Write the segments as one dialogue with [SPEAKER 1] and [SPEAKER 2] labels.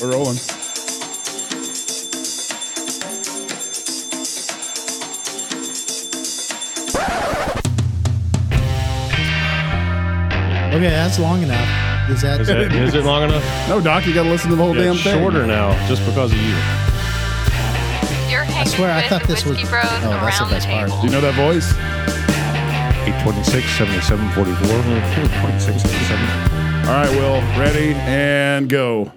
[SPEAKER 1] We're rolling.
[SPEAKER 2] Okay, that's long enough. Is that?
[SPEAKER 3] Is it, is it long enough?
[SPEAKER 1] No, Doc, you got to listen to the whole damn
[SPEAKER 3] It's
[SPEAKER 1] thing.
[SPEAKER 3] shorter now just because of you.
[SPEAKER 4] You're hanging
[SPEAKER 2] I swear,
[SPEAKER 4] with
[SPEAKER 2] I thought
[SPEAKER 4] the
[SPEAKER 2] this was.
[SPEAKER 4] Whiskey
[SPEAKER 2] Oh, that's
[SPEAKER 4] Bros
[SPEAKER 2] the
[SPEAKER 4] around the
[SPEAKER 2] best part.
[SPEAKER 4] table.
[SPEAKER 1] Do you know that voice?
[SPEAKER 5] 826 77 44. 826 77.
[SPEAKER 1] All right, Will, ready and go.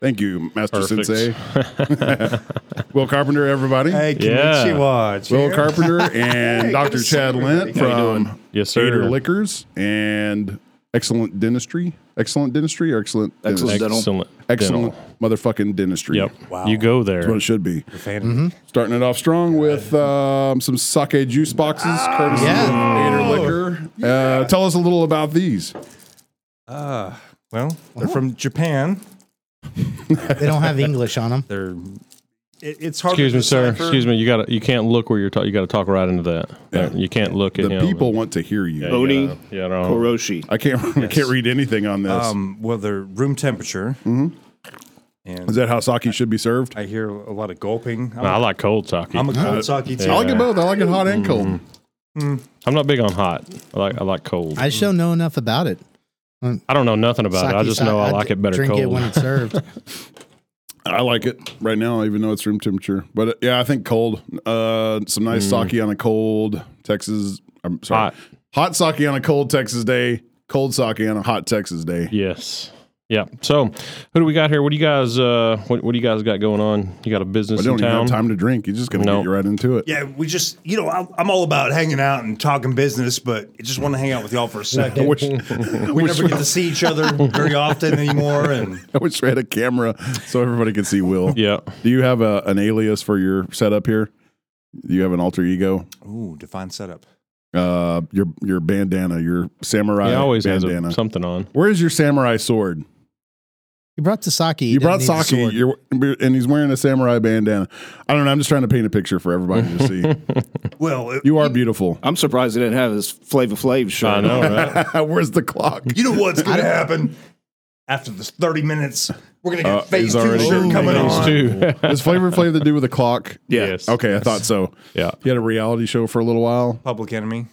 [SPEAKER 1] Thank you, Master
[SPEAKER 3] Perfect.
[SPEAKER 1] Sensei. Will Carpenter, everybody.
[SPEAKER 5] Hey,
[SPEAKER 3] Yeah.
[SPEAKER 5] Konnichiwa.
[SPEAKER 1] Will
[SPEAKER 5] Cheers.
[SPEAKER 1] Carpenter and Dr. Chad Lent from
[SPEAKER 3] Yes, sir.
[SPEAKER 1] Gator Liquors and Excellent Dentistry. Excellent Dentistry or Excellent
[SPEAKER 6] Excellent
[SPEAKER 1] Dentist?
[SPEAKER 6] dental.
[SPEAKER 3] Excellent.
[SPEAKER 1] Excellent
[SPEAKER 3] dental.
[SPEAKER 1] motherfucking dentistry.
[SPEAKER 3] Yep.
[SPEAKER 5] Wow.
[SPEAKER 3] You go there.
[SPEAKER 1] That's what it should be.
[SPEAKER 5] Fan-
[SPEAKER 1] Starting it off strong with um, some sake juice boxes, courtesy
[SPEAKER 2] yeah.
[SPEAKER 1] of Gator Liquor. Uh, tell us a little about these.
[SPEAKER 5] Uh, well, they're from Japan.
[SPEAKER 2] They don't have English on them.
[SPEAKER 5] They're. It, it's hard.
[SPEAKER 3] Excuse
[SPEAKER 5] to
[SPEAKER 3] me, sir.
[SPEAKER 5] decipher.
[SPEAKER 3] Excuse me. You got to. You can't look where you're talking. You got to talk right into that. Uh,
[SPEAKER 1] Yeah.
[SPEAKER 3] You can't look at
[SPEAKER 1] The
[SPEAKER 3] you know,
[SPEAKER 1] people want to hear you.
[SPEAKER 3] you
[SPEAKER 6] Oni
[SPEAKER 3] gotta- Yeah, no.
[SPEAKER 6] Koroshi.
[SPEAKER 1] I can't I can't read anything on this.
[SPEAKER 5] Um, well, they're room temperature. And
[SPEAKER 1] Is that how sake should be served?
[SPEAKER 5] I hear a lot of gulping. I'm,
[SPEAKER 3] No, I like cold sake. I'm,
[SPEAKER 5] I'm a cold sake too.
[SPEAKER 1] I like it both. I like it hot and cold.
[SPEAKER 3] Mm-hmm. not big on hot. I like. I like cold. I,
[SPEAKER 2] I just don't know enough about it.
[SPEAKER 3] don't know nothing about it. I
[SPEAKER 2] Sake-
[SPEAKER 3] just know I, like
[SPEAKER 2] d-
[SPEAKER 3] it better
[SPEAKER 2] Drink
[SPEAKER 3] cold.
[SPEAKER 2] it when it's served.
[SPEAKER 1] I like it right now, even though it's room temperature. But uh, yeah, I think cold. Uh, some nice sake on a cold Texas. I'm sorry,
[SPEAKER 3] Mm-hmm. Hot.
[SPEAKER 1] hot. sake on a cold Texas day. Cold sake on a hot Texas day.
[SPEAKER 3] yes. Yeah. So, who do we got here? What do you guys? Uh, what, what do you guys got going on? You got a
[SPEAKER 1] I
[SPEAKER 3] business
[SPEAKER 1] don't
[SPEAKER 3] in
[SPEAKER 1] even
[SPEAKER 3] town?
[SPEAKER 1] have time to drink. You're just gonna
[SPEAKER 3] No.
[SPEAKER 1] get you right into it.
[SPEAKER 5] Yeah, we just, you know, I'm, I'm all about hanging out and talking business, but I just want to hang out with y'all for a second.
[SPEAKER 1] wish-
[SPEAKER 5] we never get to see each other very often anymore. And
[SPEAKER 1] I wish we had a camera so everybody could see Will.
[SPEAKER 3] Yeah.
[SPEAKER 1] Do you have a, an alias for your setup here? Do you have an alter ego?
[SPEAKER 5] ooh, define setup.
[SPEAKER 1] Uh, your your bandana, your samurai
[SPEAKER 3] He always has a-
[SPEAKER 1] bandana.
[SPEAKER 3] something on.
[SPEAKER 1] Where is your samurai sword?
[SPEAKER 2] you brought the sake.
[SPEAKER 1] You brought sake, you're, and he's wearing a samurai bandana. I don't know. I'm just trying to paint a picture for everybody to see.
[SPEAKER 5] Well, it-
[SPEAKER 1] You are beautiful.
[SPEAKER 6] I'm surprised they didn't have his Flavor Flav shirt.
[SPEAKER 3] I know, right?
[SPEAKER 1] Where's the clock?
[SPEAKER 5] you know what's going to happen after this 30 minutes? We're going to get
[SPEAKER 1] Uh,
[SPEAKER 5] phase
[SPEAKER 1] he's
[SPEAKER 5] two
[SPEAKER 1] already
[SPEAKER 5] shirt
[SPEAKER 1] doing
[SPEAKER 5] coming
[SPEAKER 1] phase
[SPEAKER 5] on.
[SPEAKER 3] Two.
[SPEAKER 1] Does Flavor Flav to do with the clock?
[SPEAKER 6] Yeah.
[SPEAKER 3] Yes.
[SPEAKER 1] Okay, I thought so.
[SPEAKER 3] Yeah.
[SPEAKER 1] He had a reality show for a little while.
[SPEAKER 5] Public Enemy.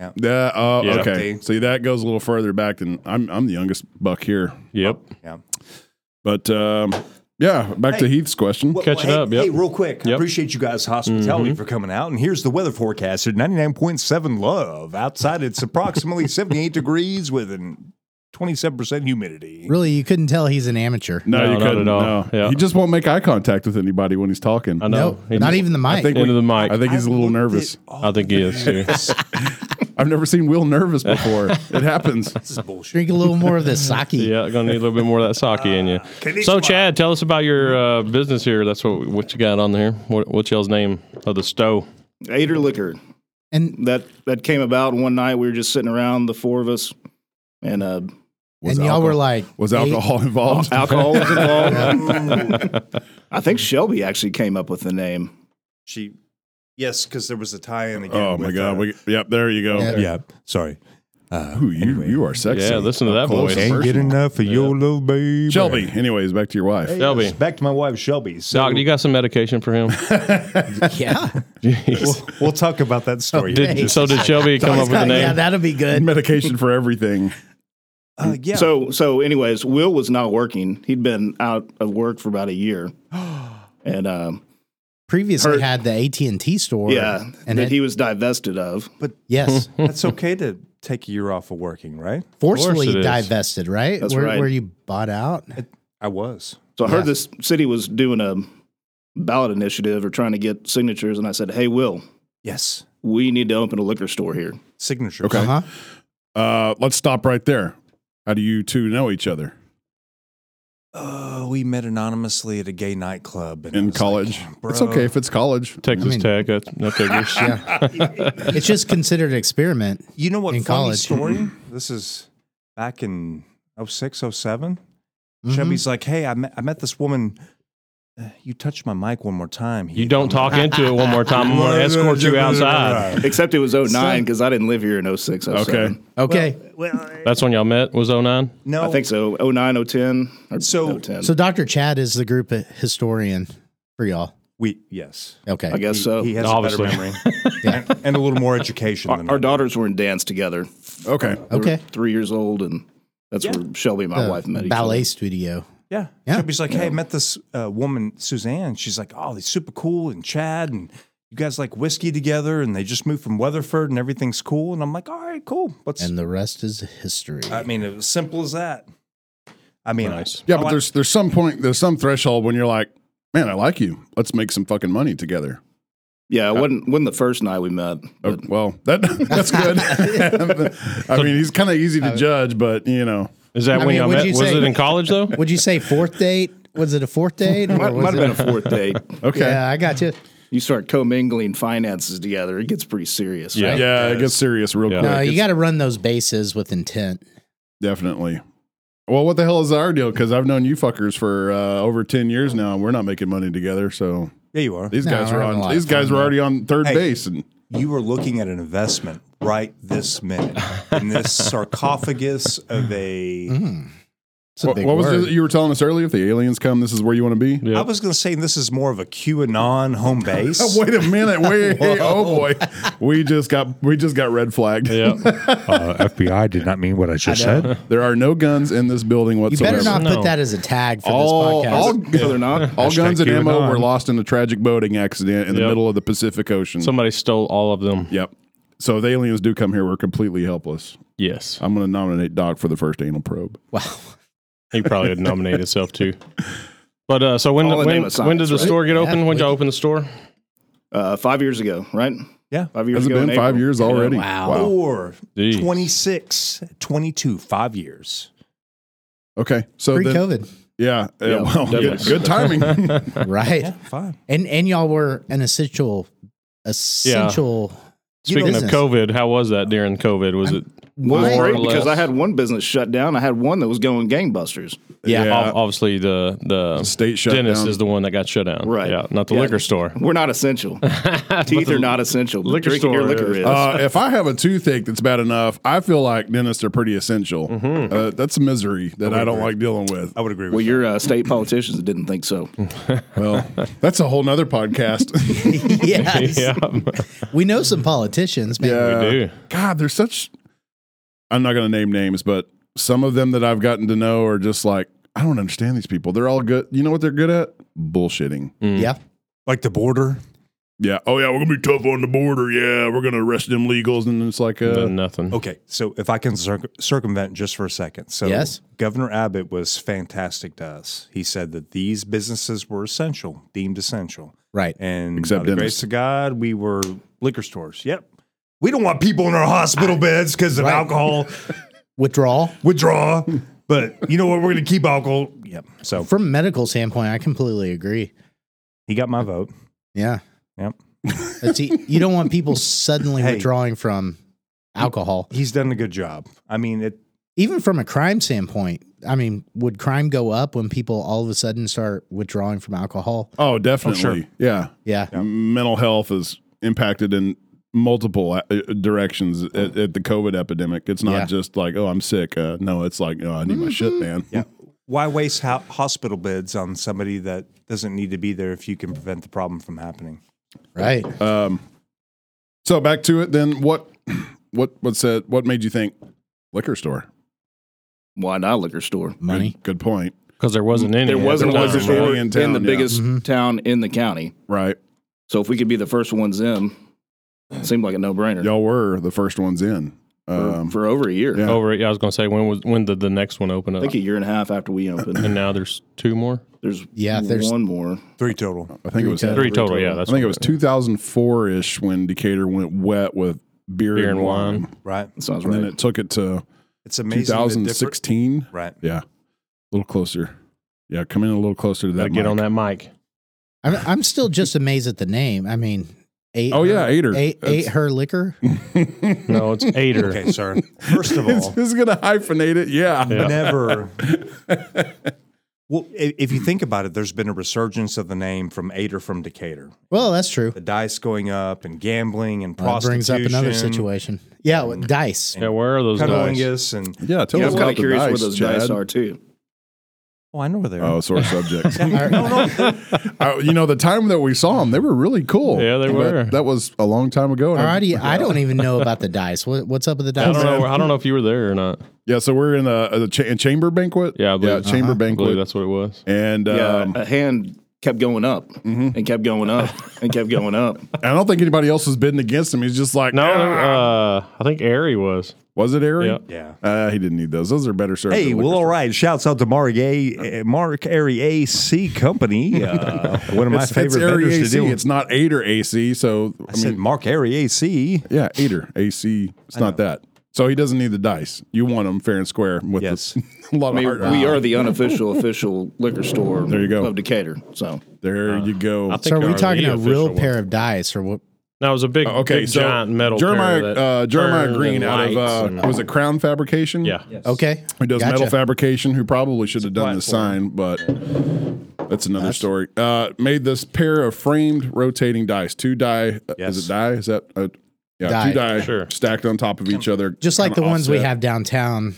[SPEAKER 1] Yeah. Uh,
[SPEAKER 3] Yeah.
[SPEAKER 1] Okay. See, that goes a little further back than I'm. I'm the youngest buck here,
[SPEAKER 3] Yep.
[SPEAKER 5] Yeah.
[SPEAKER 1] but um, yeah. Back to Heath's question.
[SPEAKER 5] Well,
[SPEAKER 3] Catching
[SPEAKER 5] hey,
[SPEAKER 3] up, yep.
[SPEAKER 5] Hey, real quick. I
[SPEAKER 3] Yep. Mm-hmm.
[SPEAKER 5] appreciate you guys' hospitality for coming out. And here's the weather forecast at 99.7 love. Outside, it's approximately 78 degrees with an 27% humidity.
[SPEAKER 2] Really, you couldn't tell he's an amateur.
[SPEAKER 1] no,
[SPEAKER 3] No,
[SPEAKER 1] you
[SPEAKER 3] not
[SPEAKER 1] couldn't.
[SPEAKER 3] at all.
[SPEAKER 1] No.
[SPEAKER 3] Yeah.
[SPEAKER 1] He just won't make eye contact with anybody when he's talking.
[SPEAKER 3] I know.
[SPEAKER 2] No, not even the mic.
[SPEAKER 1] I think
[SPEAKER 3] Into
[SPEAKER 1] we-
[SPEAKER 3] the mic.
[SPEAKER 1] I think he's a little nervous.
[SPEAKER 3] I think he is too.
[SPEAKER 1] I've never seen Will nervous before. it happens.
[SPEAKER 5] This is bullshit. Uh,
[SPEAKER 2] Drink a little more of this sake.
[SPEAKER 3] Yeah, gonna need a little bit more of that sake in you. So,
[SPEAKER 5] konnichiwa.
[SPEAKER 3] Chad, tell us about your uh, business here. That's what what you got on there. What, what's y'all's name of the stove?
[SPEAKER 6] Ader Liquor.
[SPEAKER 2] And
[SPEAKER 6] That that came about one night. We were just sitting around, the four of us, and uh,
[SPEAKER 1] Was
[SPEAKER 2] and y'all were
[SPEAKER 1] alcohol-
[SPEAKER 2] like,
[SPEAKER 1] was
[SPEAKER 2] eight-
[SPEAKER 1] alcohol involved?
[SPEAKER 6] alcohol was involved. I think Shelby actually came up with the name.
[SPEAKER 5] She, yes, because there was a tie in again.
[SPEAKER 1] Oh my
[SPEAKER 5] with,
[SPEAKER 1] god!
[SPEAKER 5] uh,
[SPEAKER 1] we, yep, there you go.
[SPEAKER 2] Yeah.
[SPEAKER 5] yeah. Sorry.
[SPEAKER 1] Ooh, you you are sexy.
[SPEAKER 3] Yeah, listen to that voice.
[SPEAKER 1] and
[SPEAKER 3] Can't
[SPEAKER 1] personal.
[SPEAKER 5] enough of your little baby.
[SPEAKER 1] Shelby. Anyways, back to your wife.
[SPEAKER 5] Hey,
[SPEAKER 3] Shelby.
[SPEAKER 5] yes, Back to my wife, Shelby. So
[SPEAKER 3] Doc, do you got some medication for him?
[SPEAKER 2] yeah.
[SPEAKER 3] Jeez.
[SPEAKER 5] we'll, we'll talk about that story.
[SPEAKER 3] Did- so did Shelby come up with the
[SPEAKER 2] yeah,
[SPEAKER 3] name?
[SPEAKER 2] that'll be good.
[SPEAKER 1] Medication for everything.
[SPEAKER 5] Uh, yeah.
[SPEAKER 6] So so, anyways, Will was not working. He'd been out of work for about a year, and um,
[SPEAKER 2] Previously
[SPEAKER 6] Her-
[SPEAKER 2] had the AT and T store.
[SPEAKER 6] yeah,
[SPEAKER 2] and
[SPEAKER 6] that
[SPEAKER 2] it,
[SPEAKER 6] he was divested of.
[SPEAKER 2] yes,
[SPEAKER 5] that's okay to take a year off of working, right?
[SPEAKER 3] it
[SPEAKER 2] forcefully
[SPEAKER 3] is.
[SPEAKER 2] divested. Right?
[SPEAKER 6] That's
[SPEAKER 2] where,
[SPEAKER 6] right.
[SPEAKER 2] Where you bought out?
[SPEAKER 5] I was.
[SPEAKER 6] So I heard
[SPEAKER 2] Yeah.
[SPEAKER 6] this city was doing a ballot initiative or trying to get signatures, and I said, "Hey, Will,
[SPEAKER 5] Yes.
[SPEAKER 6] we need to open a liquor store here."
[SPEAKER 5] Signature.
[SPEAKER 1] Okay.
[SPEAKER 2] Uh huh.
[SPEAKER 1] Uh, let's stop right there. How do you two know each other?
[SPEAKER 5] Oh, we met anonymously at a gay nightclub and I
[SPEAKER 1] In
[SPEAKER 5] was
[SPEAKER 1] college?
[SPEAKER 5] like,
[SPEAKER 1] It's
[SPEAKER 5] "Bro,
[SPEAKER 1] okay if it's college.
[SPEAKER 3] Texas
[SPEAKER 2] I mean-
[SPEAKER 3] Tech. That, that figures.
[SPEAKER 2] It's just considered experiment.
[SPEAKER 5] You know what?
[SPEAKER 2] In
[SPEAKER 5] funny
[SPEAKER 2] college.
[SPEAKER 5] story. this is back in 06, 07.
[SPEAKER 2] Mhm. Mm-hmm.
[SPEAKER 5] Shelby's like, hey, I met, I met this woman Uh, You touched my mic one more time.
[SPEAKER 3] You don't talk into it one more time. I'm going to escort you outside.
[SPEAKER 6] Except it was 09 because I didn't live here in 06, 07.
[SPEAKER 1] Okay.
[SPEAKER 2] Okay.
[SPEAKER 3] That's when y'all met. Was 09?
[SPEAKER 5] No,
[SPEAKER 6] I think so. 09, 010. Or
[SPEAKER 5] So-
[SPEAKER 6] 010.
[SPEAKER 2] so Dr. Chad is the group historian for y'all.
[SPEAKER 5] we yes.
[SPEAKER 2] Okay.
[SPEAKER 6] I guess so.
[SPEAKER 5] He has
[SPEAKER 3] Obviously.
[SPEAKER 5] a better memory and, and a little more education.
[SPEAKER 6] our,
[SPEAKER 5] than
[SPEAKER 6] our
[SPEAKER 5] I do.
[SPEAKER 6] daughters were in dance together.
[SPEAKER 1] Okay.
[SPEAKER 6] They were
[SPEAKER 2] Okay.
[SPEAKER 6] three years old, and that's where Shelby and my
[SPEAKER 2] The
[SPEAKER 6] wife met each
[SPEAKER 2] ballet
[SPEAKER 6] other.
[SPEAKER 2] studio.
[SPEAKER 5] Yeah.
[SPEAKER 2] Yeah.
[SPEAKER 5] Shelby's like, hey, I met this uh, woman, Suzanne. She's like, oh, they're super cool. And Chad and you guys like whiskey together and they just moved from Weatherford and everything's cool. And I'm like, all right, cool. Let's,
[SPEAKER 2] And the rest is history.
[SPEAKER 5] I mean, it was simple as that. I mean, I,
[SPEAKER 1] Yeah,
[SPEAKER 5] I
[SPEAKER 1] but
[SPEAKER 5] like-
[SPEAKER 1] there's there's some point there's some threshold when you're like, man, I like you. Let's make some fucking money together.
[SPEAKER 6] Yeah,
[SPEAKER 1] Uh,
[SPEAKER 6] it wasn't, wasn't the first night we met.
[SPEAKER 1] Oh, well, that that's good. I mean, he's kind of easy
[SPEAKER 2] Uh,
[SPEAKER 1] to judge, but you know,
[SPEAKER 3] Is that
[SPEAKER 2] I
[SPEAKER 3] when
[SPEAKER 2] mean,
[SPEAKER 3] y'all
[SPEAKER 2] what'd
[SPEAKER 3] met?
[SPEAKER 2] you
[SPEAKER 3] Was
[SPEAKER 2] say?
[SPEAKER 3] it in college, though?
[SPEAKER 2] Would you say fourth date? Was it a fourth date? or
[SPEAKER 6] Might,
[SPEAKER 2] was
[SPEAKER 6] might have been a
[SPEAKER 2] it-
[SPEAKER 6] fourth date.
[SPEAKER 1] okay.
[SPEAKER 2] Yeah, I got you.
[SPEAKER 6] You start commingling finances together, it gets pretty serious.
[SPEAKER 3] Yeah.
[SPEAKER 1] Yeah, it gets serious real
[SPEAKER 3] Yeah.
[SPEAKER 1] quick.
[SPEAKER 2] No, you
[SPEAKER 1] It's-
[SPEAKER 2] got to run those bases with intent.
[SPEAKER 1] definitely. Well, what the hell is our deal? Because I've known you fuckers for uh, over ten years now, and we're not making money together. So
[SPEAKER 5] there you are.
[SPEAKER 1] these
[SPEAKER 2] No,
[SPEAKER 1] guys
[SPEAKER 2] we're
[SPEAKER 1] were
[SPEAKER 2] having a
[SPEAKER 1] on.
[SPEAKER 2] lot
[SPEAKER 1] These
[SPEAKER 2] of
[SPEAKER 1] guys
[SPEAKER 2] fun,
[SPEAKER 1] were already on third
[SPEAKER 5] Hey.
[SPEAKER 1] base, and
[SPEAKER 5] You were looking at an investment right this minute in this sarcophagus of a.
[SPEAKER 2] Mm-hmm.
[SPEAKER 5] I
[SPEAKER 2] It's a
[SPEAKER 1] what,
[SPEAKER 2] big
[SPEAKER 1] what was
[SPEAKER 2] word.
[SPEAKER 1] it you were telling us earlier? If the aliens come, this is where you want to be.
[SPEAKER 3] Yeah.
[SPEAKER 5] was going to say this is more of a QAnon home base.
[SPEAKER 1] Oh, wait a minute! Wait, oh boy, we just got we just got red flagged.
[SPEAKER 3] Yeah.
[SPEAKER 5] uh, FBI did not mean what I just
[SPEAKER 2] know.
[SPEAKER 5] said.
[SPEAKER 1] There are no guns in this building
[SPEAKER 2] you
[SPEAKER 1] whatsoever.
[SPEAKER 2] better not
[SPEAKER 3] No.
[SPEAKER 2] put that as a tag for
[SPEAKER 1] all
[SPEAKER 2] this podcast.
[SPEAKER 1] all,
[SPEAKER 6] No, they're not.
[SPEAKER 1] all guns and
[SPEAKER 5] QAnon.
[SPEAKER 1] ammo were lost in a tragic boating accident in the
[SPEAKER 3] Yep.
[SPEAKER 1] middle of the Pacific Ocean.
[SPEAKER 3] Somebody stole all of them.
[SPEAKER 1] yep. So if the aliens do come here, we're completely helpless.
[SPEAKER 3] Yes.
[SPEAKER 1] I'm going to nominate Doc for the first anal probe.
[SPEAKER 2] wow.
[SPEAKER 3] He probably would nominate himself, too. But uh, so when
[SPEAKER 6] All in the
[SPEAKER 3] when,
[SPEAKER 6] name of science,
[SPEAKER 3] when did the
[SPEAKER 6] right?
[SPEAKER 3] store get open?
[SPEAKER 2] Yeah,
[SPEAKER 3] when did
[SPEAKER 2] we-
[SPEAKER 3] y'all open the store?
[SPEAKER 6] Uh, five years ago, right?
[SPEAKER 5] Yeah.
[SPEAKER 6] Five years
[SPEAKER 1] Has it
[SPEAKER 6] ago. in
[SPEAKER 1] been five
[SPEAKER 6] April.
[SPEAKER 1] years already?
[SPEAKER 2] Wow.
[SPEAKER 5] Or
[SPEAKER 3] Jeez.
[SPEAKER 5] 26, 22, five years.
[SPEAKER 1] Okay. So
[SPEAKER 2] Pre
[SPEAKER 1] then,
[SPEAKER 2] COVID.
[SPEAKER 1] yeah. uh,
[SPEAKER 6] Yeah,
[SPEAKER 1] well, good,
[SPEAKER 6] definitely.
[SPEAKER 1] good timing.
[SPEAKER 2] Right.
[SPEAKER 5] Yeah, fine.
[SPEAKER 2] And and y'all were an essential essential
[SPEAKER 3] Speaking of
[SPEAKER 2] business.
[SPEAKER 3] COVID, how was that during COVID? Was it
[SPEAKER 6] Well, it was
[SPEAKER 3] More or
[SPEAKER 6] great because I
[SPEAKER 3] less.
[SPEAKER 6] had one business shut down. I had one that was going gangbusters.
[SPEAKER 2] Yeah.
[SPEAKER 3] ob- obviously the the
[SPEAKER 1] State shutdown.
[SPEAKER 3] dentist is the one that got shut down,
[SPEAKER 6] Right.
[SPEAKER 3] Yeah, not the
[SPEAKER 6] Yeah.
[SPEAKER 3] liquor store.
[SPEAKER 6] We're not essential. Teeth are not essential. But
[SPEAKER 3] liquor
[SPEAKER 6] drinking your
[SPEAKER 3] store
[SPEAKER 6] liquor
[SPEAKER 3] is-
[SPEAKER 6] is.
[SPEAKER 1] Uh, if I have a toothache that's bad enough, I feel like dentists are pretty essential.
[SPEAKER 3] Mm-hmm.
[SPEAKER 1] Uh, that's a misery that I don't like dealing with.
[SPEAKER 5] I would agree with
[SPEAKER 6] well,
[SPEAKER 5] you.
[SPEAKER 6] your uh, state politicians didn't think so.
[SPEAKER 1] Well, that's a whole nother podcast.
[SPEAKER 2] yes.
[SPEAKER 3] Yeah,
[SPEAKER 2] We know some politicians, man.
[SPEAKER 1] Yeah.
[SPEAKER 3] we do.
[SPEAKER 1] God, there's such. I'm not going to name names, but some of them that I've gotten to know are just like, I don't understand these people. They're all good. You know what they're good at? Bullshitting.
[SPEAKER 2] Yeah.
[SPEAKER 5] Like the border.
[SPEAKER 1] Yeah. Oh, yeah. We're going to be tough on the border. Yeah. We're going to arrest them legals. And it's like, uh,
[SPEAKER 3] Done nothing.
[SPEAKER 5] Okay, so if I can circ- circumvent just for a second. So
[SPEAKER 2] Yes.
[SPEAKER 5] Governor Abbott was fantastic to us. He said that these businesses were essential, deemed essential.
[SPEAKER 2] Right.
[SPEAKER 5] And
[SPEAKER 1] Except
[SPEAKER 5] by the
[SPEAKER 1] dentists.
[SPEAKER 5] grace of God, we were liquor stores. Yep. We don't want people in our hospital beds because of
[SPEAKER 2] Right.
[SPEAKER 5] alcohol
[SPEAKER 2] Withdrawal.
[SPEAKER 5] withdrawal. But you know what? We're going to keep alcohol. Yep. So
[SPEAKER 2] From a medical standpoint, I completely agree.
[SPEAKER 5] he got my vote.
[SPEAKER 2] Yeah.
[SPEAKER 5] Yep.
[SPEAKER 2] That's e- you don't want people suddenly
[SPEAKER 5] Hey.
[SPEAKER 2] withdrawing from alcohol.
[SPEAKER 5] He's done a good job. I mean, it.
[SPEAKER 2] Even from a crime standpoint, I mean, would crime go up when people all of a sudden start withdrawing from alcohol?
[SPEAKER 1] oh, definitely.
[SPEAKER 5] sure.
[SPEAKER 1] Yeah.
[SPEAKER 2] Yeah.
[SPEAKER 1] Mental health is impacted in multiple uh, directions at, at the COVID epidemic. It's not
[SPEAKER 2] Yeah.
[SPEAKER 1] just like, oh, I'm sick. Uh, no, it's like, oh, I need my shit, man. Yeah.
[SPEAKER 5] Why waste ho- hospital beds on somebody that doesn't need to be there if you can prevent the problem from happening?
[SPEAKER 2] Right.
[SPEAKER 1] Um, so back to it then. What, what, what's that? What made you think liquor store?
[SPEAKER 6] Why not liquor store?
[SPEAKER 2] Money.
[SPEAKER 1] Good, good point.
[SPEAKER 3] Because there wasn't any.
[SPEAKER 6] There
[SPEAKER 3] at the
[SPEAKER 6] wasn't a
[SPEAKER 3] time,
[SPEAKER 6] liquor
[SPEAKER 1] right?
[SPEAKER 6] store
[SPEAKER 1] In town,
[SPEAKER 6] in, the
[SPEAKER 1] yeah. Mm-hmm.
[SPEAKER 6] biggest
[SPEAKER 2] Mhm.
[SPEAKER 6] town in the county.
[SPEAKER 1] Right.
[SPEAKER 6] So if we could be the first ones in, it seemed like a no-brainer
[SPEAKER 1] Y'all were the first ones in.
[SPEAKER 6] for,
[SPEAKER 1] Um,
[SPEAKER 6] for over a year.
[SPEAKER 1] yeah.
[SPEAKER 3] Over. it. Yeah, I was gonna say when was when did the next one open
[SPEAKER 6] I
[SPEAKER 3] up?
[SPEAKER 6] think a year and a half after we opened.
[SPEAKER 3] And now there's two more,
[SPEAKER 6] There's
[SPEAKER 2] Yeah, there's-
[SPEAKER 6] one more.
[SPEAKER 5] Three total.
[SPEAKER 1] I think it was
[SPEAKER 2] Three
[SPEAKER 3] three total.
[SPEAKER 6] total.
[SPEAKER 3] Yeah,
[SPEAKER 1] I
[SPEAKER 3] that's
[SPEAKER 1] think it
[SPEAKER 3] what
[SPEAKER 1] was 2004 ish when Decatur went wet with beer,
[SPEAKER 3] Beer
[SPEAKER 1] and,
[SPEAKER 3] and
[SPEAKER 1] wine.
[SPEAKER 3] wine.
[SPEAKER 5] Right.
[SPEAKER 6] That sounds
[SPEAKER 1] And
[SPEAKER 6] right.
[SPEAKER 1] then it took it to
[SPEAKER 5] It's amazing. the different-
[SPEAKER 1] 2016.
[SPEAKER 5] Right.
[SPEAKER 1] Yeah, a little closer. Yeah, come in a little closer to
[SPEAKER 3] Gotta
[SPEAKER 1] that.
[SPEAKER 3] get
[SPEAKER 1] mic.
[SPEAKER 3] on that mic.
[SPEAKER 2] I'm, I'm still just amazed at the name. I mean, eight.
[SPEAKER 1] Oh, yeah, Ater.
[SPEAKER 2] Eight,
[SPEAKER 1] That's-
[SPEAKER 2] eight her liquor.
[SPEAKER 3] No, it's Ader.
[SPEAKER 5] Okay, sir. First of all,
[SPEAKER 1] Who's gonna hyphenate it? Yeah.
[SPEAKER 3] Yeah.
[SPEAKER 5] never. Well, i- if you think about it, there's been a resurgence of the name from Ader from Decatur.
[SPEAKER 2] Well, that's true.
[SPEAKER 5] The dice going up and gambling and
[SPEAKER 2] That brings
[SPEAKER 5] prostitution.
[SPEAKER 2] up another situation. Yeah, with dice.
[SPEAKER 3] Yeah, where are those dice?
[SPEAKER 5] Cunnilingus and
[SPEAKER 1] Yeah, tell
[SPEAKER 6] Yeah, I
[SPEAKER 1] us
[SPEAKER 6] was kind
[SPEAKER 1] about
[SPEAKER 6] of
[SPEAKER 1] the
[SPEAKER 6] curious
[SPEAKER 1] dice,
[SPEAKER 6] where those
[SPEAKER 1] Chad.
[SPEAKER 6] dice are too.
[SPEAKER 5] oh, I know where they are.
[SPEAKER 1] Oh, sore subject.
[SPEAKER 2] All right.
[SPEAKER 1] I, you know, the time that we saw them, they were really cool.
[SPEAKER 3] Yeah, they
[SPEAKER 1] But
[SPEAKER 3] were.
[SPEAKER 1] That was a long time ago. and I-
[SPEAKER 2] Alrighty, I don't even know about the dice. What, what's up with the
[SPEAKER 3] I
[SPEAKER 2] dice?
[SPEAKER 3] don't know. I don't know if you were there or not.
[SPEAKER 1] Yeah, so we're in a, a, cha- a chamber banquet.
[SPEAKER 3] Yeah, I believe-
[SPEAKER 1] chamber
[SPEAKER 3] I believe
[SPEAKER 1] banquet.
[SPEAKER 3] that's what it was.
[SPEAKER 1] and
[SPEAKER 6] yeah,
[SPEAKER 1] um, Mm-hmm.
[SPEAKER 6] a hand kept going up and kept going up and kept going up.
[SPEAKER 1] I don't think anybody else was bidding against him. He's just like,
[SPEAKER 3] No,
[SPEAKER 1] "Ah."
[SPEAKER 3] uh, I think Airy was.
[SPEAKER 1] was it Harry?
[SPEAKER 3] Yeah.
[SPEAKER 5] yeah.
[SPEAKER 1] Uh, he didn't need those. Those are better served.
[SPEAKER 5] Hey,
[SPEAKER 1] at
[SPEAKER 5] well,
[SPEAKER 1] liquor
[SPEAKER 5] all right. Shouts out to Mark A. uh, Mark Airy AC Company, uh, one of my
[SPEAKER 1] It's, it's
[SPEAKER 5] favorite
[SPEAKER 1] Airy
[SPEAKER 5] vendors to
[SPEAKER 1] AC.
[SPEAKER 5] deal with.
[SPEAKER 1] It's not Aider AC. So I,
[SPEAKER 5] I
[SPEAKER 1] mean,
[SPEAKER 5] said Mark Airy AC.
[SPEAKER 1] yeah, Aider AC. It's not that. So he doesn't need the dice. You want him fair and square with
[SPEAKER 5] Yes.
[SPEAKER 1] the, a lot
[SPEAKER 6] I mean,
[SPEAKER 1] of heart. Ah,
[SPEAKER 6] we are the unofficial official liquor store
[SPEAKER 1] There you go.
[SPEAKER 6] of Decatur. So
[SPEAKER 1] There you go.
[SPEAKER 3] Uh, I think
[SPEAKER 2] So are
[SPEAKER 3] there
[SPEAKER 2] we talking
[SPEAKER 3] the
[SPEAKER 2] a real
[SPEAKER 3] official
[SPEAKER 2] pair
[SPEAKER 3] ones.
[SPEAKER 2] of dice or what?
[SPEAKER 3] No, it was a big,
[SPEAKER 1] Oh, okay,
[SPEAKER 3] big
[SPEAKER 1] so
[SPEAKER 3] giant metal. pair
[SPEAKER 1] Jeremiah
[SPEAKER 3] that
[SPEAKER 1] uh, Jeremiah
[SPEAKER 3] turned
[SPEAKER 1] Green
[SPEAKER 3] and
[SPEAKER 1] out of
[SPEAKER 3] lights
[SPEAKER 1] uh,
[SPEAKER 3] and-
[SPEAKER 1] it was a Crown Fabrication.
[SPEAKER 3] yeah.
[SPEAKER 2] Okay.
[SPEAKER 1] who does metal
[SPEAKER 2] Gotcha.
[SPEAKER 1] fabrication, who probably should have done the sign,
[SPEAKER 5] platform.
[SPEAKER 1] but that's another story. Uh, made this pair of framed rotating dice, two die. uh,
[SPEAKER 5] Yes.
[SPEAKER 1] Is it die? Is that a, yeah?
[SPEAKER 2] Die.
[SPEAKER 1] Two die
[SPEAKER 3] Sure.
[SPEAKER 1] stacked on top of each other,
[SPEAKER 2] Just like the
[SPEAKER 1] kinda
[SPEAKER 2] ones we
[SPEAKER 1] offset.
[SPEAKER 2] have downtown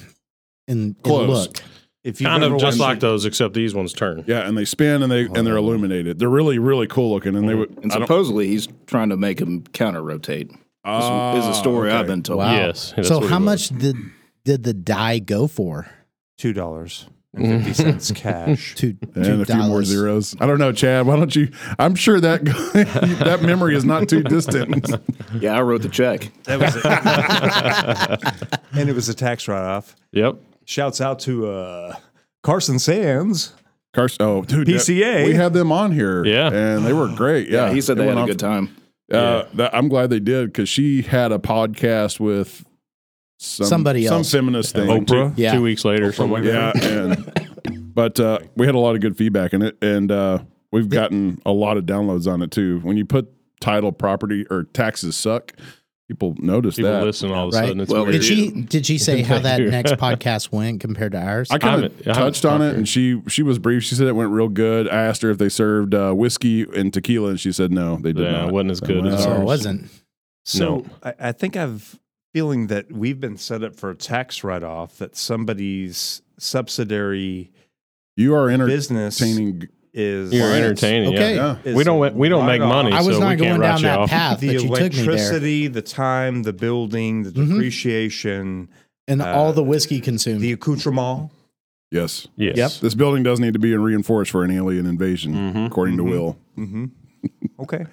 [SPEAKER 2] in, in
[SPEAKER 1] Close.
[SPEAKER 2] look.
[SPEAKER 5] If
[SPEAKER 3] Kind of
[SPEAKER 5] ever
[SPEAKER 3] just
[SPEAKER 5] watched-
[SPEAKER 3] like those, except these ones turn.
[SPEAKER 1] Yeah, and they spin and they
[SPEAKER 2] Oh.
[SPEAKER 1] and they're illuminated. They're really really cool looking, and they would.
[SPEAKER 6] and supposedly he's trying to make him counter rotate. is a story
[SPEAKER 1] Ah,
[SPEAKER 6] I've been told.
[SPEAKER 2] Wow.
[SPEAKER 3] Oh, Yes, that's
[SPEAKER 2] so
[SPEAKER 3] what it
[SPEAKER 2] how
[SPEAKER 3] was.
[SPEAKER 2] much did did the die go for?
[SPEAKER 5] two dollars and fifty cents cash.
[SPEAKER 2] Two,
[SPEAKER 1] And
[SPEAKER 2] two
[SPEAKER 1] a few more
[SPEAKER 2] dollars.
[SPEAKER 1] zeros. I don't know, Chad. Why don't you? I'm sure that that memory is not too distant.
[SPEAKER 6] Yeah, I wrote the check.
[SPEAKER 5] That was it. and it was a tax write-off.
[SPEAKER 3] Yep.
[SPEAKER 5] Shouts out to uh, Carson Sands.
[SPEAKER 1] Carson, oh, dude, yeah,
[SPEAKER 5] PCA.
[SPEAKER 1] we had them on here,
[SPEAKER 3] Yeah.
[SPEAKER 1] and they were great. Yeah,
[SPEAKER 6] Yeah, he said they, had
[SPEAKER 1] went
[SPEAKER 6] a
[SPEAKER 1] off-
[SPEAKER 6] good time.
[SPEAKER 1] Uh, that, I'm glad they did because she had a podcast with some,
[SPEAKER 2] Somebody
[SPEAKER 1] some
[SPEAKER 2] else.
[SPEAKER 1] feminist thing.
[SPEAKER 3] Oprah.
[SPEAKER 2] Yeah.
[SPEAKER 3] Two weeks later. something.
[SPEAKER 1] Yeah, and, but uh, we had a lot of good feedback in it, and uh, we've gotten a lot of downloads on it too. When you put title property or taxes suck, people notice
[SPEAKER 3] People
[SPEAKER 1] that.
[SPEAKER 3] listen all of a
[SPEAKER 2] Right.
[SPEAKER 3] sudden. It's
[SPEAKER 6] Well,
[SPEAKER 3] weird.
[SPEAKER 2] Did she did she say how that
[SPEAKER 3] Thank you.
[SPEAKER 2] next podcast went compared to ours?
[SPEAKER 1] I kind
[SPEAKER 3] haven't-
[SPEAKER 1] of
[SPEAKER 3] I haven't
[SPEAKER 1] touched on
[SPEAKER 3] stopped
[SPEAKER 1] it,
[SPEAKER 3] her.
[SPEAKER 1] and she she was brief. She said it went real good. I asked her if they served uh, whiskey and tequila, and she said no, they did
[SPEAKER 3] Yeah, it
[SPEAKER 1] not.
[SPEAKER 3] wasn't as
[SPEAKER 1] That
[SPEAKER 3] good
[SPEAKER 1] wasn't
[SPEAKER 3] as
[SPEAKER 1] ours.
[SPEAKER 2] so it wasn't.
[SPEAKER 5] So
[SPEAKER 3] No.
[SPEAKER 5] I, I think I've feeling that we've been set up for a tax write-off that somebody's subsidiary
[SPEAKER 1] You are
[SPEAKER 5] business
[SPEAKER 1] entertaining.
[SPEAKER 5] is
[SPEAKER 3] You're entertaining.
[SPEAKER 2] Okay.
[SPEAKER 3] Yeah.
[SPEAKER 1] Yeah.
[SPEAKER 5] is
[SPEAKER 3] We don't we don't make
[SPEAKER 5] write-off.
[SPEAKER 3] money,
[SPEAKER 2] I was
[SPEAKER 3] so we
[SPEAKER 2] not
[SPEAKER 3] can't
[SPEAKER 2] going
[SPEAKER 3] write
[SPEAKER 2] down
[SPEAKER 3] you
[SPEAKER 2] that
[SPEAKER 3] off.
[SPEAKER 2] path,
[SPEAKER 5] The
[SPEAKER 2] but you took me there,
[SPEAKER 5] electricity, the time, the building, the
[SPEAKER 1] Mm-hmm.
[SPEAKER 2] Mhm.
[SPEAKER 5] depreciation,
[SPEAKER 2] and
[SPEAKER 5] uh,
[SPEAKER 2] all the whiskey consumed.
[SPEAKER 5] the accoutrement.
[SPEAKER 1] Yes,
[SPEAKER 3] Yes.
[SPEAKER 2] Yep.
[SPEAKER 1] this building does need to be reinforced for an alien invasion,
[SPEAKER 3] Mhm.
[SPEAKER 1] according
[SPEAKER 5] Mhm.
[SPEAKER 1] to Will.
[SPEAKER 5] Mm-hmm. Okay.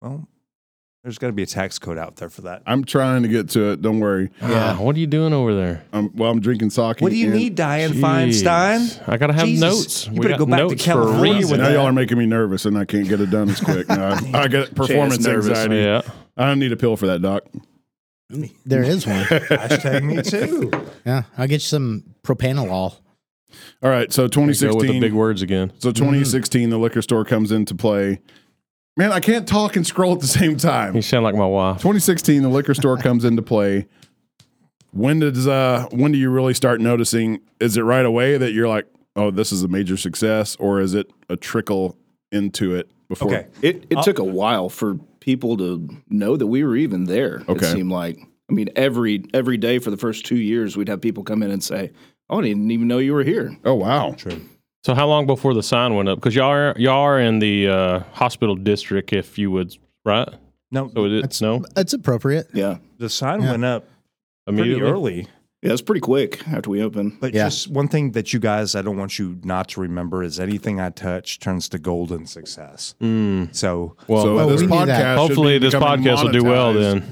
[SPEAKER 5] Well, there's got to be a tax code out there for that.
[SPEAKER 1] I'm trying to get to it. Don't worry.
[SPEAKER 3] Yeah. Ah, what are you doing over there?
[SPEAKER 1] Um, well, I'm drinking sake.
[SPEAKER 5] What do you
[SPEAKER 1] and-
[SPEAKER 5] need, Diane
[SPEAKER 3] Jeez.
[SPEAKER 5] Feinstein?
[SPEAKER 3] I gotta have
[SPEAKER 5] Jesus.
[SPEAKER 3] notes.
[SPEAKER 5] You
[SPEAKER 3] We
[SPEAKER 5] better
[SPEAKER 3] got
[SPEAKER 5] go back to
[SPEAKER 3] notes for a
[SPEAKER 5] California
[SPEAKER 3] reason.
[SPEAKER 5] with
[SPEAKER 1] Now
[SPEAKER 5] that.
[SPEAKER 1] y'all are making me nervous, and I can't get it done as quick. Now, I, I get performance
[SPEAKER 6] nervous.
[SPEAKER 1] anxiety.
[SPEAKER 3] Yeah.
[SPEAKER 1] I need a pill for that, doc.
[SPEAKER 2] there is one.
[SPEAKER 5] Hashtag me too.
[SPEAKER 2] Yeah, I'll get you some propanolol.
[SPEAKER 1] All right, so
[SPEAKER 3] Go with the
[SPEAKER 1] 2016.
[SPEAKER 3] big words again.
[SPEAKER 1] so
[SPEAKER 5] mm-hmm.
[SPEAKER 1] 2016, the liquor store comes into play. Man, I can't talk and scroll at the same time.
[SPEAKER 3] You sound like my wife.
[SPEAKER 1] 2016, the liquor store comes into play. When does uh when do you really start noticing? Is it right away that you're like, oh, this is a major success, or is it a trickle into it before?
[SPEAKER 5] Okay.
[SPEAKER 6] It
[SPEAKER 1] Ah.
[SPEAKER 6] it took a while for people to know that we were even there.
[SPEAKER 1] Okay.
[SPEAKER 6] It seemed like I mean every every day for the first two years we'd have people come in and say, "Oh, I didn't even know you were here."
[SPEAKER 1] Oh wow.
[SPEAKER 3] So how long before the sign went up? Because y'all are y'all are in the uh, hospital district, if you would, right?
[SPEAKER 5] No,
[SPEAKER 3] So it,
[SPEAKER 2] That's-
[SPEAKER 3] no
[SPEAKER 2] That's appropriate.
[SPEAKER 6] Yeah,
[SPEAKER 5] the sign went up pretty
[SPEAKER 3] immediately.
[SPEAKER 5] early.
[SPEAKER 6] yeah, it's pretty quick after we open.
[SPEAKER 5] But
[SPEAKER 2] Yeah.
[SPEAKER 5] just one thing that you guys, I don't want you not to remember is anything I touch turns to golden success.
[SPEAKER 3] Mm.
[SPEAKER 5] So,
[SPEAKER 3] Well,
[SPEAKER 1] so
[SPEAKER 2] well,
[SPEAKER 1] this
[SPEAKER 2] we knew
[SPEAKER 1] podcast.
[SPEAKER 2] that.
[SPEAKER 1] should
[SPEAKER 3] hopefully
[SPEAKER 1] be
[SPEAKER 3] this
[SPEAKER 1] becoming
[SPEAKER 3] podcast will do well
[SPEAKER 1] monetized.
[SPEAKER 3] then.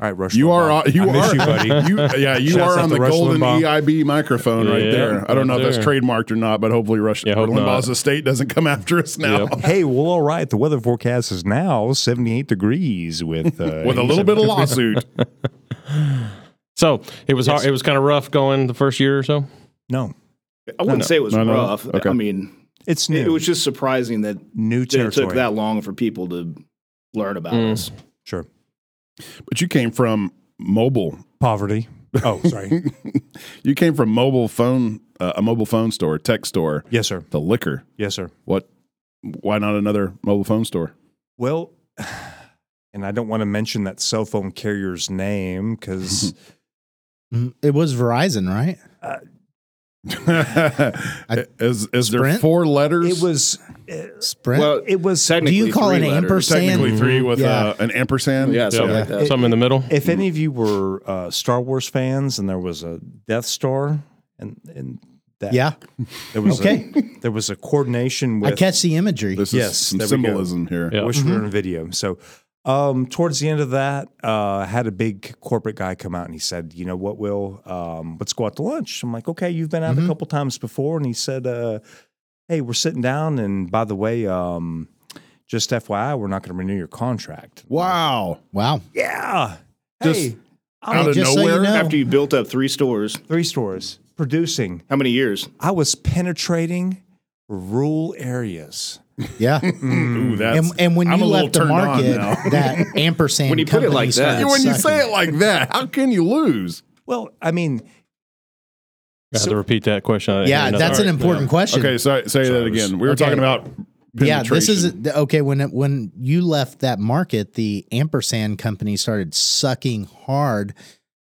[SPEAKER 5] all right, Rush.
[SPEAKER 1] You are
[SPEAKER 5] Limbaugh.
[SPEAKER 1] on- you
[SPEAKER 5] I miss
[SPEAKER 1] are
[SPEAKER 5] you, buddy.
[SPEAKER 1] you, yeah, you
[SPEAKER 5] Shouts
[SPEAKER 1] are
[SPEAKER 5] out
[SPEAKER 1] on
[SPEAKER 5] to
[SPEAKER 1] the
[SPEAKER 5] Rush
[SPEAKER 1] golden
[SPEAKER 5] Limbaugh.
[SPEAKER 1] EIB microphone right
[SPEAKER 3] Yeah,
[SPEAKER 1] there. I don't know
[SPEAKER 3] right
[SPEAKER 1] if that's
[SPEAKER 3] there.
[SPEAKER 1] trademarked or not, but hopefully Rush
[SPEAKER 3] Yeah, hope
[SPEAKER 1] Limbaugh's
[SPEAKER 3] not.
[SPEAKER 1] estate doesn't come after us now.
[SPEAKER 3] Yep.
[SPEAKER 5] hey, well, all right. The weather forecast is now 78 degrees with uh,
[SPEAKER 1] With a little bit of lawsuit.
[SPEAKER 3] So it was hard, it was kind of rough going the first year or so.
[SPEAKER 5] No,
[SPEAKER 6] I wouldn't say it was
[SPEAKER 1] No, no, no.
[SPEAKER 6] rough.
[SPEAKER 1] Okay.
[SPEAKER 6] I mean,
[SPEAKER 5] it's new.
[SPEAKER 6] it, was just surprising that
[SPEAKER 5] new
[SPEAKER 6] that it
[SPEAKER 5] territory.
[SPEAKER 6] took that long for people to learn about
[SPEAKER 3] Mm.
[SPEAKER 6] us.
[SPEAKER 5] Sure.
[SPEAKER 1] But you came from mobile.
[SPEAKER 5] Poverty. Oh, sorry.
[SPEAKER 1] You came from mobile phone, uh, a mobile phone store, tech store,
[SPEAKER 5] yes, sir.
[SPEAKER 1] to liquor.
[SPEAKER 5] Yes, sir.
[SPEAKER 1] What? Why not another mobile phone store?
[SPEAKER 5] Well, and I don't want to mention that cell phone carrier's name because
[SPEAKER 2] Mm, It was Verizon, right?
[SPEAKER 1] is is there
[SPEAKER 2] Sprint?
[SPEAKER 1] four letters?
[SPEAKER 5] it was
[SPEAKER 2] Sprint.
[SPEAKER 6] Well,
[SPEAKER 5] it was
[SPEAKER 2] Do
[SPEAKER 6] uh, technically,
[SPEAKER 2] you call
[SPEAKER 6] three
[SPEAKER 2] an
[SPEAKER 6] letters.
[SPEAKER 2] ampersand?
[SPEAKER 1] technically three with
[SPEAKER 2] Yeah.
[SPEAKER 1] uh, an ampersand.
[SPEAKER 6] Yeah,
[SPEAKER 3] Yeah.
[SPEAKER 6] something like that.
[SPEAKER 3] Some in the middle.
[SPEAKER 5] If any of you were uh, Star Wars fans and there was a Death Star and and that
[SPEAKER 2] yeah,
[SPEAKER 5] there was
[SPEAKER 2] Okay.
[SPEAKER 5] a, there was a coordination
[SPEAKER 2] I
[SPEAKER 5] with
[SPEAKER 2] catch the imagery.
[SPEAKER 1] This is
[SPEAKER 5] Yes,
[SPEAKER 1] some
[SPEAKER 5] there we go.
[SPEAKER 1] symbolism here.
[SPEAKER 3] Yeah.
[SPEAKER 5] I wish we were in video. So um, towards the end of that, uh, I had a big corporate guy come out and he said, "You know what, Will? Um, let's go out to lunch." I'm like, "Okay, you've been out a couple times before," and he said, uh, "Hey, we're sitting down, and by the way, um, just FYI, we're not going to renew your contract."
[SPEAKER 1] Wow.
[SPEAKER 2] Wow.
[SPEAKER 5] Yeah.
[SPEAKER 1] Just
[SPEAKER 5] hey,
[SPEAKER 1] Out of
[SPEAKER 2] Oh, just so you
[SPEAKER 1] nowhere.
[SPEAKER 2] know.
[SPEAKER 6] After you built up three stores,
[SPEAKER 5] three stores producing.
[SPEAKER 6] how many years?
[SPEAKER 5] I was penetrating rural areas.
[SPEAKER 2] Yeah.
[SPEAKER 1] Ooh, that's,
[SPEAKER 2] and, and when you
[SPEAKER 1] I'm a little
[SPEAKER 2] left the
[SPEAKER 1] turned on
[SPEAKER 2] market,
[SPEAKER 1] now.
[SPEAKER 2] that ampersand
[SPEAKER 6] When you put it
[SPEAKER 2] company
[SPEAKER 6] like that.
[SPEAKER 2] started
[SPEAKER 6] Yeah,
[SPEAKER 1] when you say
[SPEAKER 2] sucking.
[SPEAKER 1] it like that, how can you lose?
[SPEAKER 5] Well, I mean,
[SPEAKER 3] I have to repeat that question. I didn't
[SPEAKER 2] yeah,
[SPEAKER 3] hear
[SPEAKER 2] that's an
[SPEAKER 3] nothing.
[SPEAKER 2] important question.
[SPEAKER 1] Okay, so say that again. We were
[SPEAKER 2] Okay.
[SPEAKER 1] talking about
[SPEAKER 2] Yeah, this
[SPEAKER 1] penetration.
[SPEAKER 2] is okay. When it, when you left that market, the ampersand company started sucking hard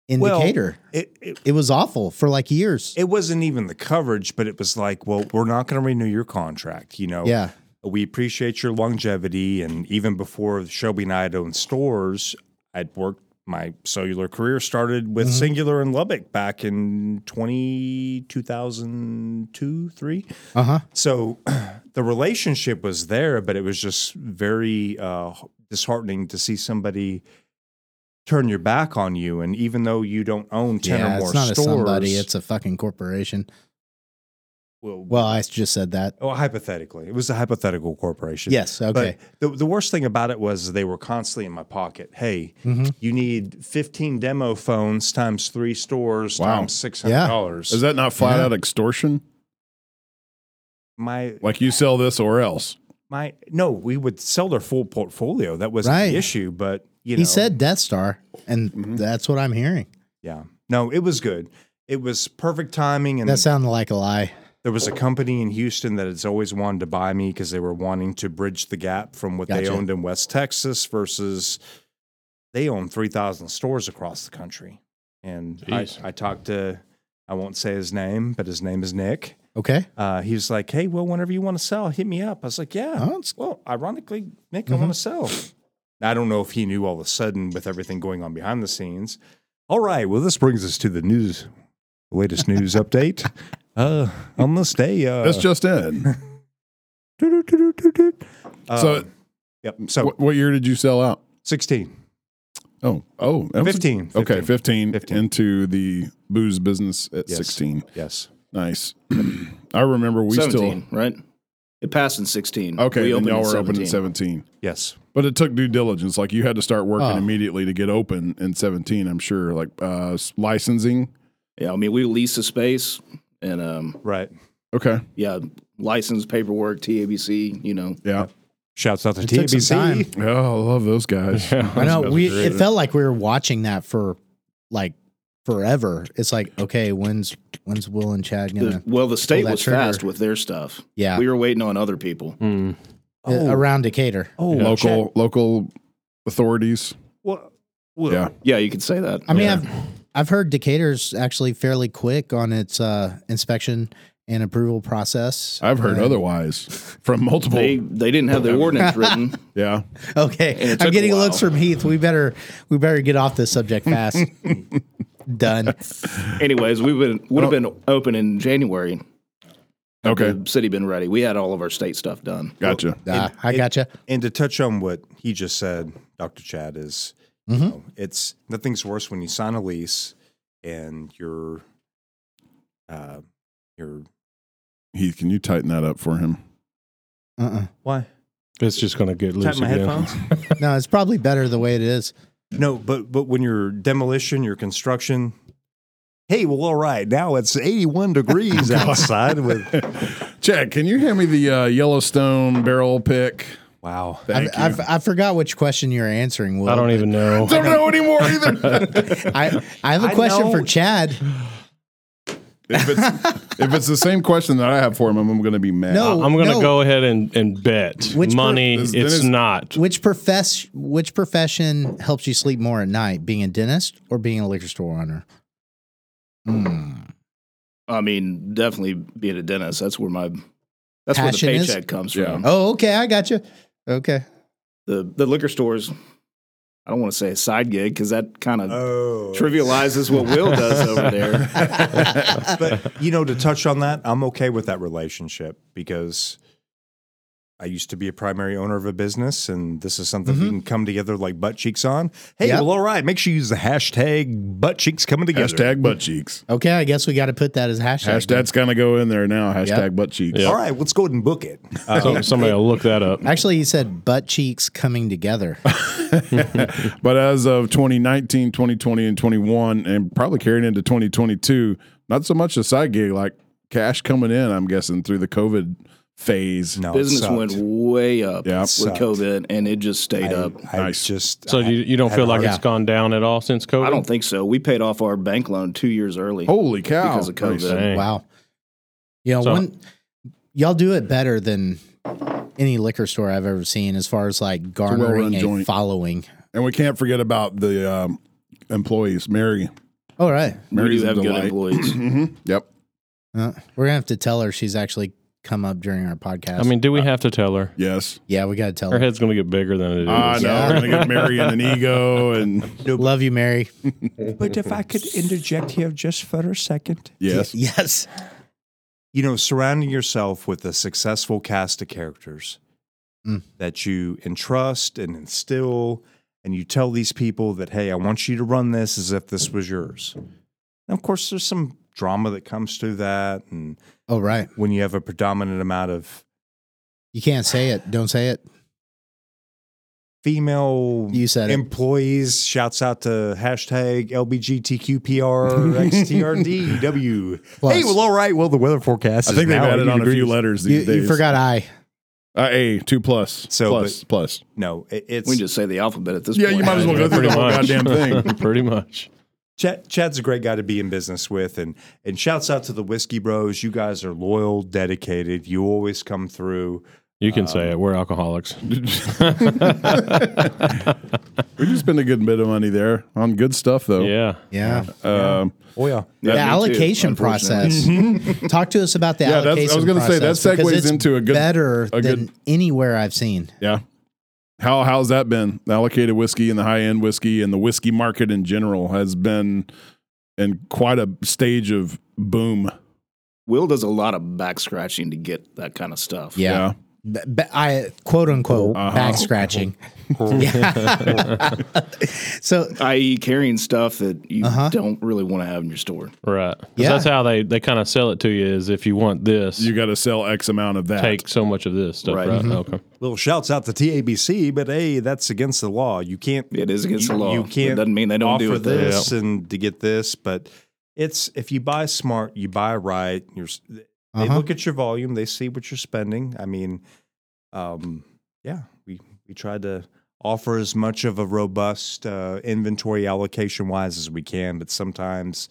[SPEAKER 5] well,
[SPEAKER 2] indicator.
[SPEAKER 5] it- it,
[SPEAKER 2] it was awful for like years.
[SPEAKER 5] it wasn't even the coverage, but it was like, well, we're not going to renew your contract. You know,
[SPEAKER 2] yeah,
[SPEAKER 5] we appreciate your longevity. And even before Shelby and I had owned stores, I'd worked my cellular career started
[SPEAKER 2] Mm-hmm.
[SPEAKER 5] with Singular in Lubbock back in 20, 2002, three.
[SPEAKER 2] uh huh.
[SPEAKER 5] So the relationship was there, but it was just very uh, disheartening to see somebody turn your back on you. And even though you don't own 10
[SPEAKER 2] Yeah,
[SPEAKER 5] or more
[SPEAKER 2] it's not
[SPEAKER 5] stores,
[SPEAKER 2] a somebody; it's a fucking corporation. Well, I just said that.
[SPEAKER 5] Oh, hypothetically, it was a hypothetical corporation.
[SPEAKER 2] Yes. Okay.
[SPEAKER 5] But the, the worst thing about it was they were constantly in my pocket. Hey,
[SPEAKER 2] Mhm.
[SPEAKER 5] you need 15 demo phones times three stores
[SPEAKER 1] Wow.
[SPEAKER 5] times $600.
[SPEAKER 1] Is that not flat
[SPEAKER 2] Yeah.
[SPEAKER 1] out extortion?
[SPEAKER 5] my,
[SPEAKER 1] Like you sell this or else.
[SPEAKER 5] my, no, we would sell their full portfolio. That wasn't
[SPEAKER 2] Right.
[SPEAKER 5] the issue, but you know.
[SPEAKER 2] He said Death Star, and that's what I'm hearing.
[SPEAKER 5] yeah. No, it was good. It was perfect timing. And
[SPEAKER 2] That sounded like a lie.
[SPEAKER 5] there was a company in Houston that has always wanted to buy me because they were wanting to bridge the gap from what they
[SPEAKER 2] Gotcha.
[SPEAKER 5] owned in West Texas versus they own 3,000 stores across the country. And I,
[SPEAKER 3] Jeez.
[SPEAKER 5] I talked to, I won't say his name, but his name is Nick.
[SPEAKER 2] Okay.
[SPEAKER 5] Uh, he was like, hey, well, whenever you want to sell, hit me up. I was like, yeah.
[SPEAKER 2] Oh, it's-
[SPEAKER 5] Well, ironically, Nick, I want to
[SPEAKER 1] Mm-hmm.
[SPEAKER 5] sell. I don't know if he knew all of a sudden with everything going on behind the scenes. All right. Well, this brings us to the news, the latest news update. Uh, on this day, uh,
[SPEAKER 1] That's just in.
[SPEAKER 5] doo-doo-doo-doo-doo-doo.
[SPEAKER 1] so,
[SPEAKER 5] Um, yep. So
[SPEAKER 1] wh- what year did you sell out?
[SPEAKER 5] 16,
[SPEAKER 1] Oh, oh, that was-
[SPEAKER 5] 15,
[SPEAKER 1] Okay, 15,
[SPEAKER 5] 15.
[SPEAKER 1] into the booze business at
[SPEAKER 5] Yes.
[SPEAKER 1] 16.
[SPEAKER 5] Yes.
[SPEAKER 1] Nice. I remember we still.
[SPEAKER 6] 17, right? It passed in 16.
[SPEAKER 1] Okay,
[SPEAKER 6] we
[SPEAKER 1] then
[SPEAKER 6] opened
[SPEAKER 1] y'all
[SPEAKER 6] in
[SPEAKER 1] were
[SPEAKER 6] 17.
[SPEAKER 1] open at 17.
[SPEAKER 5] Yes.
[SPEAKER 1] But it took due diligence. Like you had to start working
[SPEAKER 2] Oh.
[SPEAKER 1] immediately to get open in 17, I'm sure. Like uh, s- licensing.
[SPEAKER 6] Yeah, I mean, we leased the space and, um,
[SPEAKER 5] Right.
[SPEAKER 1] Okay.
[SPEAKER 6] yeah, license, paperwork, TABC, you know.
[SPEAKER 1] Yeah.
[SPEAKER 5] Shouts out to
[SPEAKER 2] It took some time.
[SPEAKER 5] TBC.
[SPEAKER 1] Oh, I love those guys.
[SPEAKER 2] I know.
[SPEAKER 3] Those
[SPEAKER 2] We
[SPEAKER 3] guys are great.
[SPEAKER 2] it felt like we were watching that for like forever. It's like okay, when's when's Will and Chad
[SPEAKER 6] The,
[SPEAKER 2] gonna?
[SPEAKER 6] well, the state
[SPEAKER 2] that
[SPEAKER 6] was
[SPEAKER 2] trigger.
[SPEAKER 6] fast with their stuff.
[SPEAKER 2] Yeah,
[SPEAKER 6] We were waiting on other people.
[SPEAKER 3] Mm.
[SPEAKER 2] uh, around Decatur.
[SPEAKER 5] Oh,
[SPEAKER 1] local
[SPEAKER 5] Chad-
[SPEAKER 1] local authorities.
[SPEAKER 5] well, well,
[SPEAKER 1] Yeah.
[SPEAKER 6] Yeah, you could say that.
[SPEAKER 2] I mean, I've I've heard Decatur's actually fairly quick on its uh, inspection and approval process.
[SPEAKER 1] I've heard
[SPEAKER 2] Uh,
[SPEAKER 1] otherwise from multiple.
[SPEAKER 6] They they didn't have the ordinance written.
[SPEAKER 1] yeah.
[SPEAKER 2] Okay,
[SPEAKER 6] it took
[SPEAKER 2] I'm
[SPEAKER 6] a
[SPEAKER 2] getting
[SPEAKER 6] while.
[SPEAKER 2] looks from Heath. We better we better get off this subject fast. Done.
[SPEAKER 6] Anyways, we would would have been open in January.
[SPEAKER 1] Okay.
[SPEAKER 6] The city been ready. We had all of our state stuff done.
[SPEAKER 1] Gotcha.
[SPEAKER 2] Ah, I gotcha.
[SPEAKER 5] And to touch on what he just said, Dr. Chad, is you know, it's nothing's worse when you sign a lease and you're, uh, you're,
[SPEAKER 1] Heath, can you tighten that up for him?
[SPEAKER 2] Uh-uh.
[SPEAKER 5] why?
[SPEAKER 3] It's just going to get loose
[SPEAKER 5] Tap my
[SPEAKER 3] again.
[SPEAKER 5] headphones?
[SPEAKER 2] No, it's probably better the way it is.
[SPEAKER 5] No, but but when you're demolition, your construction. Hey, well, all right. Now it's 81 degrees outside with
[SPEAKER 1] Chad, can you hand me the uh, Yellowstone barrel pick?
[SPEAKER 5] Wow.
[SPEAKER 1] Thank
[SPEAKER 2] I,
[SPEAKER 1] you.
[SPEAKER 2] I, I forgot which question you're answering. Will.
[SPEAKER 3] I don't even know.
[SPEAKER 1] don't know anymore either.
[SPEAKER 2] I, I have a
[SPEAKER 5] I
[SPEAKER 2] question
[SPEAKER 5] know-
[SPEAKER 2] for Chad.
[SPEAKER 1] if it's if it's the same question that I have for him, I'm going to be mad.
[SPEAKER 2] No.
[SPEAKER 3] I'm gonna
[SPEAKER 2] no.
[SPEAKER 3] go ahead and, and bet
[SPEAKER 2] Which per-
[SPEAKER 3] money
[SPEAKER 1] This-
[SPEAKER 3] it's
[SPEAKER 1] this-
[SPEAKER 3] not.
[SPEAKER 2] Which profess which profession helps you sleep more at night? Being a dentist or being a liquor store owner? Hmm.
[SPEAKER 6] I mean, definitely being a dentist. That's where my that's
[SPEAKER 2] Passion
[SPEAKER 6] where the
[SPEAKER 2] is?
[SPEAKER 6] paycheck comes
[SPEAKER 1] Yeah.
[SPEAKER 6] from.
[SPEAKER 2] Oh, okay, I got you. Okay,
[SPEAKER 6] The the liquor stores. I don't want to say a side gig because that kind of
[SPEAKER 5] Oh.
[SPEAKER 6] trivializes what Will does over there.
[SPEAKER 5] but you know, to touch on that, I'm okay with that relationship because I used to be a primary owner of a business, and this is something we
[SPEAKER 6] Mm-hmm.
[SPEAKER 5] can come together like butt cheeks on. Hey,
[SPEAKER 2] Yep.
[SPEAKER 5] well, all right, make sure you use the hashtag butt cheeks coming together.
[SPEAKER 1] Hashtag butt cheeks.
[SPEAKER 2] okay. I guess we got to put that as a hashtag.
[SPEAKER 1] Hashtag's going to go in there now. Hashtag butt cheeks.
[SPEAKER 5] All right, let's go ahead and book it. Uh,
[SPEAKER 3] So, somebody will look that up.
[SPEAKER 2] Actually, he said butt cheeks coming together.
[SPEAKER 1] But as of 2019, 2020, and 21, and probably carrying into 2022, not so much a side gig, like cash coming in, I'm guessing, through the COVID phase.
[SPEAKER 5] no, it
[SPEAKER 6] Business
[SPEAKER 5] sucked.
[SPEAKER 6] went way up
[SPEAKER 1] Yeah.
[SPEAKER 6] with
[SPEAKER 5] Sucked.
[SPEAKER 6] COVID, and it just stayed up.
[SPEAKER 5] I
[SPEAKER 1] Nice.
[SPEAKER 5] just
[SPEAKER 3] So
[SPEAKER 5] I-
[SPEAKER 3] you, you don't
[SPEAKER 5] had
[SPEAKER 3] feel
[SPEAKER 5] a
[SPEAKER 3] like
[SPEAKER 5] hard-
[SPEAKER 3] it's gone down at all since COVID?
[SPEAKER 6] I don't think so. We paid off our bank loan two years early.
[SPEAKER 1] Holy cow.
[SPEAKER 6] Because of COVID.
[SPEAKER 3] Dang.
[SPEAKER 2] Wow. You know,
[SPEAKER 3] So-
[SPEAKER 2] one y'all do it better than any liquor store I've ever seen as far as like
[SPEAKER 1] well-run
[SPEAKER 2] garnering a,
[SPEAKER 1] joint.
[SPEAKER 2] following.
[SPEAKER 1] And we can't forget about the um, employees. Mary.
[SPEAKER 2] All right.
[SPEAKER 6] We
[SPEAKER 1] Mary's
[SPEAKER 6] do
[SPEAKER 1] a
[SPEAKER 6] have good
[SPEAKER 1] delight.
[SPEAKER 6] employees.
[SPEAKER 1] hmm Yep.
[SPEAKER 2] Uh, we're gonna have to tell her she's actually come up during our podcast.
[SPEAKER 3] I mean, do we have to tell her?
[SPEAKER 1] Yes.
[SPEAKER 2] yeah, we gotta tell
[SPEAKER 3] Her
[SPEAKER 2] her.
[SPEAKER 3] head's going to get bigger than it is.
[SPEAKER 1] I know. We're going to get Mary and an ego. And
[SPEAKER 2] Love you, Mary.
[SPEAKER 5] But if I could interject here just for a second.
[SPEAKER 1] yes.
[SPEAKER 2] Yes.
[SPEAKER 5] you know, surrounding yourself with a successful cast of characters
[SPEAKER 2] Mm.
[SPEAKER 5] that you entrust and instill, and you tell these people that, hey, I want you to run this as if this was yours. And of course, there's some drama that comes through that. And
[SPEAKER 2] Oh right.
[SPEAKER 5] when you have a predominant amount of
[SPEAKER 2] You can't say it. Don't say it.
[SPEAKER 5] female
[SPEAKER 2] You said it.
[SPEAKER 5] employees, shouts out to hashtag LBGTQPRXTRDW. E hey,
[SPEAKER 2] Plus,
[SPEAKER 5] well, all right. Well, the weather forecast
[SPEAKER 1] I
[SPEAKER 5] is
[SPEAKER 1] think they've
[SPEAKER 5] now
[SPEAKER 1] added
[SPEAKER 5] 80
[SPEAKER 1] on a few
[SPEAKER 5] degrees.
[SPEAKER 1] letters
[SPEAKER 2] you,
[SPEAKER 1] these days.
[SPEAKER 2] you forgot I.
[SPEAKER 1] Uh, a, two plus.
[SPEAKER 5] So,
[SPEAKER 1] plus, plus.
[SPEAKER 5] No, it- it's.
[SPEAKER 6] We can just say the alphabet at this
[SPEAKER 1] Yeah,
[SPEAKER 6] point.
[SPEAKER 1] you might as well go through the
[SPEAKER 3] Pretty
[SPEAKER 1] whole
[SPEAKER 3] much.
[SPEAKER 1] goddamn thing.
[SPEAKER 3] Pretty much.
[SPEAKER 5] Chad, Chad's a great guy to be in business with, and and shouts out to the Whiskey Bros. You guys are loyal, dedicated. You always come through.
[SPEAKER 3] You can say it. We're alcoholics.
[SPEAKER 1] We just spent a good bit of money there on good stuff, though.
[SPEAKER 3] Yeah.
[SPEAKER 2] Yeah.
[SPEAKER 1] Um,
[SPEAKER 5] Oh yeah,
[SPEAKER 2] The
[SPEAKER 6] me too,
[SPEAKER 2] allocation process. Talk to us about the
[SPEAKER 1] Mm-hmm. Yeah, that's- I
[SPEAKER 2] allocation
[SPEAKER 1] was gonna say, that
[SPEAKER 2] process, because
[SPEAKER 1] segues
[SPEAKER 2] it's
[SPEAKER 1] into a good-
[SPEAKER 2] better
[SPEAKER 1] a
[SPEAKER 2] than
[SPEAKER 1] good-
[SPEAKER 2] anywhere I've seen.
[SPEAKER 1] yeah. How how's that been? The allocated whiskey and the high end whiskey and the whiskey market in general has been in quite a stage of boom.
[SPEAKER 6] Will does a lot of back scratching to get that kind of stuff.
[SPEAKER 2] Yeah. B- b- I quote unquote
[SPEAKER 1] Uh-huh.
[SPEAKER 2] back scratching. Yeah. so
[SPEAKER 6] i.e., E carrying stuff that you
[SPEAKER 2] Uh-huh.
[SPEAKER 6] don't really want to have in your store.
[SPEAKER 3] Right. 'Cause
[SPEAKER 2] Yeah.
[SPEAKER 3] That's how they, they kind of sell it to you is if you want this,
[SPEAKER 1] You
[SPEAKER 3] you
[SPEAKER 1] got to sell X amount of that.
[SPEAKER 3] take so much of this stuff. Right.
[SPEAKER 6] Right.
[SPEAKER 3] Okay.
[SPEAKER 5] little shouts out to TABC, but hey, that's against the law. You can't.
[SPEAKER 6] It is against
[SPEAKER 5] you-
[SPEAKER 6] the law.
[SPEAKER 5] You can't.
[SPEAKER 6] It doesn't mean they don't
[SPEAKER 5] offer
[SPEAKER 6] do it.
[SPEAKER 5] this and to get this, but it's if you buy smart, you buy right. You're s- they
[SPEAKER 2] uh-huh.
[SPEAKER 5] look at your volume, they see what you're spending. I mean, um, yeah, we we tried to offer as much of a robust uh, inventory allocation wise as we can, but sometimes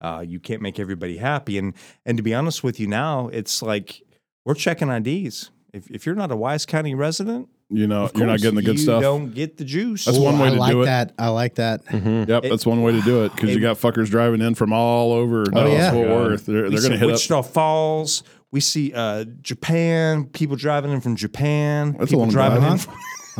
[SPEAKER 5] uh, you can't make everybody happy. And and to be honest with you, now it's like we're checking IDs. If if you're not a Wise County resident,
[SPEAKER 1] You know,
[SPEAKER 5] of
[SPEAKER 1] you're not
[SPEAKER 5] course,
[SPEAKER 1] getting the good
[SPEAKER 5] you
[SPEAKER 1] stuff.
[SPEAKER 5] Don't get the juice.
[SPEAKER 1] That's one
[SPEAKER 2] Ooh,
[SPEAKER 1] way
[SPEAKER 2] I
[SPEAKER 1] to
[SPEAKER 2] like
[SPEAKER 1] do it. Mm-hmm.
[SPEAKER 2] that. I like that.
[SPEAKER 3] hmm
[SPEAKER 1] Yep,
[SPEAKER 5] It-
[SPEAKER 1] that's one way to do it because
[SPEAKER 5] it- Oh,
[SPEAKER 1] you got fuckers driving in from all over Dallas
[SPEAKER 2] yeah.
[SPEAKER 1] Fort Worth. They're,
[SPEAKER 5] we
[SPEAKER 1] they're going to hit
[SPEAKER 5] see Wichita Falls. We see uh, Japan. People driving in from Japan.
[SPEAKER 1] That's a
[SPEAKER 5] people
[SPEAKER 1] long
[SPEAKER 5] driving
[SPEAKER 1] drive.
[SPEAKER 5] in.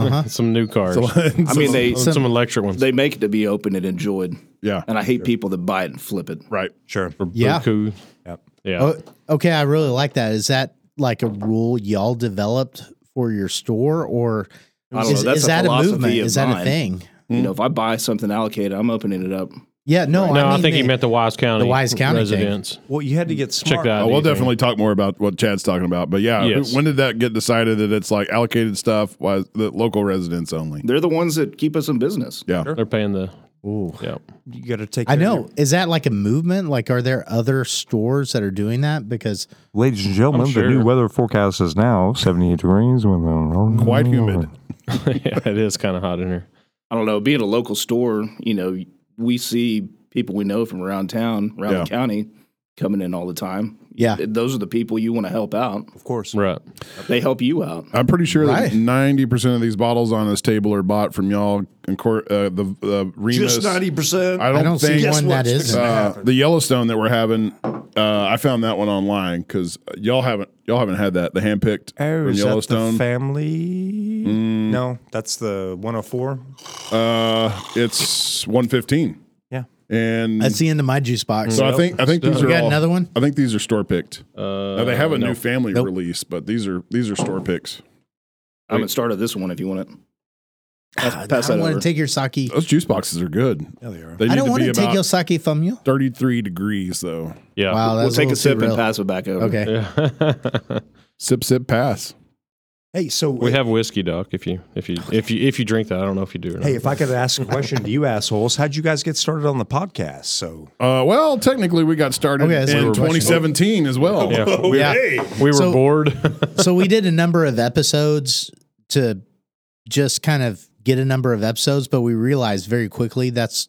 [SPEAKER 5] From,
[SPEAKER 3] Some new cars.
[SPEAKER 1] up. So-
[SPEAKER 6] I mean, they
[SPEAKER 3] some, electric ones.
[SPEAKER 6] they make it to be open and enjoyed,
[SPEAKER 1] yeah,
[SPEAKER 6] and I hate people that buy it and flip it.
[SPEAKER 1] right.
[SPEAKER 5] sure.
[SPEAKER 2] Yeah.
[SPEAKER 3] Buku.
[SPEAKER 5] Yep.
[SPEAKER 3] Yeah.
[SPEAKER 2] Oh, okay, I really like that. Is that like a rule y'all developed for your store, or
[SPEAKER 6] I don't
[SPEAKER 2] is,
[SPEAKER 6] know. That's
[SPEAKER 2] is
[SPEAKER 6] a
[SPEAKER 2] that a
[SPEAKER 6] philosophy
[SPEAKER 2] movement?
[SPEAKER 6] of
[SPEAKER 2] Is that a
[SPEAKER 6] mine.
[SPEAKER 2] thing?
[SPEAKER 5] Mm-hmm.
[SPEAKER 6] You know, if I buy something allocated, I'm opening it up.
[SPEAKER 2] Yeah, no,
[SPEAKER 3] no, I,
[SPEAKER 2] mean
[SPEAKER 3] think he
[SPEAKER 2] the-
[SPEAKER 3] meant the Wise County.
[SPEAKER 2] the Wise County thing.
[SPEAKER 3] residents.
[SPEAKER 5] Well, you had to get smart.
[SPEAKER 3] Check that.
[SPEAKER 1] Uh, we'll
[SPEAKER 3] out.
[SPEAKER 1] definitely talk more about what Chad's talking about. But yeah,
[SPEAKER 3] Yes.
[SPEAKER 1] who- when did that get decided that it's like allocated stuff was the local residents only?
[SPEAKER 6] They're the ones that keep us in business.
[SPEAKER 1] Yeah.
[SPEAKER 3] They're paying the
[SPEAKER 2] Ooh.
[SPEAKER 5] You got to take.
[SPEAKER 2] I
[SPEAKER 5] care of
[SPEAKER 2] know. Is that like a movement? Like, are there other stores that are doing that? Because
[SPEAKER 7] Ladies and gentlemen,
[SPEAKER 3] I'm sure.
[SPEAKER 7] the new weather forecast is now 78 degrees with a
[SPEAKER 1] Quite
[SPEAKER 2] Mm.
[SPEAKER 1] humid.
[SPEAKER 3] yeah, it is kind of hot in here.
[SPEAKER 6] I don't know, being a local store, you know, we see people we know from around town, around
[SPEAKER 1] Yeah.
[SPEAKER 6] the county coming in all the time.
[SPEAKER 2] Yeah.
[SPEAKER 6] Th- Those are the people you want to help out.
[SPEAKER 5] Of course.
[SPEAKER 3] Right.
[SPEAKER 6] They help you out.
[SPEAKER 1] I'm pretty sure
[SPEAKER 2] Right.
[SPEAKER 1] that 90% of these bottles on this table are bought from y'all and cor- uh, the uh, Remus.
[SPEAKER 5] Just ninety percent.
[SPEAKER 1] I don't,
[SPEAKER 2] I don't
[SPEAKER 1] think
[SPEAKER 2] see one that
[SPEAKER 5] what's
[SPEAKER 2] isn't.
[SPEAKER 6] Um,
[SPEAKER 1] uh, the Yellowstone that we're having. Uh, I found that one online because y'all haven't y'all haven't had that the handpicked
[SPEAKER 5] Oh,
[SPEAKER 1] from
[SPEAKER 5] is that the
[SPEAKER 1] Yellowstone. Mm-hmm.
[SPEAKER 5] family? No, that's the 104.
[SPEAKER 1] uh, it's 115.
[SPEAKER 5] Yeah.
[SPEAKER 1] and
[SPEAKER 2] that's the end of my juice box.
[SPEAKER 1] so I think I think these
[SPEAKER 2] You
[SPEAKER 1] are
[SPEAKER 2] got
[SPEAKER 1] all-
[SPEAKER 2] another one?
[SPEAKER 1] I think these are store picked.
[SPEAKER 3] Uh,
[SPEAKER 1] Now, they have a
[SPEAKER 3] no.
[SPEAKER 1] new family
[SPEAKER 2] Nope.
[SPEAKER 1] release, but these are these are store picks.
[SPEAKER 6] I haven't started this one if you want it.
[SPEAKER 2] Ah,
[SPEAKER 6] pass
[SPEAKER 2] I
[SPEAKER 6] that
[SPEAKER 2] want to
[SPEAKER 6] over.
[SPEAKER 2] take your sake.
[SPEAKER 1] Those juice boxes are good.
[SPEAKER 5] There they are.
[SPEAKER 1] They need
[SPEAKER 2] I don't
[SPEAKER 1] to
[SPEAKER 2] want
[SPEAKER 1] be
[SPEAKER 2] to take
[SPEAKER 1] about
[SPEAKER 2] your sake from you.
[SPEAKER 1] 33 degrees though.
[SPEAKER 3] Yeah.
[SPEAKER 2] Wow, that's
[SPEAKER 6] we'll take a
[SPEAKER 2] little
[SPEAKER 6] sip
[SPEAKER 2] too
[SPEAKER 6] and
[SPEAKER 2] real.
[SPEAKER 6] pass it back over.
[SPEAKER 2] Okay.
[SPEAKER 3] Yeah.
[SPEAKER 1] Sip sip pass.
[SPEAKER 5] Hey, so
[SPEAKER 3] we have whiskey, Doc. If you if you if you if you drink that, I don't know if you do. Or not.
[SPEAKER 5] uh, Hey, if I could ask a question to you assholes, how'd you guys get started on the podcast? So
[SPEAKER 1] Uh, well, technically we got started
[SPEAKER 2] Okay, that's a
[SPEAKER 1] in
[SPEAKER 2] good question.
[SPEAKER 1] 2017 as well.
[SPEAKER 3] Yeah.
[SPEAKER 5] Oh,
[SPEAKER 2] Yeah.
[SPEAKER 3] we were
[SPEAKER 2] So-
[SPEAKER 3] bored.
[SPEAKER 2] so we did a number of episodes to just kind of get a number of episodes, but we realized very quickly that's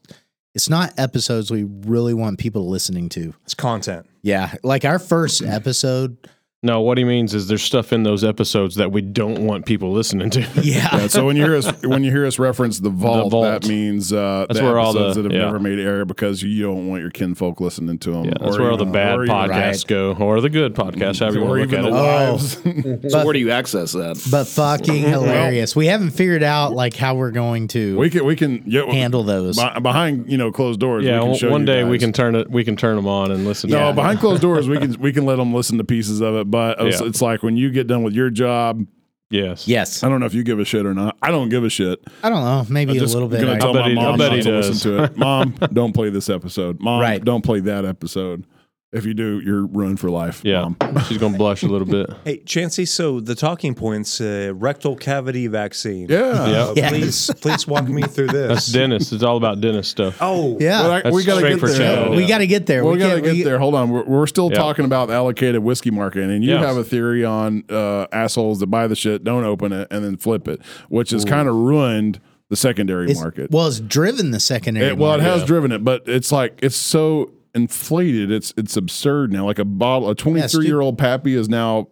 [SPEAKER 2] it's not episodes we really want people listening to.
[SPEAKER 5] it's content.
[SPEAKER 2] Yeah, like our first episode.
[SPEAKER 3] no, what he means is there's stuff in those episodes that we don't want people listening to.
[SPEAKER 2] Yeah,
[SPEAKER 1] Yeah, so when you hear us when you hear us reference the vault,
[SPEAKER 3] vault.
[SPEAKER 1] that means uh,
[SPEAKER 3] That's
[SPEAKER 1] the
[SPEAKER 3] where all the-
[SPEAKER 1] episodes that have
[SPEAKER 3] yeah.
[SPEAKER 1] never made air because you don't want your kinfolk listening to them.
[SPEAKER 3] Yeah, that's where all the bad podcasts
[SPEAKER 2] right.
[SPEAKER 3] go, or the good podcasts, however you
[SPEAKER 1] or
[SPEAKER 3] want to
[SPEAKER 1] even
[SPEAKER 3] look
[SPEAKER 1] the
[SPEAKER 3] at it.
[SPEAKER 1] wives.
[SPEAKER 6] So where do you access that?
[SPEAKER 2] but fucking hilarious. we haven't figured out like how we're going to
[SPEAKER 1] we can we can yeah,
[SPEAKER 2] handle those.
[SPEAKER 1] be- behind you know closed doors.
[SPEAKER 3] yeah,
[SPEAKER 1] we can show
[SPEAKER 3] one
[SPEAKER 1] you
[SPEAKER 3] day we
[SPEAKER 1] guys.
[SPEAKER 3] can turn it. We can turn them on and listen.
[SPEAKER 1] No,
[SPEAKER 3] to them.
[SPEAKER 1] behind closed doors we can we can let them listen to pieces of it, but it's,
[SPEAKER 3] Yeah.
[SPEAKER 1] it's like when you get done with your job.
[SPEAKER 3] yes,
[SPEAKER 2] yes,
[SPEAKER 1] I don't know if you give a shit or not. I don't give a shit.
[SPEAKER 2] I don't know, maybe a
[SPEAKER 1] Just
[SPEAKER 2] little bit.
[SPEAKER 1] Gonna
[SPEAKER 2] I-
[SPEAKER 1] tell
[SPEAKER 3] I bet
[SPEAKER 1] my
[SPEAKER 3] he- I
[SPEAKER 1] mom
[SPEAKER 3] bet
[SPEAKER 1] not
[SPEAKER 3] he
[SPEAKER 1] to listen
[SPEAKER 3] does.
[SPEAKER 1] to it. Mom, don't play this episode. Mom,
[SPEAKER 2] Right.
[SPEAKER 1] don't play that episode. If you do, you're ruined for life.
[SPEAKER 3] yeah.
[SPEAKER 1] Mom.
[SPEAKER 3] She's gonna blush a little bit.
[SPEAKER 5] Hey, Chancey, so the talking points, uh, rectal cavity vaccine.
[SPEAKER 1] Yeah.
[SPEAKER 3] Yeah.
[SPEAKER 5] Uh,
[SPEAKER 2] Yeah.
[SPEAKER 5] Please, please walk me through
[SPEAKER 3] That's
[SPEAKER 5] this.
[SPEAKER 3] Dennis. It's all about Dennis stuff.
[SPEAKER 5] oh,
[SPEAKER 2] yeah,
[SPEAKER 1] Well, I-
[SPEAKER 3] That's
[SPEAKER 1] we gotta
[SPEAKER 3] straight
[SPEAKER 1] get
[SPEAKER 3] for
[SPEAKER 1] there.
[SPEAKER 3] Chad.
[SPEAKER 2] we
[SPEAKER 3] yeah.
[SPEAKER 2] got to get there.
[SPEAKER 1] we
[SPEAKER 2] can't-
[SPEAKER 1] gotta get
[SPEAKER 2] we-
[SPEAKER 1] there. Hold on. We're, we're still
[SPEAKER 3] Yeah.
[SPEAKER 1] talking about the allocated whiskey market, and you
[SPEAKER 3] Yeah.
[SPEAKER 1] have a theory on uh, assholes that buy the shit, don't open it, and then flip it, which has kind of ruined the secondary
[SPEAKER 2] It's,
[SPEAKER 1] market.
[SPEAKER 2] well, it's driven the secondary.
[SPEAKER 1] It- well, it
[SPEAKER 2] market.
[SPEAKER 1] has driven it, but it's like it's so inflated. It's it's absurd now. Like a bottle, a twenty three year old pappy is now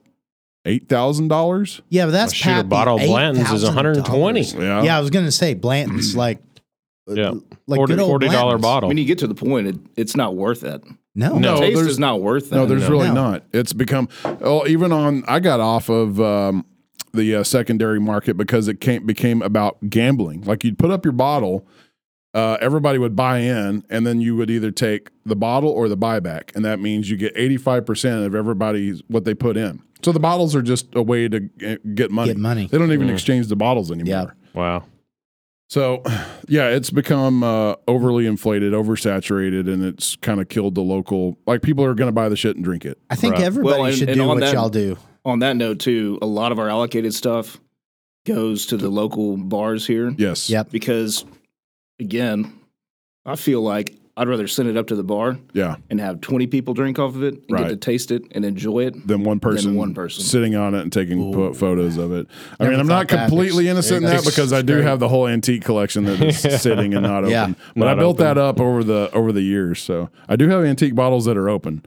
[SPEAKER 1] eight thousand dollars.
[SPEAKER 2] Yeah, but that's
[SPEAKER 3] Well, shoot, a
[SPEAKER 2] Pappy,
[SPEAKER 3] bottle of Blanton's is
[SPEAKER 2] $8,000.
[SPEAKER 3] 120.
[SPEAKER 1] Yeah.
[SPEAKER 2] Yeah, I was gonna say Blanton's like
[SPEAKER 3] Yeah,
[SPEAKER 2] like
[SPEAKER 3] forty
[SPEAKER 2] good old
[SPEAKER 3] forty dollar
[SPEAKER 2] Blanton's.
[SPEAKER 3] bottle.
[SPEAKER 6] When you get to the point, it, it's not worth it.
[SPEAKER 2] No,
[SPEAKER 3] No.
[SPEAKER 6] Taste
[SPEAKER 1] there's-
[SPEAKER 6] is not worth it.
[SPEAKER 1] No, there's really
[SPEAKER 2] No.
[SPEAKER 1] not. It's become oh, even on. I got off of um, the uh, secondary market because it came, became about gambling. Like you'd put up your bottle, uh, everybody would buy in, and then you would either take the bottle or the buyback, and that means you get 85 percent of everybody's what they put in. So the bottles are just a way to g- get money.
[SPEAKER 2] Get money.
[SPEAKER 1] They don't even exchange the bottles anymore.
[SPEAKER 2] Mm. Yeah.
[SPEAKER 3] wow.
[SPEAKER 1] So, yeah, it's become uh, overly inflated, oversaturated, and it's kind of killed the local. Like people are going to buy the shit and drink it.
[SPEAKER 2] I think
[SPEAKER 3] Right.
[SPEAKER 2] everybody
[SPEAKER 6] Well, and-
[SPEAKER 2] should
[SPEAKER 6] and
[SPEAKER 2] do
[SPEAKER 6] on
[SPEAKER 2] what
[SPEAKER 6] that-
[SPEAKER 2] y'all do.
[SPEAKER 6] On that note, too, a lot of our allocated stuff goes to the local bars here
[SPEAKER 1] Yes.
[SPEAKER 2] Yep.
[SPEAKER 6] because, again, I feel like I'd rather send it up to the bar
[SPEAKER 1] Yeah.
[SPEAKER 6] and have 20 people drink off of it and
[SPEAKER 1] Right.
[SPEAKER 6] get to taste it and enjoy it.
[SPEAKER 1] Than one person,
[SPEAKER 6] one person.
[SPEAKER 1] sitting on it and taking po- photos of it. I
[SPEAKER 2] Never
[SPEAKER 1] mean, I'm not
[SPEAKER 2] thought that.
[SPEAKER 1] completely
[SPEAKER 2] It's-
[SPEAKER 1] innocent in that
[SPEAKER 2] it's-
[SPEAKER 1] because I do
[SPEAKER 2] it's
[SPEAKER 1] have the whole antique collection that is sitting and not open.
[SPEAKER 2] Yeah.
[SPEAKER 1] But I
[SPEAKER 3] Not
[SPEAKER 1] built
[SPEAKER 3] open.
[SPEAKER 1] that up over the over the years, so I do have antique bottles that are open.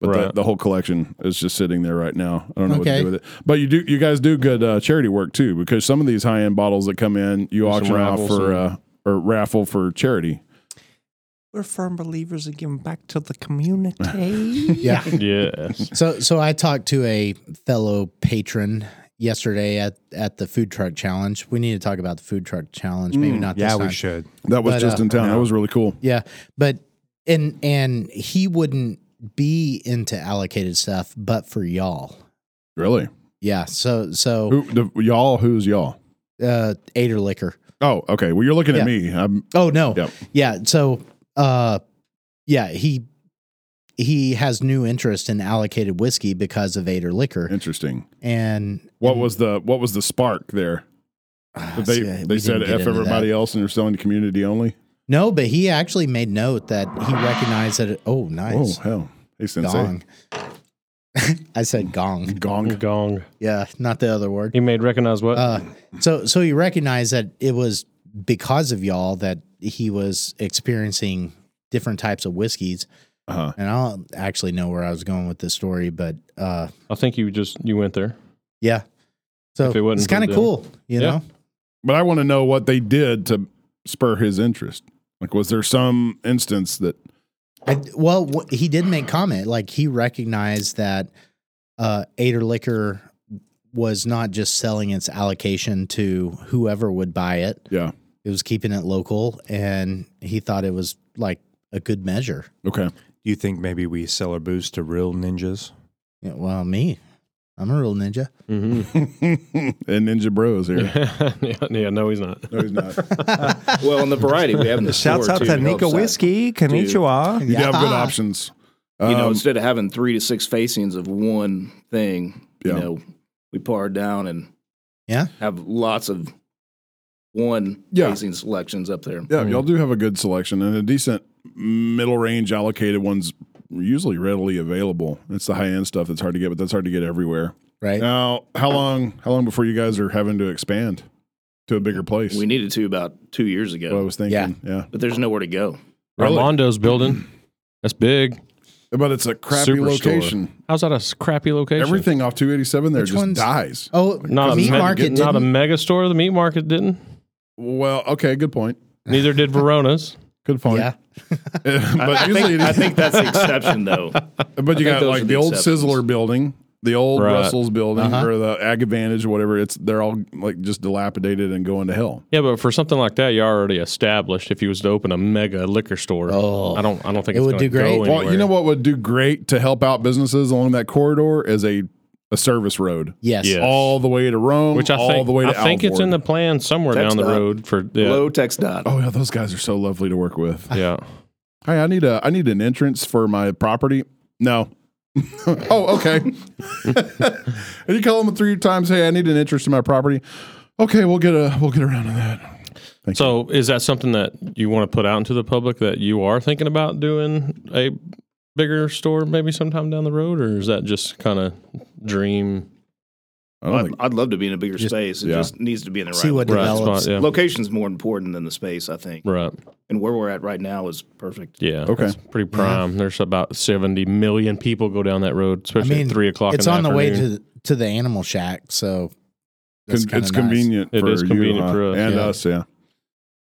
[SPEAKER 1] But the,
[SPEAKER 3] Right.
[SPEAKER 1] the whole collection is just sitting there right now. I don't know what
[SPEAKER 2] Okay.
[SPEAKER 1] to do with it. But you do, you guys do good uh, charity work too, because some of these high end bottles that come in, you
[SPEAKER 3] some
[SPEAKER 1] auction off
[SPEAKER 3] raffles
[SPEAKER 1] for
[SPEAKER 3] and-
[SPEAKER 1] uh, or raffle for charity.
[SPEAKER 5] We're firm believers in giving back to the community.
[SPEAKER 2] Yeah.
[SPEAKER 3] Yes.
[SPEAKER 2] so so I talked to a fellow patron yesterday at at the food truck challenge. We need to talk about the food truck challenge. Maybe not this
[SPEAKER 5] yeah,
[SPEAKER 2] time.
[SPEAKER 5] we should.
[SPEAKER 1] That was
[SPEAKER 2] But,
[SPEAKER 1] just
[SPEAKER 2] uh,
[SPEAKER 1] in town. That was really cool.
[SPEAKER 2] Yeah, but and and he wouldn't be into allocated stuff, but for y'all.
[SPEAKER 1] Really,
[SPEAKER 2] Yeah. So so
[SPEAKER 1] Who, the, y'all? Who's y'all?
[SPEAKER 2] uh, Ader liquor.
[SPEAKER 1] Oh, okay. Well, you're looking
[SPEAKER 2] Yeah.
[SPEAKER 1] at me. I'm,
[SPEAKER 2] Oh no.
[SPEAKER 1] Yep.
[SPEAKER 2] Yeah. So uh yeah, he he has new interest in allocated whiskey because of Vader liquor.
[SPEAKER 1] interesting.
[SPEAKER 2] And
[SPEAKER 1] What was the what was the spark there?
[SPEAKER 2] Ah,
[SPEAKER 1] That they
[SPEAKER 2] see, we
[SPEAKER 1] they
[SPEAKER 2] didn't
[SPEAKER 1] said
[SPEAKER 2] get
[SPEAKER 1] f
[SPEAKER 2] into
[SPEAKER 1] everybody else and they're selling to community only.
[SPEAKER 2] No, but he actually made note that he recognized that. It, oh,
[SPEAKER 1] Oh
[SPEAKER 2] nice
[SPEAKER 1] hell, hey sensei,
[SPEAKER 2] gong. I said gong.
[SPEAKER 1] gong.
[SPEAKER 3] Gong.
[SPEAKER 2] Yeah, not the other word.
[SPEAKER 3] He made recognize what?
[SPEAKER 2] Uh, so so he recognized that it was because of y'all that he was experiencing different types of whiskeys.
[SPEAKER 1] Uh-huh.
[SPEAKER 2] And I don't actually know where I was going with this story, but uh,
[SPEAKER 3] I think you just you went there.
[SPEAKER 2] yeah. So
[SPEAKER 3] If it wasn't
[SPEAKER 2] it's
[SPEAKER 3] for
[SPEAKER 2] kind of
[SPEAKER 3] the-
[SPEAKER 2] cool, you
[SPEAKER 3] Yeah.
[SPEAKER 2] know.
[SPEAKER 1] But I want to know what they did to spur his interest. Like, was there some instance that
[SPEAKER 2] I, well, wh- he did make comment like he recognized that uh, Ader Liquor was not just selling its allocation to whoever would buy it.
[SPEAKER 1] Yeah.
[SPEAKER 2] it was keeping it local, and he thought it was like a good measure.
[SPEAKER 1] okay?
[SPEAKER 5] Do you think maybe we sell our booze to real ninjas?
[SPEAKER 2] Yeah, well, me, I'm a real ninja.
[SPEAKER 3] Mm-hmm.
[SPEAKER 1] and Ninja Bros here.
[SPEAKER 3] yeah, yeah, no, he's not.
[SPEAKER 1] No, he's not.
[SPEAKER 6] Well, and the variety we have in the
[SPEAKER 5] Shouts
[SPEAKER 6] store
[SPEAKER 5] out
[SPEAKER 6] too,
[SPEAKER 5] to Nico
[SPEAKER 6] helps out.
[SPEAKER 5] Whiskey, Konnichiwa.
[SPEAKER 1] You do have good
[SPEAKER 2] Yeah.
[SPEAKER 1] options.
[SPEAKER 6] You know,
[SPEAKER 1] Um,
[SPEAKER 6] instead of having three to six facings of one thing,
[SPEAKER 1] Yeah.
[SPEAKER 6] you know, we par down and
[SPEAKER 2] Yeah.
[SPEAKER 6] have lots of one
[SPEAKER 1] Yeah.
[SPEAKER 6] facing selections up there.
[SPEAKER 1] yeah,
[SPEAKER 2] Mm.
[SPEAKER 1] y'all do have a good selection and a decent middle range allocated ones usually readily available. It's the high end stuff that's hard to get, but that's hard to get everywhere.
[SPEAKER 2] Right?
[SPEAKER 1] Now, how long how long before you guys are having to expand to a bigger place?
[SPEAKER 6] We needed to about two years ago,
[SPEAKER 1] what I was thinking. Yeah.
[SPEAKER 6] but there's nowhere to go.
[SPEAKER 1] Really?
[SPEAKER 3] Armando's building. That's big.
[SPEAKER 1] But it's a crappy
[SPEAKER 3] Superstore.
[SPEAKER 1] location.
[SPEAKER 3] How's that a s- crappy location?
[SPEAKER 1] Everything off 287 there
[SPEAKER 2] Which
[SPEAKER 1] just
[SPEAKER 2] one's-
[SPEAKER 1] dies.
[SPEAKER 2] Oh,
[SPEAKER 3] Not a
[SPEAKER 2] meat
[SPEAKER 3] me-
[SPEAKER 2] market.
[SPEAKER 3] Not a
[SPEAKER 2] didn't-
[SPEAKER 3] mega store. The meat market didn't.
[SPEAKER 1] Well, okay, good point.
[SPEAKER 3] Neither did Verona's.
[SPEAKER 1] Good point.
[SPEAKER 2] yeah.
[SPEAKER 1] but
[SPEAKER 6] I
[SPEAKER 1] usually,
[SPEAKER 6] think, I think that's the exception, though.
[SPEAKER 1] but you
[SPEAKER 6] I think
[SPEAKER 1] got
[SPEAKER 6] those
[SPEAKER 1] like
[SPEAKER 6] are
[SPEAKER 1] the
[SPEAKER 6] the
[SPEAKER 1] old
[SPEAKER 6] exceptions.
[SPEAKER 1] Sizzler building, the old
[SPEAKER 3] Right.
[SPEAKER 1] Russell's building,
[SPEAKER 2] Uh-huh.
[SPEAKER 1] or the Ag Advantage, whatever. It's they're all like just dilapidated and going to hell.
[SPEAKER 3] Yeah, but for something like that, you're already established. If you was to open a mega liquor store,
[SPEAKER 2] Oh.
[SPEAKER 3] I don't, I don't think
[SPEAKER 2] It
[SPEAKER 3] it's
[SPEAKER 2] would
[SPEAKER 3] gonna
[SPEAKER 2] do great. Well,
[SPEAKER 3] go
[SPEAKER 1] Well, you
[SPEAKER 3] anywhere.
[SPEAKER 1] know what would do great to help out businesses along that corridor is a a service road
[SPEAKER 2] Yes.
[SPEAKER 3] Yeah.
[SPEAKER 1] all the way to Rome,
[SPEAKER 3] Which I
[SPEAKER 1] all
[SPEAKER 3] think,
[SPEAKER 1] the way to
[SPEAKER 3] I think it's in the
[SPEAKER 1] Alvord.
[SPEAKER 3] plan somewhere
[SPEAKER 6] Text
[SPEAKER 3] down the
[SPEAKER 6] dot.
[SPEAKER 3] road for yeah,
[SPEAKER 6] Low text dot.
[SPEAKER 1] Oh yeah, those guys are so lovely to work with.
[SPEAKER 3] yeah.
[SPEAKER 1] Hey, I need a I need an entrance for my property. No. oh, okay. and you call them three times. Hey, I need an entrance to my property. Okay, we'll get a we'll get around to that.
[SPEAKER 3] So is that something that you want to put out into the public that you are thinking about doing a bigger store maybe sometime down the road, or is that just kind of dream?
[SPEAKER 1] I don't
[SPEAKER 6] I'd,
[SPEAKER 1] think,
[SPEAKER 6] I'd love to be in a bigger
[SPEAKER 2] Just-
[SPEAKER 6] space. It
[SPEAKER 1] yeah.
[SPEAKER 6] just needs to be in the
[SPEAKER 2] See
[SPEAKER 6] right.
[SPEAKER 2] what
[SPEAKER 6] place.
[SPEAKER 3] Right,
[SPEAKER 2] develops.
[SPEAKER 3] spot, yeah,
[SPEAKER 6] Location's more important than the space, I think.
[SPEAKER 3] right,
[SPEAKER 6] And where we're at right now is perfect.
[SPEAKER 3] yeah.
[SPEAKER 1] Okay.
[SPEAKER 3] that's pretty prime. There's about seventy million people go down that road, especially
[SPEAKER 2] mean,
[SPEAKER 3] at three o'clock.
[SPEAKER 2] It's
[SPEAKER 3] in
[SPEAKER 2] on the way to
[SPEAKER 3] afternoon.
[SPEAKER 2] the, to the animal shack, so that's
[SPEAKER 1] it's,
[SPEAKER 2] kinda nice.
[SPEAKER 1] convenient.
[SPEAKER 3] It
[SPEAKER 1] for
[SPEAKER 3] is
[SPEAKER 1] you,
[SPEAKER 3] convenient
[SPEAKER 1] huh?
[SPEAKER 3] for us,
[SPEAKER 1] and
[SPEAKER 2] yeah.
[SPEAKER 1] us. Yeah,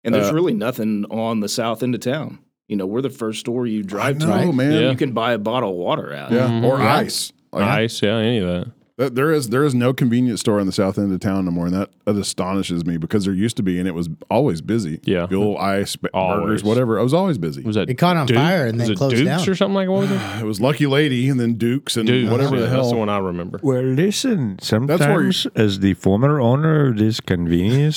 [SPEAKER 6] And there's
[SPEAKER 1] Uh,
[SPEAKER 6] really nothing on the south end of town. You know, we're the first store you drive
[SPEAKER 1] no
[SPEAKER 6] to.
[SPEAKER 2] Right. Mm-hmm.
[SPEAKER 1] man.
[SPEAKER 3] Yeah.
[SPEAKER 1] Yeah,
[SPEAKER 6] You can buy a bottle of water out.
[SPEAKER 3] Mhm.
[SPEAKER 1] or
[SPEAKER 3] Yeah.
[SPEAKER 1] ice. Like,
[SPEAKER 3] Nice, yeah, any of that.
[SPEAKER 1] th- There is there is no convenience store on the south end of town no more, and that, that astonishes me because there used to be, and it was always busy.
[SPEAKER 3] Yeah.
[SPEAKER 1] fuel, ice, b- burgers,
[SPEAKER 3] Always.
[SPEAKER 1] whatever. I was always busy.
[SPEAKER 3] Was that
[SPEAKER 2] It caught on
[SPEAKER 3] Duke?
[SPEAKER 2] fire and
[SPEAKER 3] Was
[SPEAKER 2] then
[SPEAKER 3] it
[SPEAKER 2] closed
[SPEAKER 3] Dukes
[SPEAKER 2] down.
[SPEAKER 3] or something like what was it?
[SPEAKER 1] It was Lucky Lady, and then Dukes, and
[SPEAKER 3] Dukes,
[SPEAKER 1] whatever
[SPEAKER 3] yeah,
[SPEAKER 1] the hell.
[SPEAKER 3] That's the one I remember.
[SPEAKER 7] Well, listen,
[SPEAKER 1] where you-
[SPEAKER 7] sometimes as the former owner of this convenience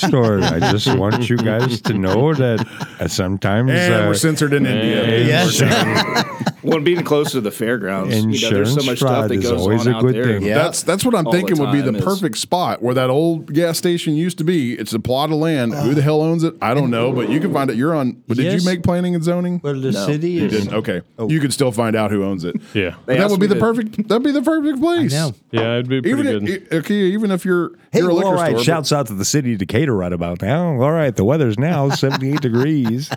[SPEAKER 7] store, I just want you guys to know that uh, sometimes.
[SPEAKER 1] and
[SPEAKER 7] uh,
[SPEAKER 1] we're censored in India.
[SPEAKER 3] and
[SPEAKER 2] Yes.
[SPEAKER 6] Well, and being close to the fairgrounds, you know, there's so
[SPEAKER 7] Insurance
[SPEAKER 6] much stuff
[SPEAKER 7] fraud
[SPEAKER 6] that
[SPEAKER 7] is
[SPEAKER 6] goes
[SPEAKER 7] always
[SPEAKER 6] on
[SPEAKER 7] a
[SPEAKER 6] out
[SPEAKER 7] good
[SPEAKER 6] there.
[SPEAKER 7] thing.
[SPEAKER 2] Yeah.
[SPEAKER 1] That's that's what I'm
[SPEAKER 6] All
[SPEAKER 1] thinking
[SPEAKER 6] the
[SPEAKER 1] would be the
[SPEAKER 6] time is-
[SPEAKER 1] perfect spot where that old gas station used to be. It's a plot of land. Who the hell owns it? I don't know, but you can find it. You're on. Did
[SPEAKER 7] Yes.
[SPEAKER 1] you make planning and zoning?
[SPEAKER 7] Well, the city
[SPEAKER 1] You
[SPEAKER 7] is.
[SPEAKER 1] didn't. Okay,
[SPEAKER 2] Oh.
[SPEAKER 1] you could still find out who owns it.
[SPEAKER 3] Yeah,
[SPEAKER 1] But that
[SPEAKER 6] asked
[SPEAKER 1] would be
[SPEAKER 6] me
[SPEAKER 1] the
[SPEAKER 6] to-
[SPEAKER 1] perfect. That'd be the perfect place.
[SPEAKER 2] know.
[SPEAKER 3] yeah, it'd be pretty
[SPEAKER 1] Even
[SPEAKER 3] good.
[SPEAKER 1] if, okay, even if you're
[SPEAKER 7] Hey,
[SPEAKER 1] you're a
[SPEAKER 7] well,
[SPEAKER 1] liquor
[SPEAKER 7] all right.
[SPEAKER 1] store,
[SPEAKER 7] Shouts out to the city of Decatur right about now. All right, the weather's now 78 degrees.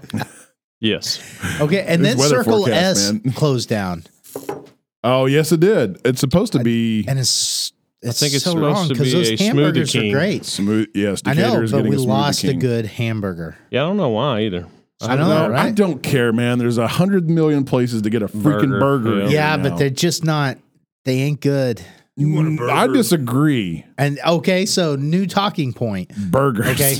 [SPEAKER 3] yes,
[SPEAKER 2] Okay, and
[SPEAKER 1] This
[SPEAKER 2] then
[SPEAKER 1] weather
[SPEAKER 2] Circle
[SPEAKER 1] forecast,
[SPEAKER 2] S
[SPEAKER 1] man.
[SPEAKER 2] closed down,
[SPEAKER 1] but- oh yes, it did. It's supposed to be
[SPEAKER 2] and it's it's
[SPEAKER 3] think it's
[SPEAKER 2] so
[SPEAKER 3] supposed
[SPEAKER 2] wrong
[SPEAKER 3] to
[SPEAKER 2] because
[SPEAKER 3] be a
[SPEAKER 2] those
[SPEAKER 3] Smoothie
[SPEAKER 2] hamburgers are
[SPEAKER 3] King.
[SPEAKER 2] great.
[SPEAKER 1] smooth. Yes,
[SPEAKER 2] I
[SPEAKER 1] Decatur
[SPEAKER 2] know,
[SPEAKER 1] is
[SPEAKER 2] but
[SPEAKER 1] getting
[SPEAKER 2] we
[SPEAKER 1] a Smoothie
[SPEAKER 2] lost a
[SPEAKER 1] King.
[SPEAKER 2] good hamburger.
[SPEAKER 3] yeah. I don't know why either.
[SPEAKER 2] I know,
[SPEAKER 1] No,
[SPEAKER 2] that,
[SPEAKER 1] I
[SPEAKER 2] right?
[SPEAKER 1] don't care, man. There's a hundred million places to get a freaking
[SPEAKER 3] Burger,
[SPEAKER 1] burger.
[SPEAKER 3] yeah.
[SPEAKER 1] here
[SPEAKER 2] yeah,
[SPEAKER 1] now.
[SPEAKER 2] but they're just not. They ain't good.
[SPEAKER 1] Mm, I disagree.
[SPEAKER 2] And okay, so new talking point.
[SPEAKER 1] Burgers.
[SPEAKER 2] Okay.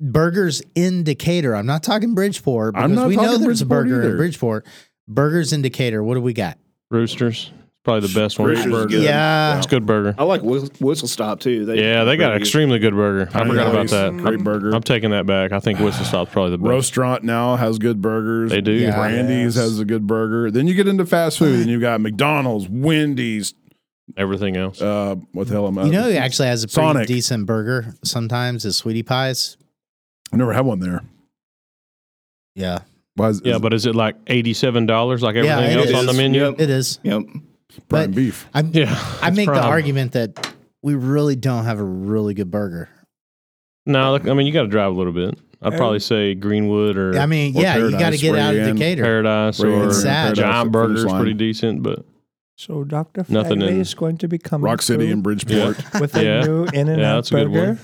[SPEAKER 2] Burgers in Decatur. I'm not talking Bridgeport
[SPEAKER 1] I'm
[SPEAKER 2] because
[SPEAKER 1] not
[SPEAKER 2] we know
[SPEAKER 1] talking
[SPEAKER 2] there's a
[SPEAKER 1] Bridgeport
[SPEAKER 2] burger
[SPEAKER 1] either.
[SPEAKER 2] in Bridgeport. Burgers in Decatur. What do we got?
[SPEAKER 3] Roosters, probably the best one.
[SPEAKER 6] Roosters is good.
[SPEAKER 2] Yeah.
[SPEAKER 3] It's a good burger.
[SPEAKER 6] I like Whis- Whistle Stop too. They
[SPEAKER 3] Yeah, they got an
[SPEAKER 6] pretty
[SPEAKER 3] extremely good burger. I forgot about
[SPEAKER 1] Anyways,
[SPEAKER 3] that.
[SPEAKER 1] Great burger.
[SPEAKER 3] I'm, I'm taking that back. I think Whistle Stop's probably the best.
[SPEAKER 1] Restaurant now has good burgers.
[SPEAKER 3] They do. Yeah.
[SPEAKER 1] Brandy's
[SPEAKER 2] Yes.
[SPEAKER 1] has a good burger. Then you get into fast food, and you've got McDonald's, Wendy's.
[SPEAKER 3] Everything else.
[SPEAKER 1] Uh, what the hell am I?
[SPEAKER 2] You know, he actually has a pretty
[SPEAKER 1] Sonic.
[SPEAKER 2] decent burger sometimes is Sweetie Pies.
[SPEAKER 1] I never had one there.
[SPEAKER 2] Yeah,
[SPEAKER 1] Why is,
[SPEAKER 3] Yeah,
[SPEAKER 1] is
[SPEAKER 3] but is it like eighty-seven dollars, like
[SPEAKER 2] Yeah,
[SPEAKER 3] everything
[SPEAKER 2] it
[SPEAKER 3] else on the
[SPEAKER 6] is.
[SPEAKER 3] menu?
[SPEAKER 6] Yep.
[SPEAKER 2] it is.
[SPEAKER 6] Yep.
[SPEAKER 1] prime
[SPEAKER 2] but-
[SPEAKER 1] beef?
[SPEAKER 2] I'm,
[SPEAKER 3] Yeah,
[SPEAKER 2] I
[SPEAKER 3] it's
[SPEAKER 2] make the
[SPEAKER 3] prime.
[SPEAKER 2] argument that we really don't have a really good burger.
[SPEAKER 3] No, look, I mean you got to drive a little bit. I'd probably say Greenwood or
[SPEAKER 2] I mean,
[SPEAKER 1] Or
[SPEAKER 2] yeah, you got to
[SPEAKER 1] Paradise,
[SPEAKER 2] get
[SPEAKER 1] where
[SPEAKER 2] out
[SPEAKER 1] you
[SPEAKER 2] of
[SPEAKER 1] in
[SPEAKER 2] Decatur.
[SPEAKER 3] Paradise
[SPEAKER 1] Where you
[SPEAKER 3] or
[SPEAKER 1] in
[SPEAKER 2] sad.
[SPEAKER 1] Paradise at
[SPEAKER 3] Giant
[SPEAKER 1] Finish
[SPEAKER 3] Burger's
[SPEAKER 1] Line,
[SPEAKER 3] pretty decent, but
[SPEAKER 5] So Dr.
[SPEAKER 3] Nothing
[SPEAKER 5] Fagley
[SPEAKER 3] in-
[SPEAKER 5] is going to be coming
[SPEAKER 1] Rock City
[SPEAKER 5] through
[SPEAKER 1] and Bridgeport.
[SPEAKER 5] with a
[SPEAKER 3] Yeah.
[SPEAKER 5] new In and
[SPEAKER 3] Yeah,
[SPEAKER 5] Out
[SPEAKER 3] that's a good
[SPEAKER 5] burger.
[SPEAKER 3] one.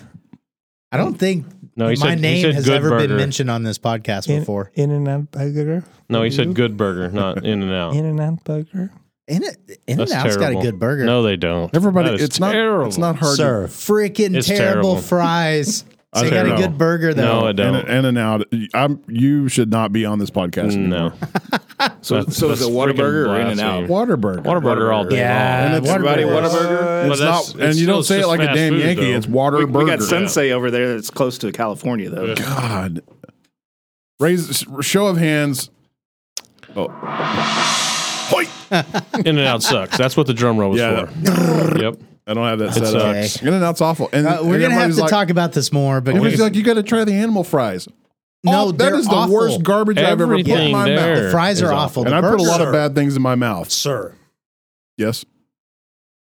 [SPEAKER 2] I don't think
[SPEAKER 3] no, he
[SPEAKER 2] my
[SPEAKER 3] said he
[SPEAKER 2] name
[SPEAKER 3] said
[SPEAKER 2] has
[SPEAKER 3] Good
[SPEAKER 2] ever
[SPEAKER 3] Burger.
[SPEAKER 2] been mentioned on this podcast
[SPEAKER 5] In-
[SPEAKER 2] before.
[SPEAKER 5] In and Out burger.
[SPEAKER 3] No, he
[SPEAKER 5] You?
[SPEAKER 3] said Good Burger, not In and Out.
[SPEAKER 5] In and Out burger.
[SPEAKER 2] In it, In and
[SPEAKER 3] That's
[SPEAKER 2] Out's got a
[SPEAKER 3] terrible.
[SPEAKER 2] good burger.
[SPEAKER 3] No, they don't.
[SPEAKER 1] Everybody,
[SPEAKER 3] That is
[SPEAKER 1] it's not
[SPEAKER 3] terrible.
[SPEAKER 1] it's not hard.
[SPEAKER 5] Sir,
[SPEAKER 2] Freaking
[SPEAKER 3] It's
[SPEAKER 2] terrible,
[SPEAKER 3] terrible.
[SPEAKER 2] fries.
[SPEAKER 1] I
[SPEAKER 2] they
[SPEAKER 1] don't
[SPEAKER 2] got a
[SPEAKER 1] know.
[SPEAKER 2] good burger though.
[SPEAKER 3] No, it
[SPEAKER 1] To, in,
[SPEAKER 3] don't.
[SPEAKER 1] and, in and out. I'm, you should not be on this podcast.
[SPEAKER 3] no,
[SPEAKER 1] anymore.
[SPEAKER 6] So,
[SPEAKER 3] That's-
[SPEAKER 6] so is
[SPEAKER 3] that's
[SPEAKER 6] it Whataburger
[SPEAKER 3] freaking
[SPEAKER 6] or In and
[SPEAKER 3] blasphemy.
[SPEAKER 6] Out?
[SPEAKER 1] Whataburger.
[SPEAKER 3] Whataburger all day.
[SPEAKER 2] yeah,
[SPEAKER 1] And it's
[SPEAKER 2] Whataburger
[SPEAKER 6] Everybody,
[SPEAKER 2] is-
[SPEAKER 6] Whataburger.
[SPEAKER 1] It's
[SPEAKER 3] But that's-
[SPEAKER 1] not, and
[SPEAKER 3] it's
[SPEAKER 1] you don't
[SPEAKER 3] still-
[SPEAKER 1] say it
[SPEAKER 3] it's
[SPEAKER 1] like a
[SPEAKER 3] fast
[SPEAKER 1] damn
[SPEAKER 3] food,
[SPEAKER 1] Yankee.
[SPEAKER 3] though.
[SPEAKER 1] It's water
[SPEAKER 6] We, we
[SPEAKER 1] burger.
[SPEAKER 6] got Sensei over there that's close to California, though.
[SPEAKER 3] Yeah.
[SPEAKER 1] God, raise show of hands. Oh, Hoi!
[SPEAKER 3] In and Out sucks. That's what the drum roll was
[SPEAKER 1] Yeah,
[SPEAKER 3] for. yep.
[SPEAKER 1] I don't have that set
[SPEAKER 3] uh,
[SPEAKER 2] sucks.
[SPEAKER 1] up. In and out's awful. And
[SPEAKER 2] Uh, we're gonna have
[SPEAKER 1] everybody's
[SPEAKER 2] to
[SPEAKER 1] like,
[SPEAKER 2] talk about this more, but
[SPEAKER 1] Everybody's like, you got to try the animal fries.
[SPEAKER 2] no,
[SPEAKER 1] Oh, that
[SPEAKER 2] they're
[SPEAKER 1] is the
[SPEAKER 2] awful.
[SPEAKER 1] worst garbage I've ever put in
[SPEAKER 3] Everything
[SPEAKER 1] my
[SPEAKER 3] there.
[SPEAKER 1] mouth.
[SPEAKER 2] The fries
[SPEAKER 3] is
[SPEAKER 2] are awful.
[SPEAKER 3] awful.
[SPEAKER 1] And
[SPEAKER 2] The
[SPEAKER 1] I put a
[SPEAKER 2] burgers
[SPEAKER 1] lot
[SPEAKER 2] are-
[SPEAKER 1] of bad things in my mouth.
[SPEAKER 5] sir.
[SPEAKER 1] Yes.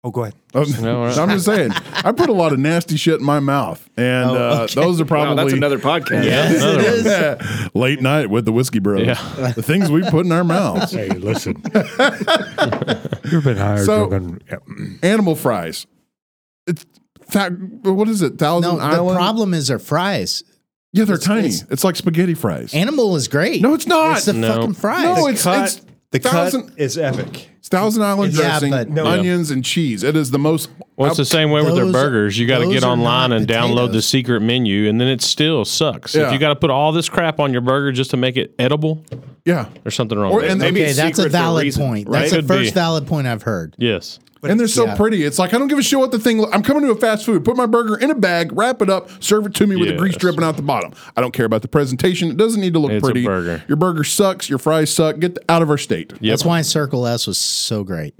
[SPEAKER 5] Oh, go ahead.
[SPEAKER 1] I'm
[SPEAKER 3] No, all right.
[SPEAKER 1] just saying, I put a lot of nasty shit in my mouth, and
[SPEAKER 2] Oh,
[SPEAKER 1] uh,
[SPEAKER 2] okay.
[SPEAKER 1] those are
[SPEAKER 6] Wow,
[SPEAKER 1] probably
[SPEAKER 6] that's another
[SPEAKER 3] Yeah.
[SPEAKER 6] podcast.
[SPEAKER 2] Yes,
[SPEAKER 3] Another
[SPEAKER 2] it
[SPEAKER 3] one.
[SPEAKER 2] is.
[SPEAKER 1] late night with the whiskey bros.
[SPEAKER 3] Yeah.
[SPEAKER 1] The things we put in our mouths.
[SPEAKER 7] Hey, listen. You've been hired.
[SPEAKER 1] So-
[SPEAKER 7] you're gonna- yeah.
[SPEAKER 1] Animal fries. It's that. What is it? Thousand
[SPEAKER 2] No,
[SPEAKER 1] Island.
[SPEAKER 2] the problem is their fries.
[SPEAKER 1] yeah, they're
[SPEAKER 2] it's-
[SPEAKER 1] tiny. It's,
[SPEAKER 2] it's-
[SPEAKER 1] like spaghetti fries.
[SPEAKER 2] Animal is great.
[SPEAKER 1] No, it's not.
[SPEAKER 2] It's the
[SPEAKER 3] No.
[SPEAKER 2] fucking fries.
[SPEAKER 1] no, it's,
[SPEAKER 5] cut-
[SPEAKER 1] it's
[SPEAKER 5] The
[SPEAKER 1] thousand,
[SPEAKER 5] cut is epic.
[SPEAKER 1] it's Thousand Island
[SPEAKER 2] Yeah,
[SPEAKER 1] dressing,
[SPEAKER 2] but- No.
[SPEAKER 1] onions and cheese. It is the most.
[SPEAKER 3] Well, it's the same way with their
[SPEAKER 2] Those-
[SPEAKER 3] burgers. You got to
[SPEAKER 2] those
[SPEAKER 3] get
[SPEAKER 2] are
[SPEAKER 3] online
[SPEAKER 2] not
[SPEAKER 3] and download the
[SPEAKER 2] potatoes.
[SPEAKER 3] secret menu, and then it still sucks.
[SPEAKER 1] Yeah.
[SPEAKER 3] If you got to put all this crap on your burger just to make it edible,
[SPEAKER 1] yeah,
[SPEAKER 3] there's something wrong.
[SPEAKER 1] Or-
[SPEAKER 3] with it.
[SPEAKER 1] and they-
[SPEAKER 6] Maybe
[SPEAKER 2] Oh, okay,
[SPEAKER 6] it's
[SPEAKER 2] that's a
[SPEAKER 6] secret for a
[SPEAKER 2] valid
[SPEAKER 6] reason,
[SPEAKER 2] point.
[SPEAKER 3] right?
[SPEAKER 2] That's the
[SPEAKER 3] Could be.
[SPEAKER 2] first valid point I've heard.
[SPEAKER 3] yes,
[SPEAKER 1] and they're so
[SPEAKER 2] yeah.
[SPEAKER 1] pretty. It's like I don't give a shit what the thing. I'm coming to a fast food. Put my burger in a bag, wrap it up, serve it to me with the grease
[SPEAKER 3] Yes.
[SPEAKER 1] dripping out the bottom. I don't care about the presentation. It doesn't need to look
[SPEAKER 3] It's a
[SPEAKER 1] pretty.
[SPEAKER 3] burger.
[SPEAKER 1] Your burger sucks. Your fries suck. Get the, out of our state.
[SPEAKER 3] Yep.
[SPEAKER 2] That's why Circle S was so great.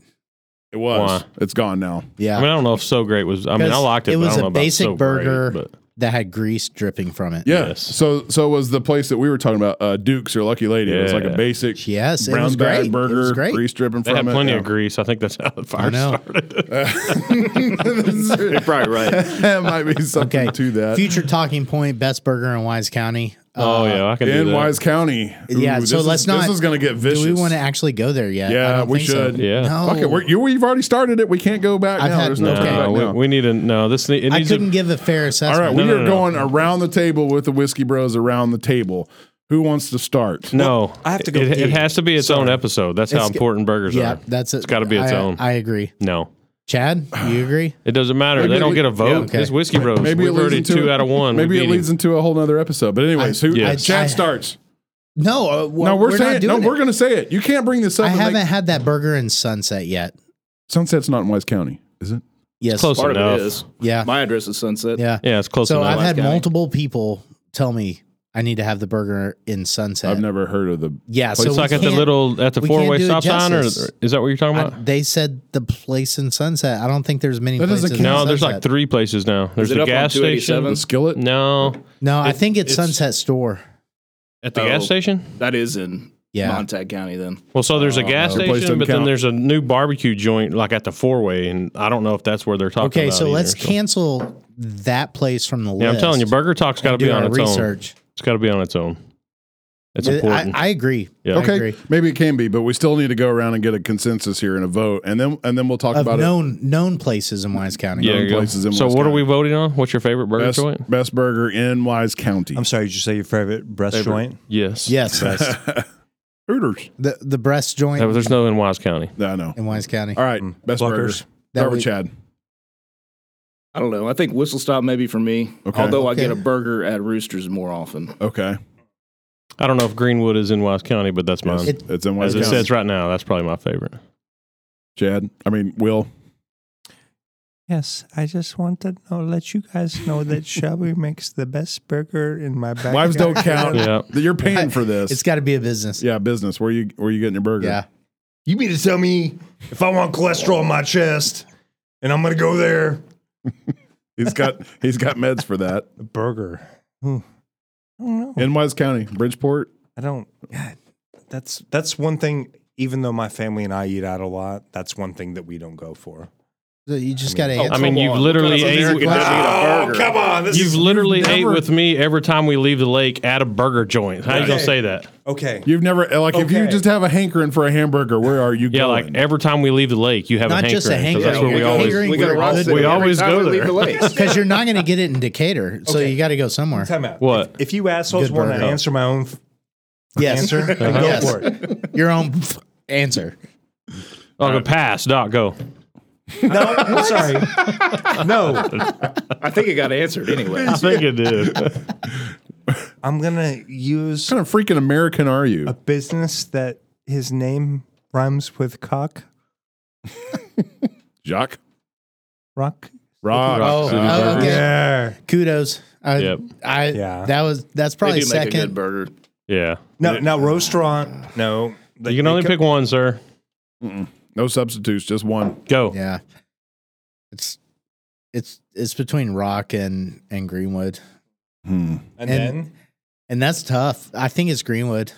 [SPEAKER 1] It was.
[SPEAKER 3] Why?
[SPEAKER 1] It's gone now.
[SPEAKER 2] Yeah.
[SPEAKER 3] I mean I don't know if so great was. I mean I
[SPEAKER 2] 'Cause
[SPEAKER 3] liked it.
[SPEAKER 2] It
[SPEAKER 3] but I
[SPEAKER 2] was
[SPEAKER 3] don't know
[SPEAKER 2] a
[SPEAKER 3] about
[SPEAKER 2] basic
[SPEAKER 3] so great,
[SPEAKER 2] burger
[SPEAKER 3] but-
[SPEAKER 2] that had grease dripping from it.
[SPEAKER 1] Yeah.
[SPEAKER 3] Yes.
[SPEAKER 1] So so was the place that we were talking about, uh, Duke's or Lucky Lady. It was like a
[SPEAKER 3] Yeah.
[SPEAKER 1] basic
[SPEAKER 2] Yes, it
[SPEAKER 1] brown
[SPEAKER 2] was
[SPEAKER 1] bag
[SPEAKER 2] great. It
[SPEAKER 1] burger,
[SPEAKER 2] was great.
[SPEAKER 1] grease dripping
[SPEAKER 3] they
[SPEAKER 1] from
[SPEAKER 3] had
[SPEAKER 1] it.
[SPEAKER 3] plenty
[SPEAKER 1] Yeah.
[SPEAKER 3] of grease. I think that's how the
[SPEAKER 2] I
[SPEAKER 3] fire
[SPEAKER 2] know.
[SPEAKER 3] started.
[SPEAKER 6] You're probably right.
[SPEAKER 1] that might be something
[SPEAKER 2] Okay.
[SPEAKER 1] to that.
[SPEAKER 2] Future talking point: Best burger in Wise County.
[SPEAKER 3] oh
[SPEAKER 2] Uh,
[SPEAKER 3] yeah, I can do
[SPEAKER 1] in
[SPEAKER 3] that.
[SPEAKER 1] Wise County.
[SPEAKER 2] Yeah,
[SPEAKER 1] Ooh,
[SPEAKER 2] so
[SPEAKER 1] this
[SPEAKER 2] let's
[SPEAKER 1] is,
[SPEAKER 2] not-
[SPEAKER 1] This is going to get vicious.
[SPEAKER 2] Do we want to actually go there yet? I
[SPEAKER 1] Yeah,
[SPEAKER 2] don't
[SPEAKER 1] we
[SPEAKER 2] think so.
[SPEAKER 1] should.
[SPEAKER 3] Yeah.
[SPEAKER 2] No.
[SPEAKER 1] Fuck it. We're, you, we've already started it. We can't go back
[SPEAKER 2] Oh. I've
[SPEAKER 1] now.
[SPEAKER 2] had-
[SPEAKER 1] There's no
[SPEAKER 2] No,
[SPEAKER 1] turning back
[SPEAKER 3] No, we,
[SPEAKER 1] now.
[SPEAKER 3] we need to no. This need, it
[SPEAKER 2] I
[SPEAKER 3] needs.
[SPEAKER 2] couldn't
[SPEAKER 3] A,
[SPEAKER 2] give a fair assessment.
[SPEAKER 1] All right,
[SPEAKER 3] No,
[SPEAKER 1] we
[SPEAKER 3] no,
[SPEAKER 1] are
[SPEAKER 3] no, no.
[SPEAKER 1] going around the table with the Whiskey Bros around the table. Who wants to start?
[SPEAKER 3] no,
[SPEAKER 5] I have to go
[SPEAKER 3] It, it
[SPEAKER 5] deep.
[SPEAKER 3] has to be its own episode. That's how
[SPEAKER 2] It's-
[SPEAKER 3] important burgers
[SPEAKER 2] yeah,
[SPEAKER 3] are.
[SPEAKER 2] that's it.
[SPEAKER 3] It's gotta be its
[SPEAKER 2] I-
[SPEAKER 3] own.
[SPEAKER 2] I agree.
[SPEAKER 3] No,
[SPEAKER 2] Chad, you agree?
[SPEAKER 3] it doesn't matter.
[SPEAKER 1] Maybe
[SPEAKER 3] they
[SPEAKER 1] it
[SPEAKER 3] don't
[SPEAKER 1] le-
[SPEAKER 3] get a vote.
[SPEAKER 1] yeah,
[SPEAKER 2] okay.
[SPEAKER 3] It's whiskey bros.
[SPEAKER 1] Maybe
[SPEAKER 3] We've
[SPEAKER 1] it leads
[SPEAKER 3] already
[SPEAKER 1] into
[SPEAKER 3] two out of one. We
[SPEAKER 1] Maybe it
[SPEAKER 3] beat
[SPEAKER 1] leads
[SPEAKER 3] him.
[SPEAKER 1] into a whole nother episode. But anyways, who?
[SPEAKER 3] Yes.
[SPEAKER 1] Chad
[SPEAKER 2] I-
[SPEAKER 1] starts.
[SPEAKER 2] No, uh,
[SPEAKER 1] No,
[SPEAKER 2] well,
[SPEAKER 1] we're,
[SPEAKER 2] we're
[SPEAKER 1] saying
[SPEAKER 2] not
[SPEAKER 1] no.
[SPEAKER 2] doing
[SPEAKER 1] We're
[SPEAKER 2] it.
[SPEAKER 1] going to say it. You can't bring this up.
[SPEAKER 2] I
[SPEAKER 1] and make-
[SPEAKER 2] haven't had that burger in Sunset yet.
[SPEAKER 1] Sunset's not in Wise County, is it?
[SPEAKER 2] Yes.
[SPEAKER 3] Close
[SPEAKER 6] Part
[SPEAKER 3] enough.
[SPEAKER 6] of it is.
[SPEAKER 2] Yeah.
[SPEAKER 6] My address is Sunset.
[SPEAKER 2] Yeah.
[SPEAKER 3] Yeah, it's close
[SPEAKER 2] So
[SPEAKER 3] enough.
[SPEAKER 2] I've had
[SPEAKER 6] County.
[SPEAKER 2] multiple people tell me I need to have the burger in Sunset.
[SPEAKER 1] I've never heard of the.
[SPEAKER 2] yeah. So
[SPEAKER 3] it's
[SPEAKER 2] we
[SPEAKER 3] like at the
[SPEAKER 2] can't-
[SPEAKER 3] little at the
[SPEAKER 2] we can't
[SPEAKER 3] four way
[SPEAKER 2] do it
[SPEAKER 3] stop sign, or
[SPEAKER 2] justice.
[SPEAKER 3] is that what you're talking
[SPEAKER 2] I-
[SPEAKER 3] about?
[SPEAKER 2] they said the place in Sunset. I don't think there's many
[SPEAKER 1] That doesn't
[SPEAKER 2] places. in
[SPEAKER 1] count.
[SPEAKER 3] no, there's like
[SPEAKER 2] Sunset.
[SPEAKER 3] three places now. There's
[SPEAKER 6] it
[SPEAKER 3] the
[SPEAKER 6] up on
[SPEAKER 3] gas station.
[SPEAKER 6] 287?
[SPEAKER 1] The skillet.
[SPEAKER 3] No,
[SPEAKER 2] No, I
[SPEAKER 3] It-
[SPEAKER 2] think it's,
[SPEAKER 3] it's-
[SPEAKER 2] Sunset Store.
[SPEAKER 3] at the
[SPEAKER 6] Oh.
[SPEAKER 3] gas station.
[SPEAKER 6] That is in
[SPEAKER 2] Yeah.
[SPEAKER 6] Montague County then.
[SPEAKER 3] Well, so
[SPEAKER 2] Oh,
[SPEAKER 3] there's a gas
[SPEAKER 1] Your place
[SPEAKER 3] station,
[SPEAKER 1] doesn't
[SPEAKER 3] but
[SPEAKER 1] count.
[SPEAKER 3] then there's a new barbecue joint like at the four way, and I don't know if that's where they're talking.
[SPEAKER 2] Okay,
[SPEAKER 3] about
[SPEAKER 2] so
[SPEAKER 3] either,
[SPEAKER 2] let's cancel that place from the list.
[SPEAKER 3] Yeah, I'm telling you, Burger Talk's got to
[SPEAKER 2] Do
[SPEAKER 3] be on
[SPEAKER 2] our
[SPEAKER 3] its own.
[SPEAKER 2] research.
[SPEAKER 3] It's got to be on its own. It's
[SPEAKER 2] I-
[SPEAKER 3] important.
[SPEAKER 2] I, I agree.
[SPEAKER 3] Yeah.
[SPEAKER 2] I
[SPEAKER 1] Okay,
[SPEAKER 2] agree.
[SPEAKER 1] maybe it can be, but we still need to go around and get a consensus here and a vote, and then and then we'll talk
[SPEAKER 2] Of
[SPEAKER 1] about it.
[SPEAKER 2] known known places in Wise County.
[SPEAKER 3] yeah, there you go.
[SPEAKER 1] places in
[SPEAKER 3] so
[SPEAKER 1] West
[SPEAKER 3] what are
[SPEAKER 1] County.
[SPEAKER 3] we voting on? What's your favorite burger
[SPEAKER 1] Best,
[SPEAKER 3] joint?
[SPEAKER 1] best burger in Wise County.
[SPEAKER 5] I'm sorry, did you say your favorite breast joint?
[SPEAKER 3] Yes.
[SPEAKER 2] Yes.
[SPEAKER 1] Hooters.
[SPEAKER 2] the the breast joint
[SPEAKER 3] That was- There's no in Wise County.
[SPEAKER 1] I know.
[SPEAKER 2] in Wise County.
[SPEAKER 1] All right,
[SPEAKER 5] Mm.
[SPEAKER 1] best burgers.
[SPEAKER 5] Pluckers.
[SPEAKER 1] Start
[SPEAKER 2] That
[SPEAKER 1] with
[SPEAKER 2] we-
[SPEAKER 1] Chad.
[SPEAKER 6] I don't know. I think Whistle Stop maybe for me.
[SPEAKER 1] Okay.
[SPEAKER 6] Although I
[SPEAKER 2] Okay.
[SPEAKER 6] get a burger at Roosters more often.
[SPEAKER 1] Okay,
[SPEAKER 3] I don't know if Greenwood is in Wise County, but that's mine.
[SPEAKER 2] It-
[SPEAKER 1] it's in Wise
[SPEAKER 3] As it
[SPEAKER 1] County.
[SPEAKER 3] says right now, that's probably my favorite.
[SPEAKER 1] Chad. I mean, Will.
[SPEAKER 5] Yes, I just want to know, let you guys know that Shelby makes the best burger in my backyard.
[SPEAKER 1] Wives don't count.
[SPEAKER 3] Yeah.
[SPEAKER 1] You're paying for this.
[SPEAKER 2] It's got to be a business.
[SPEAKER 1] yeah, business. Where you where you getting your burger?
[SPEAKER 2] Yeah.
[SPEAKER 5] You mean to tell me if I want cholesterol in my chest and I'm going to go there?
[SPEAKER 1] He's got he's got meds for that
[SPEAKER 5] A burger. Hmm. I don't know.
[SPEAKER 1] in Wise County, Bridgeport.
[SPEAKER 5] I I don't. God, that's that's one thing. Even though my family and I eat out a lot, that's one got to that we don't go for.
[SPEAKER 2] So you just
[SPEAKER 5] I
[SPEAKER 2] got to
[SPEAKER 5] mean-
[SPEAKER 2] answer.
[SPEAKER 3] I mean, you've literally ate.
[SPEAKER 6] American doesn't eat a burger?
[SPEAKER 5] Oh, on! This
[SPEAKER 3] You've literally ate
[SPEAKER 5] never-
[SPEAKER 3] with me every time we leave the lake at a burger joint. How you gonna
[SPEAKER 5] Okay.
[SPEAKER 3] say that?
[SPEAKER 5] okay.
[SPEAKER 1] You've never like if you
[SPEAKER 5] Okay.
[SPEAKER 1] just have a hankering for a hamburger, where are you
[SPEAKER 3] Yeah,
[SPEAKER 1] going?
[SPEAKER 3] like every time we leave the lake, you have
[SPEAKER 2] Not
[SPEAKER 3] a hankering.
[SPEAKER 2] just a
[SPEAKER 3] 'cause
[SPEAKER 2] hankering,
[SPEAKER 3] That's where
[SPEAKER 2] you're
[SPEAKER 3] we always.
[SPEAKER 2] hankering
[SPEAKER 6] we
[SPEAKER 2] for
[SPEAKER 6] got
[SPEAKER 2] raw
[SPEAKER 6] roasted
[SPEAKER 2] food.
[SPEAKER 6] every
[SPEAKER 3] We always
[SPEAKER 6] time
[SPEAKER 3] go there.
[SPEAKER 6] leave the lake.
[SPEAKER 2] Because you're not going to get it in Decatur, so
[SPEAKER 5] Okay.
[SPEAKER 2] you got to go somewhere.
[SPEAKER 5] Time out.
[SPEAKER 3] What?
[SPEAKER 5] If you assholes
[SPEAKER 2] Good
[SPEAKER 5] want to
[SPEAKER 2] burger.
[SPEAKER 5] answer my own, f-
[SPEAKER 2] Yes,
[SPEAKER 5] answer,
[SPEAKER 3] Uh-huh.
[SPEAKER 2] sir.
[SPEAKER 5] then go
[SPEAKER 2] yes,
[SPEAKER 5] for it.
[SPEAKER 2] your own answer.
[SPEAKER 3] Oh, the pass, Doc. Go.
[SPEAKER 5] No, I'm sorry. No,
[SPEAKER 6] I think it got answered anyway.
[SPEAKER 3] I think it did.
[SPEAKER 5] I'm gonna use
[SPEAKER 1] what kind of freaking American are you?
[SPEAKER 5] a business that his name rhymes with cock,
[SPEAKER 1] Jacques?
[SPEAKER 5] rock.
[SPEAKER 1] Rock.
[SPEAKER 2] Oh,
[SPEAKER 3] City
[SPEAKER 2] oh,
[SPEAKER 3] Burgers.
[SPEAKER 2] okay.
[SPEAKER 5] Yeah.
[SPEAKER 2] Kudos. I,
[SPEAKER 3] Yep.
[SPEAKER 2] I
[SPEAKER 5] Yeah.
[SPEAKER 2] that was that's
[SPEAKER 6] They
[SPEAKER 2] probably
[SPEAKER 6] do make a good
[SPEAKER 2] second.
[SPEAKER 6] burger.
[SPEAKER 3] Yeah,
[SPEAKER 5] No, now restaurant. No,
[SPEAKER 3] you can only pick one, sir.
[SPEAKER 1] No substitutes, just one.
[SPEAKER 3] Go.
[SPEAKER 2] Yeah, it's it's it's between Rock and and Greenwood,
[SPEAKER 1] Hmm.
[SPEAKER 2] and-
[SPEAKER 5] And, then
[SPEAKER 2] and that's tough. I think it's Greenwood.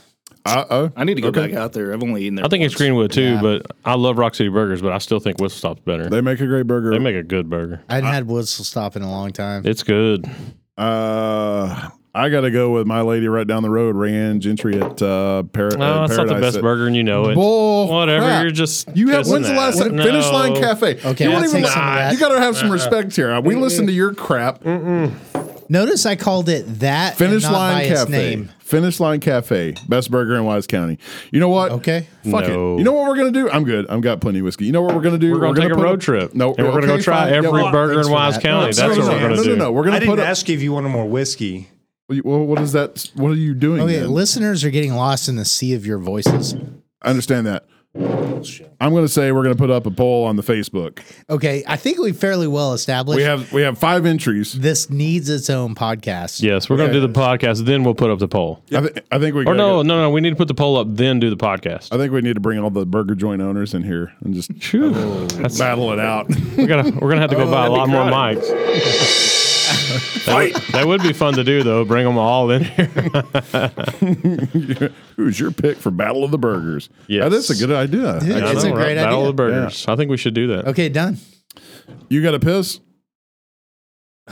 [SPEAKER 1] Uh oh.
[SPEAKER 6] I need to go
[SPEAKER 1] Okay.
[SPEAKER 6] back out there. I've only eaten there.
[SPEAKER 3] I think it's
[SPEAKER 6] once.
[SPEAKER 3] Greenwood too,
[SPEAKER 2] Yeah.
[SPEAKER 3] but I love Rock City Burgers, but I still think Whistle Stop's better.
[SPEAKER 1] They make a great burger.
[SPEAKER 3] They make a good burger.
[SPEAKER 2] I hadn't had Whistle Stop in a long time.
[SPEAKER 3] It's good.
[SPEAKER 1] uh, I got to go with my lady right down the road, Rayanne Gentry at uh, Par-
[SPEAKER 3] No,
[SPEAKER 1] uh, Paradise.
[SPEAKER 3] it's Oh, not the best
[SPEAKER 1] at-
[SPEAKER 3] burger, and you know it.
[SPEAKER 1] Bull
[SPEAKER 3] Whatever.
[SPEAKER 1] crap.
[SPEAKER 3] You're just.
[SPEAKER 1] You have
[SPEAKER 3] kissing
[SPEAKER 1] when's the last
[SPEAKER 3] ass.
[SPEAKER 1] time? Finish Line
[SPEAKER 3] No.
[SPEAKER 1] Cafe.
[SPEAKER 2] Okay,
[SPEAKER 1] you
[SPEAKER 2] I'll take some of that.
[SPEAKER 1] You gotta have some respect here. We listen to your crap.
[SPEAKER 2] Notice I called it that.
[SPEAKER 1] Finish
[SPEAKER 2] and not by
[SPEAKER 1] Line
[SPEAKER 2] its
[SPEAKER 1] Cafe.
[SPEAKER 2] name.
[SPEAKER 1] Finish Line Cafe. Best burger in Wise County. You know what?
[SPEAKER 2] Okay.
[SPEAKER 1] Fuck
[SPEAKER 3] No.
[SPEAKER 1] it. You know what we're gonna do? I'm good. I've got plenty of whiskey. You know what we're gonna do?
[SPEAKER 3] We're gonna take a
[SPEAKER 1] put
[SPEAKER 3] road trip.
[SPEAKER 1] No,
[SPEAKER 3] and we're gonna go
[SPEAKER 1] okay,
[SPEAKER 3] try
[SPEAKER 1] fine. Yeah,
[SPEAKER 3] every
[SPEAKER 1] well,
[SPEAKER 3] burger
[SPEAKER 2] thanks
[SPEAKER 3] in
[SPEAKER 2] for
[SPEAKER 3] Wise
[SPEAKER 2] that.
[SPEAKER 3] County.
[SPEAKER 5] No,
[SPEAKER 3] That's what
[SPEAKER 5] sorry,
[SPEAKER 3] we're gonna
[SPEAKER 1] no,
[SPEAKER 3] do.
[SPEAKER 1] no, no. We're
[SPEAKER 5] I
[SPEAKER 1] gonna
[SPEAKER 5] didn't
[SPEAKER 1] put. A,
[SPEAKER 5] ask you if you wanted more whiskey.
[SPEAKER 1] well, what is that? What are you doing?
[SPEAKER 2] Okay,
[SPEAKER 1] then?
[SPEAKER 2] listeners are getting lost in the sea of your voices.
[SPEAKER 1] I understand that. I'm gonna say we're gonna put up a poll on the Facebook.
[SPEAKER 2] Okay, I think we fairly well established
[SPEAKER 1] We have we have five entries.
[SPEAKER 2] this needs its own podcast.
[SPEAKER 3] Yes, we're gonna do the podcast. Then we'll put up the poll.
[SPEAKER 1] I, th- I think we.
[SPEAKER 3] Or
[SPEAKER 1] gotta
[SPEAKER 3] no,
[SPEAKER 1] go-
[SPEAKER 3] no, no. We need to put the poll up. Then do the podcast.
[SPEAKER 1] I think we need to bring all the burger joint owners in here and just
[SPEAKER 3] Phew. That's,
[SPEAKER 1] battle it out.
[SPEAKER 3] we gotta, we're gonna have
[SPEAKER 1] Oh,
[SPEAKER 3] to go buy a lot more
[SPEAKER 6] crowded.
[SPEAKER 3] mics. that, would, that would be fun to do though. Bring them all in here.
[SPEAKER 1] Who's your pick for Battle of the Burgers?
[SPEAKER 3] Yes.
[SPEAKER 1] Yeah, that's a good idea.
[SPEAKER 2] Dude,
[SPEAKER 1] I-
[SPEAKER 3] I
[SPEAKER 2] It's
[SPEAKER 3] know,
[SPEAKER 2] a
[SPEAKER 3] right?
[SPEAKER 2] great idea.
[SPEAKER 3] Battle of the burgers. I think we should do that.
[SPEAKER 2] Okay, done.
[SPEAKER 1] you got a piss?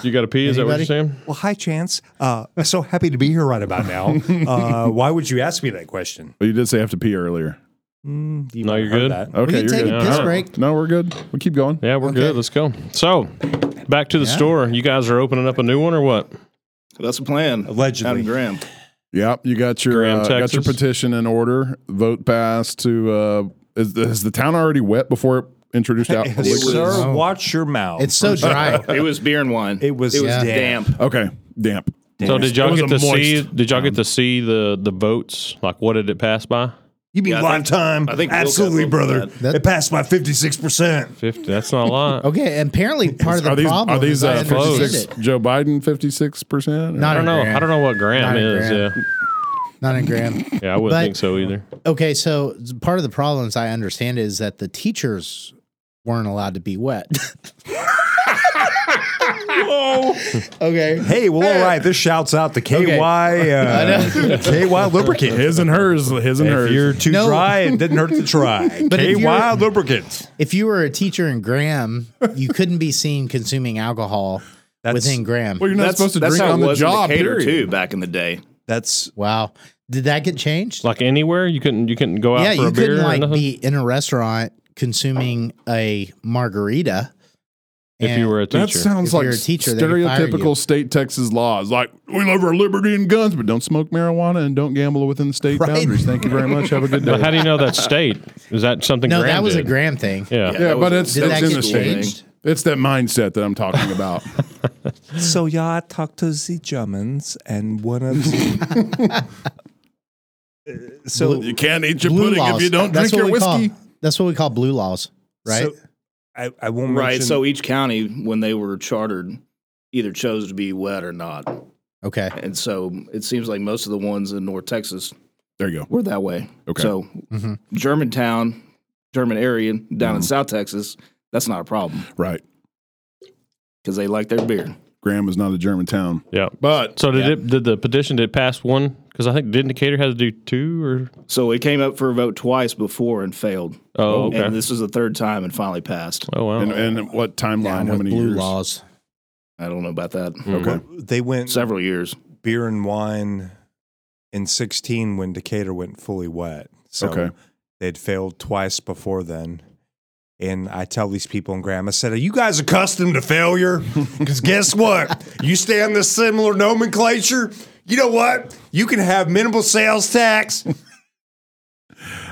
[SPEAKER 3] You got a pee? Is that what you're saying?
[SPEAKER 5] Well, hi, Chance. Uh, I'm so happy to be here right about now. Uh, why would you ask me that question?
[SPEAKER 1] Well, Oh, you did say I have to pee earlier.
[SPEAKER 5] Mm, you
[SPEAKER 3] No,
[SPEAKER 5] might
[SPEAKER 3] you're
[SPEAKER 5] have heard
[SPEAKER 3] good.
[SPEAKER 1] Okay,
[SPEAKER 5] that.
[SPEAKER 2] we can
[SPEAKER 1] you're
[SPEAKER 2] take
[SPEAKER 1] good.
[SPEAKER 2] a piss
[SPEAKER 1] All right.
[SPEAKER 2] break.
[SPEAKER 1] No, we're good. We keep going.
[SPEAKER 3] Yeah, we're
[SPEAKER 2] Okay.
[SPEAKER 3] good. Let's go. So, back to the store. You guys are opening up a new one or what?
[SPEAKER 6] That's the plan.
[SPEAKER 5] Allegedly.
[SPEAKER 6] Out in Graham.
[SPEAKER 1] Yep, you got your
[SPEAKER 3] Graham,
[SPEAKER 1] uh, got your
[SPEAKER 3] Texas.
[SPEAKER 1] petition in order. Vote passed to uh, is, the, is the town already wet before it introduced
[SPEAKER 3] Oh.
[SPEAKER 1] out?
[SPEAKER 5] Yes, sir,
[SPEAKER 6] was-
[SPEAKER 5] watch your mouth.
[SPEAKER 2] It's so dry.
[SPEAKER 6] It was beer and wine.
[SPEAKER 5] It was Yeah.
[SPEAKER 6] damp.
[SPEAKER 1] okay, damp.
[SPEAKER 3] So did
[SPEAKER 1] It
[SPEAKER 3] y'all
[SPEAKER 1] was
[SPEAKER 3] get
[SPEAKER 1] a
[SPEAKER 3] to see?
[SPEAKER 1] moist-
[SPEAKER 3] Did y'all get to see the the votes? Like, what did it pass by?
[SPEAKER 5] you mean
[SPEAKER 6] Yeah, I
[SPEAKER 5] live
[SPEAKER 6] think-
[SPEAKER 5] time?
[SPEAKER 6] I think Will got
[SPEAKER 5] absolutely,
[SPEAKER 6] voted for
[SPEAKER 5] brother.
[SPEAKER 2] that.
[SPEAKER 5] it passed by fifty six percent.
[SPEAKER 3] Fifty. That's not a lot.
[SPEAKER 2] Okay, and apparently part of the
[SPEAKER 1] are these
[SPEAKER 2] problem
[SPEAKER 1] are these
[SPEAKER 2] is I
[SPEAKER 1] uh,
[SPEAKER 2] understand
[SPEAKER 1] 56
[SPEAKER 2] it.
[SPEAKER 1] Joe Biden fifty six percent?
[SPEAKER 2] Not
[SPEAKER 3] I don't
[SPEAKER 2] in
[SPEAKER 3] know.
[SPEAKER 2] Graham.
[SPEAKER 3] I don't know what Graham
[SPEAKER 2] Not a
[SPEAKER 3] is.
[SPEAKER 2] gram.
[SPEAKER 3] Yeah,
[SPEAKER 2] Not in Graham.
[SPEAKER 3] yeah, I wouldn't
[SPEAKER 2] But-
[SPEAKER 3] think so either.
[SPEAKER 2] Okay, so part of the problem, as I understand it, is that the teachers weren't allowed to be wet. Okay.
[SPEAKER 5] Hey, well, all right. This shouts out to KY uh, KY lubricant.
[SPEAKER 1] his and hers, his and
[SPEAKER 5] If
[SPEAKER 1] hers.
[SPEAKER 5] you're too
[SPEAKER 2] No.
[SPEAKER 5] dry, it didn't hurt to try.
[SPEAKER 2] But if
[SPEAKER 5] KY
[SPEAKER 2] you're-
[SPEAKER 5] lubricant.
[SPEAKER 2] If you were a teacher in Graham, you couldn't be seen consuming alcohol
[SPEAKER 5] That's-
[SPEAKER 2] within Graham.
[SPEAKER 1] well, you're not
[SPEAKER 6] That's,
[SPEAKER 1] supposed to
[SPEAKER 6] that's
[SPEAKER 1] drink
[SPEAKER 6] how
[SPEAKER 1] on
[SPEAKER 6] it
[SPEAKER 1] the
[SPEAKER 6] was
[SPEAKER 1] job.
[SPEAKER 6] in Decatur,
[SPEAKER 1] period.
[SPEAKER 6] too, back in the day.
[SPEAKER 5] That's
[SPEAKER 2] Wow. Did that get changed?
[SPEAKER 3] Like anywhere, you couldn't you couldn't go out
[SPEAKER 2] yeah,
[SPEAKER 3] for a
[SPEAKER 2] you
[SPEAKER 3] beer
[SPEAKER 2] couldn't
[SPEAKER 3] or
[SPEAKER 2] like
[SPEAKER 3] nothing
[SPEAKER 2] be in a restaurant consuming a margarita.
[SPEAKER 3] if you
[SPEAKER 2] and-
[SPEAKER 3] were a
[SPEAKER 1] That
[SPEAKER 3] teacher.
[SPEAKER 1] sounds
[SPEAKER 2] If
[SPEAKER 1] like
[SPEAKER 2] you're a teacher, they could fire
[SPEAKER 1] stereotypical
[SPEAKER 2] you.
[SPEAKER 1] state Texas laws. Like we love our liberty and guns, but don't smoke marijuana and don't gamble within the state
[SPEAKER 2] Right.
[SPEAKER 1] boundaries. Thank you very much. Have a good day.
[SPEAKER 3] But how do you know that state? Is that something?
[SPEAKER 2] No,
[SPEAKER 3] Graham
[SPEAKER 2] that was
[SPEAKER 3] did?
[SPEAKER 2] a Graham thing.
[SPEAKER 3] Yeah.
[SPEAKER 1] yeah,
[SPEAKER 6] that
[SPEAKER 1] but
[SPEAKER 6] was a-
[SPEAKER 1] it's
[SPEAKER 2] Did
[SPEAKER 1] it's
[SPEAKER 2] that
[SPEAKER 1] in
[SPEAKER 2] get
[SPEAKER 1] the state.
[SPEAKER 2] changed?
[SPEAKER 1] It's that mindset that I'm talking about.
[SPEAKER 5] so. Yeah, I talked to the Germans, and one of so
[SPEAKER 1] you can't eat your
[SPEAKER 2] Blue
[SPEAKER 1] pudding if
[SPEAKER 2] laws.
[SPEAKER 1] you don't
[SPEAKER 2] That's
[SPEAKER 1] drink your
[SPEAKER 2] what we call-
[SPEAKER 1] whiskey.
[SPEAKER 2] that's what we call blue laws, right?
[SPEAKER 5] So, I, I won't
[SPEAKER 6] Right.
[SPEAKER 5] mention-
[SPEAKER 6] So each county, when they were chartered, either chose to be wet or not.
[SPEAKER 2] okay.
[SPEAKER 6] And so it seems like most of the ones in North Texas
[SPEAKER 1] There you go.
[SPEAKER 6] were that way.
[SPEAKER 1] Okay.
[SPEAKER 6] So
[SPEAKER 2] Mhm.
[SPEAKER 6] Germantown, German area down
[SPEAKER 1] Mm-hmm.
[SPEAKER 6] in South Texas, that's not a problem
[SPEAKER 1] Right.
[SPEAKER 6] because they like their beer.
[SPEAKER 1] Graham is not a German town.
[SPEAKER 3] Yeah.
[SPEAKER 1] But
[SPEAKER 3] So did it? Did the petition? Did it pass one? Because I think didn't Decatur had to do two or
[SPEAKER 6] So it came up for a vote twice before and failed.
[SPEAKER 3] oh okay
[SPEAKER 6] And this was the third time and finally passed.
[SPEAKER 3] oh wow
[SPEAKER 1] And, and what timeline?
[SPEAKER 2] Down
[SPEAKER 1] How
[SPEAKER 2] with
[SPEAKER 1] many
[SPEAKER 2] blue
[SPEAKER 1] years?
[SPEAKER 2] laws.
[SPEAKER 6] I don't know about that.
[SPEAKER 1] Hmm.
[SPEAKER 3] Mm.
[SPEAKER 5] They went
[SPEAKER 6] Several years.
[SPEAKER 5] beer and wine in 16 when Decatur went fully wet. So
[SPEAKER 1] Okay.
[SPEAKER 5] they'd failed twice before then. And I tell these people, and Grandma said, Are you guys accustomed to failure? Because guess what? You stay on this similar nomenclature. You know what? You can have minimal sales tax.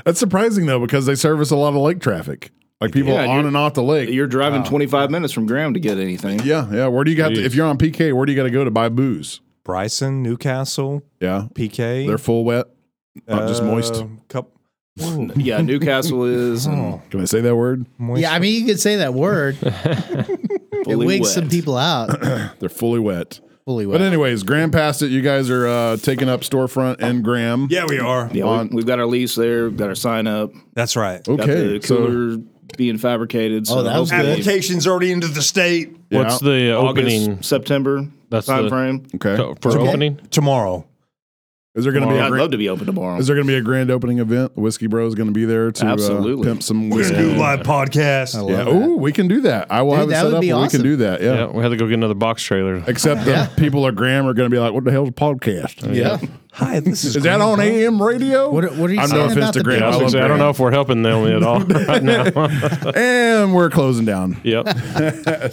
[SPEAKER 1] That's surprising though, because they service a lot of lake traffic, like people
[SPEAKER 6] Yeah, and
[SPEAKER 1] on
[SPEAKER 6] you're-
[SPEAKER 1] and off the lake.
[SPEAKER 6] You're driving 25 minutes from Graham to get anything.
[SPEAKER 1] Yeah, yeah. Where do you got? To, if you're on PK, where do you got to go to buy booze?
[SPEAKER 5] Bryson, Newcastle,
[SPEAKER 1] Yeah,
[SPEAKER 5] PK.
[SPEAKER 1] they're full wet, not just moist.
[SPEAKER 5] uh,
[SPEAKER 2] Um,
[SPEAKER 5] Cup.
[SPEAKER 6] Yeah, Newcastle is.
[SPEAKER 1] Oh.
[SPEAKER 6] And
[SPEAKER 1] Can I say that word?
[SPEAKER 5] moist.
[SPEAKER 2] Yeah, I mean, you could say that word. it
[SPEAKER 6] fully
[SPEAKER 2] wigs
[SPEAKER 6] wet.
[SPEAKER 2] some people out.
[SPEAKER 1] They're fully wet.
[SPEAKER 2] Fully
[SPEAKER 1] But
[SPEAKER 2] wet.
[SPEAKER 1] anyways, Graham passed it. You guys are uh, taking up storefront and Graham.
[SPEAKER 5] Yeah, we are.
[SPEAKER 6] Yeah, we, we've got our lease there. We've got our sign up.
[SPEAKER 5] That's right.
[SPEAKER 6] Got
[SPEAKER 1] Okay.
[SPEAKER 6] the
[SPEAKER 1] So
[SPEAKER 6] cooler being fabricated. So
[SPEAKER 2] Oh, that was
[SPEAKER 6] hopefully
[SPEAKER 5] Application's already into the state
[SPEAKER 1] yeah.
[SPEAKER 3] what's the opening
[SPEAKER 6] August, September
[SPEAKER 3] That's the-
[SPEAKER 6] time frame.
[SPEAKER 1] okay.
[SPEAKER 3] so for opening
[SPEAKER 5] tomorrow.
[SPEAKER 1] Is there going to be
[SPEAKER 6] Yeah,
[SPEAKER 1] a
[SPEAKER 6] I'd
[SPEAKER 1] grand,
[SPEAKER 6] love to be open tomorrow.
[SPEAKER 1] is there going to be a grand opening event? Whiskey Bro is going to be there to uh,
[SPEAKER 6] Absolutely.
[SPEAKER 1] pimp some
[SPEAKER 5] We're
[SPEAKER 1] whiskey.
[SPEAKER 5] gonna do a live podcast.
[SPEAKER 2] I love
[SPEAKER 1] Yeah.
[SPEAKER 2] that.
[SPEAKER 1] Oh, we can do that. I will
[SPEAKER 2] Dude,
[SPEAKER 1] have it
[SPEAKER 2] that
[SPEAKER 1] set
[SPEAKER 2] would
[SPEAKER 1] up.
[SPEAKER 2] be
[SPEAKER 1] where We can
[SPEAKER 2] awesome.
[SPEAKER 1] do that. Yeah.
[SPEAKER 3] yeah we had to go get another box trailer
[SPEAKER 1] Except the people at Graham are going to be like, "What the hell's a podcast?
[SPEAKER 2] Yeah.
[SPEAKER 5] Hi, this
[SPEAKER 1] Is that on AM radio?"
[SPEAKER 2] What, what are you
[SPEAKER 1] I'm no
[SPEAKER 2] saying
[SPEAKER 1] offense
[SPEAKER 2] about
[SPEAKER 1] to
[SPEAKER 2] the
[SPEAKER 1] Grant.
[SPEAKER 3] Yeah, I, was
[SPEAKER 1] I
[SPEAKER 3] gonna
[SPEAKER 1] love
[SPEAKER 3] say, I don't
[SPEAKER 1] Graham.
[SPEAKER 3] know if we're helping them at all right now
[SPEAKER 1] and we're closing down.
[SPEAKER 3] yep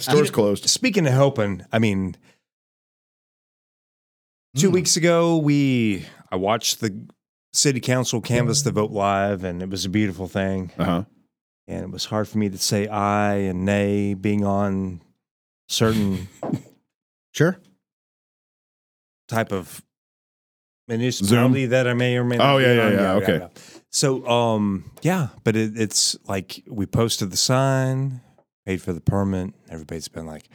[SPEAKER 1] Store's closed.
[SPEAKER 5] Speaking of helping, I mean, two weeks ago we I watched the city council canvass the vote live, and it was a beautiful thing.
[SPEAKER 1] Uh huh.
[SPEAKER 5] And it was hard for me to say aye and nay, being on certain
[SPEAKER 2] Sure.
[SPEAKER 5] type of municipality that I may or may not.
[SPEAKER 1] Oh, yeah,
[SPEAKER 5] be
[SPEAKER 1] yeah,
[SPEAKER 5] on.
[SPEAKER 1] yeah, okay.
[SPEAKER 5] So, um, yeah, but it, it's like we posted the sign, paid for the permit. Everybody's been like,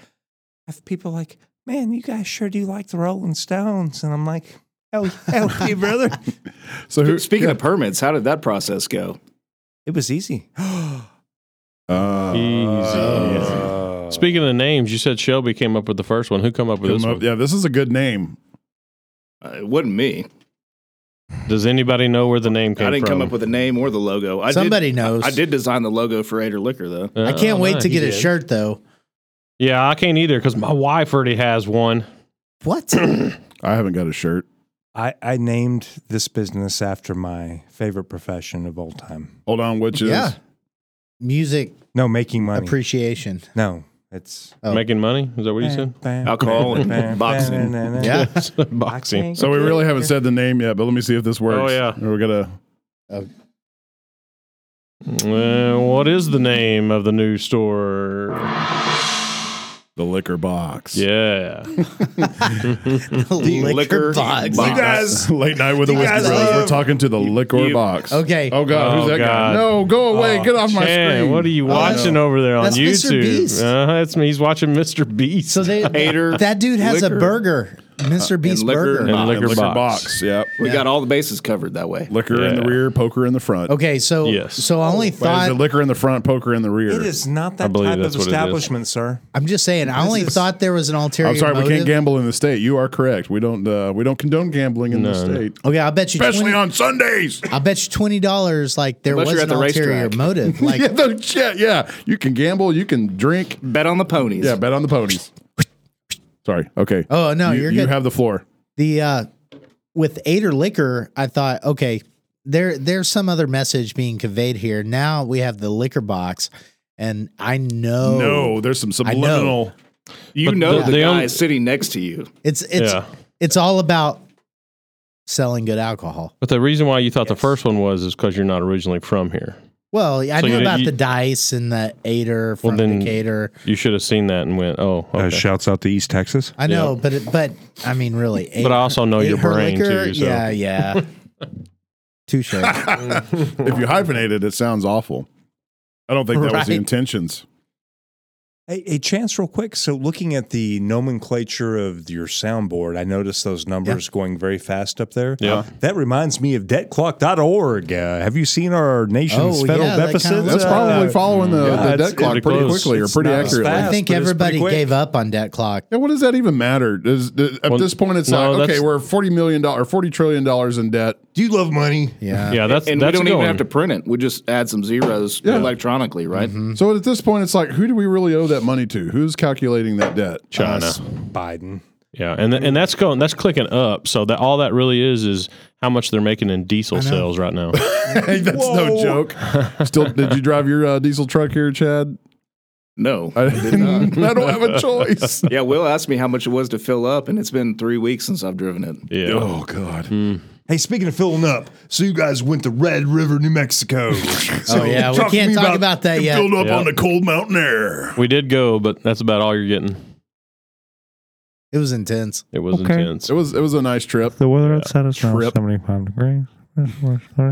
[SPEAKER 5] have people like, man, you guys sure do like the Rolling Stones, and I'm like, hell, hell yeah, brother.
[SPEAKER 1] So who?
[SPEAKER 6] Speaking of permits, how did that process go?
[SPEAKER 5] It was easy.
[SPEAKER 1] Uh,
[SPEAKER 6] Uh,
[SPEAKER 3] Easy. speaking of names you said Shelby came up with the first one who come up with this
[SPEAKER 1] come up-
[SPEAKER 3] one
[SPEAKER 1] yeah, this is a good name.
[SPEAKER 6] Uh, it wasn't me.
[SPEAKER 3] does anybody know where the name came
[SPEAKER 6] I didn't
[SPEAKER 3] from
[SPEAKER 6] come up with a name or the logo. I
[SPEAKER 2] Somebody
[SPEAKER 6] did,
[SPEAKER 2] knows.
[SPEAKER 6] I, did Oh, design the logo for Ader Liquor though.
[SPEAKER 2] I can't wait to get a shirt though.
[SPEAKER 3] Uh, yeah I can't either because my wife already has one
[SPEAKER 2] What?
[SPEAKER 1] I haven't got a shirt.
[SPEAKER 5] I, I named this business after my favorite profession of all time.
[SPEAKER 1] Hold on, which is
[SPEAKER 2] Yeah. Music
[SPEAKER 5] No, making money.
[SPEAKER 2] appreciation.
[SPEAKER 5] no, it's
[SPEAKER 2] Oh.
[SPEAKER 3] making money is that what you
[SPEAKER 5] Uh,
[SPEAKER 3] said
[SPEAKER 6] Alcohol and boxing.
[SPEAKER 2] Yeah.
[SPEAKER 3] boxing
[SPEAKER 1] So we really haven't said the name yet, but let me see if this works.
[SPEAKER 3] Oh, yeah.
[SPEAKER 1] we're gonna.
[SPEAKER 3] Uh, what is the name of the new store?
[SPEAKER 1] The liquor box.
[SPEAKER 3] Yeah.
[SPEAKER 2] liquor,
[SPEAKER 6] liquor
[SPEAKER 2] box.
[SPEAKER 6] box.
[SPEAKER 5] guys-
[SPEAKER 1] Late night with the
[SPEAKER 5] You
[SPEAKER 1] whiskey
[SPEAKER 5] guys
[SPEAKER 1] bros. We're
[SPEAKER 5] love-
[SPEAKER 1] talking to the liquor
[SPEAKER 6] you-
[SPEAKER 1] box.
[SPEAKER 2] Okay.
[SPEAKER 1] Oh God,
[SPEAKER 3] Oh,
[SPEAKER 1] who's that guy?
[SPEAKER 3] God.
[SPEAKER 1] No, go away.
[SPEAKER 5] Oh,
[SPEAKER 1] Get off my
[SPEAKER 3] Chan,
[SPEAKER 1] screen.
[SPEAKER 3] what are you
[SPEAKER 1] Oh,
[SPEAKER 3] watching over there on
[SPEAKER 2] That's Mr.
[SPEAKER 3] YouTube?
[SPEAKER 2] Beast.
[SPEAKER 3] Uh, that's me. He's watching Mr. Beast.
[SPEAKER 2] So they
[SPEAKER 6] Hater,
[SPEAKER 2] that dude has
[SPEAKER 6] liquor,
[SPEAKER 2] a burger, Mr. Beast
[SPEAKER 6] liquor
[SPEAKER 2] burger.
[SPEAKER 6] and
[SPEAKER 3] And
[SPEAKER 6] box.
[SPEAKER 1] Liquor,
[SPEAKER 3] liquor,
[SPEAKER 1] box.
[SPEAKER 3] box.
[SPEAKER 1] Yep.
[SPEAKER 6] We got all the bases covered that way.
[SPEAKER 1] Liquor in the
[SPEAKER 3] Yeah.
[SPEAKER 1] rear, poker in the front.
[SPEAKER 2] Okay, so
[SPEAKER 3] Yes.
[SPEAKER 2] so I only
[SPEAKER 1] Wait, is
[SPEAKER 2] thought
[SPEAKER 1] it liquor in the front, poker in the rear?
[SPEAKER 5] It is not
[SPEAKER 3] I
[SPEAKER 5] that
[SPEAKER 3] believe
[SPEAKER 5] type of
[SPEAKER 3] that's what it is.
[SPEAKER 5] establishment, sir.
[SPEAKER 2] I'm just saying I only
[SPEAKER 5] is-
[SPEAKER 2] thought there was an ulterior.
[SPEAKER 1] I'm sorry, we
[SPEAKER 2] motive.
[SPEAKER 1] can't gamble in the state. You are correct. We don't. Uh, we don't condone gambling in the state,
[SPEAKER 2] Okay, I'll bet you.
[SPEAKER 1] especially
[SPEAKER 2] 20,
[SPEAKER 1] on Sundays.
[SPEAKER 2] I'll bet you twenty dollars. Like there
[SPEAKER 6] Unless
[SPEAKER 2] was
[SPEAKER 6] you're
[SPEAKER 2] an
[SPEAKER 6] at the
[SPEAKER 2] ulterior
[SPEAKER 6] racetrack.
[SPEAKER 2] motive. Like
[SPEAKER 1] yeah, no shit. Yeah, you can gamble. You can drink.
[SPEAKER 6] Bet on the ponies.
[SPEAKER 1] Yeah, bet on the ponies. Sorry. Okay.
[SPEAKER 2] Oh, no,
[SPEAKER 1] you,
[SPEAKER 2] you're
[SPEAKER 1] you
[SPEAKER 2] good.
[SPEAKER 1] have the floor.
[SPEAKER 2] the uh, with Ader Liquor, I thought, okay, there there's some other message being conveyed here. Now we have the liquor box, and I know
[SPEAKER 1] No, there's some
[SPEAKER 2] Oh. I know.
[SPEAKER 1] subliminal.
[SPEAKER 6] you
[SPEAKER 3] But
[SPEAKER 6] know
[SPEAKER 3] the-
[SPEAKER 6] the,
[SPEAKER 3] the
[SPEAKER 6] guy
[SPEAKER 3] only-
[SPEAKER 6] is sitting next to you.
[SPEAKER 2] it's it's
[SPEAKER 3] Yeah.
[SPEAKER 2] it's all about selling good alcohol.
[SPEAKER 3] But the reason why you thought the first one was is because you're not originally from here.
[SPEAKER 2] Well, I
[SPEAKER 3] So
[SPEAKER 2] knew
[SPEAKER 3] you-
[SPEAKER 2] about
[SPEAKER 3] you-
[SPEAKER 2] the dice and the Ader from
[SPEAKER 3] then-
[SPEAKER 2] the Cater.
[SPEAKER 3] You should have seen that and went, oh, okay.
[SPEAKER 7] shouts out to East Texas.
[SPEAKER 2] I know, but it, but I mean, really,
[SPEAKER 3] But I also know your brain too. So.
[SPEAKER 2] Yeah, yeah. Touche. sure.
[SPEAKER 1] If you hyphenate it, it sounds awful. I don't think that was the
[SPEAKER 2] Right.
[SPEAKER 1] intentions.
[SPEAKER 5] Hey, hey, Chance, real quick. So, looking at the nomenclature of your soundboard, I noticed those numbers going very fast up there.
[SPEAKER 3] Yeah.
[SPEAKER 5] That reminds me of debtclock.org. Uh, have you that kinda looks- it's- it's
[SPEAKER 2] Oh, yeah,
[SPEAKER 5] not as fast, it's- it's not as fast, but it's pretty close. Uh, have you seen our nation's federal
[SPEAKER 2] that kinda
[SPEAKER 5] deficit?
[SPEAKER 2] looks
[SPEAKER 1] That's probably
[SPEAKER 2] uh,
[SPEAKER 1] following the,
[SPEAKER 5] yeah,
[SPEAKER 1] the
[SPEAKER 5] it's-
[SPEAKER 1] debt clock
[SPEAKER 3] it's
[SPEAKER 1] pretty
[SPEAKER 3] close.
[SPEAKER 1] quickly or
[SPEAKER 5] It's
[SPEAKER 1] pretty
[SPEAKER 5] not as
[SPEAKER 1] accurately.
[SPEAKER 5] fast.
[SPEAKER 2] I
[SPEAKER 5] Yes,
[SPEAKER 2] think
[SPEAKER 5] but it's pretty
[SPEAKER 2] everybody
[SPEAKER 5] quick.
[SPEAKER 2] gave up on debt clock.
[SPEAKER 1] Yeah, what does that even matter? Does, does, at
[SPEAKER 3] Well,
[SPEAKER 1] this point, it's
[SPEAKER 3] no,
[SPEAKER 1] like okay,
[SPEAKER 3] that's-
[SPEAKER 1] we're forty million dollars, forty trillion dollars in debt.
[SPEAKER 5] Do you love money?
[SPEAKER 2] Yeah.
[SPEAKER 3] yeah, that's
[SPEAKER 6] and
[SPEAKER 3] that's
[SPEAKER 6] we don't
[SPEAKER 3] going.
[SPEAKER 6] even have to print it. We just add some zeros electronically, right?
[SPEAKER 2] Mm-hmm.
[SPEAKER 1] So at this point, it's like, who do we really owe that money to? Who's calculating that debt?
[SPEAKER 3] China.
[SPEAKER 1] Us.
[SPEAKER 5] Uh, Biden.
[SPEAKER 3] Yeah, and th- and that's going that's clicking up. So that all that really is is how much they're making in diesel sales right now.
[SPEAKER 1] hey, that's no
[SPEAKER 5] Whoa.
[SPEAKER 1] joke. Still, did you drive your uh, diesel truck here, Chad?
[SPEAKER 6] No.
[SPEAKER 1] I, I don't have a choice.
[SPEAKER 6] yeah, Will asked me how much it was to fill up, and it's been three weeks since I've driven it.
[SPEAKER 3] Yeah.
[SPEAKER 1] Oh God.
[SPEAKER 2] Hmm.
[SPEAKER 5] Hey, speaking of filling up, so you guys went to Red River, New Mexico. So
[SPEAKER 2] Oh, yeah, we
[SPEAKER 5] to
[SPEAKER 2] can't
[SPEAKER 5] me
[SPEAKER 2] talk about that
[SPEAKER 5] you
[SPEAKER 2] yet.
[SPEAKER 5] Filled up
[SPEAKER 3] Yeah.
[SPEAKER 5] on the cold mountain air.
[SPEAKER 3] We did go, but that's about all you're getting.
[SPEAKER 2] It was intense.
[SPEAKER 3] It was
[SPEAKER 7] Okay.
[SPEAKER 3] intense.
[SPEAKER 1] It was it was a nice trip.
[SPEAKER 7] The weather outside is now
[SPEAKER 1] Trip.
[SPEAKER 7] 75 degrees.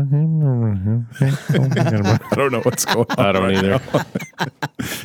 [SPEAKER 7] Oh,
[SPEAKER 1] I don't know what's going on.
[SPEAKER 3] I don't either.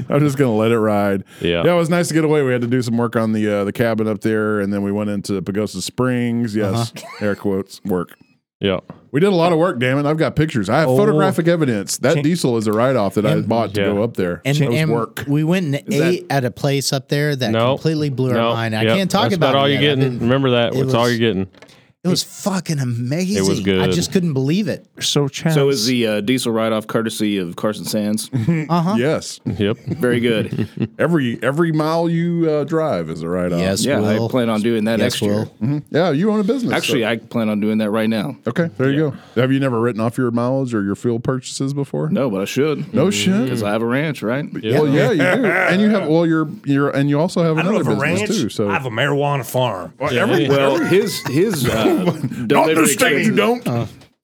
[SPEAKER 1] I'm just gonna let it ride.
[SPEAKER 3] Yeah.
[SPEAKER 1] Yeah, it was nice to get away. We had to do some work on the uh, the cabin up there, and then we went into Pagosa Springs. Yes, air quotes work.
[SPEAKER 3] Yeah.
[SPEAKER 1] We did a lot of work. Damn it, I've got pictures. I have
[SPEAKER 5] Oh.
[SPEAKER 1] photographic evidence. That
[SPEAKER 5] Chan-
[SPEAKER 1] diesel is a write off that I bought to
[SPEAKER 3] Yeah.
[SPEAKER 1] go up there.
[SPEAKER 2] And,
[SPEAKER 1] it was
[SPEAKER 2] and
[SPEAKER 1] work.
[SPEAKER 2] we went and
[SPEAKER 6] that-
[SPEAKER 2] ate at a place up there that
[SPEAKER 3] No.
[SPEAKER 2] completely blew our
[SPEAKER 3] No.
[SPEAKER 2] mind. I
[SPEAKER 3] Yep.
[SPEAKER 2] can't talk
[SPEAKER 3] That's
[SPEAKER 2] about,
[SPEAKER 3] about all
[SPEAKER 2] it
[SPEAKER 3] you're
[SPEAKER 2] yet. I've
[SPEAKER 3] getting.
[SPEAKER 2] been-
[SPEAKER 3] Remember that.
[SPEAKER 2] it
[SPEAKER 3] It's all
[SPEAKER 2] was-
[SPEAKER 3] you're getting.
[SPEAKER 2] It was fucking amazing. I
[SPEAKER 3] good.
[SPEAKER 2] just couldn't believe it.
[SPEAKER 7] So, Chad,
[SPEAKER 6] So is the uh, diesel write off courtesy of Carson Sands?
[SPEAKER 2] Uh huh.
[SPEAKER 1] Yes,
[SPEAKER 3] Yep.
[SPEAKER 6] Very good.
[SPEAKER 1] every every mile you uh, drive is a write off.
[SPEAKER 2] Yes,
[SPEAKER 6] yeah,
[SPEAKER 2] Will.
[SPEAKER 6] I plan on doing that
[SPEAKER 2] yes,
[SPEAKER 6] next year.
[SPEAKER 2] Will.
[SPEAKER 1] Yeah, you own a business.
[SPEAKER 6] Actually,
[SPEAKER 1] so-
[SPEAKER 6] I plan on doing that right now.
[SPEAKER 1] okay. There you go. Have you never written off your mileage or your fuel purchases before?
[SPEAKER 6] No, Mm. but I should.
[SPEAKER 1] No shit.
[SPEAKER 6] Because I have a ranch, right?
[SPEAKER 1] Well, yeah, you do. And you have well, you're you're and you also have
[SPEAKER 5] I don't
[SPEAKER 1] another
[SPEAKER 5] have a
[SPEAKER 1] business
[SPEAKER 5] ranch.
[SPEAKER 1] too. So
[SPEAKER 5] I have a marijuana farm.
[SPEAKER 6] Well, his his uh, delivery expenses,
[SPEAKER 5] don't.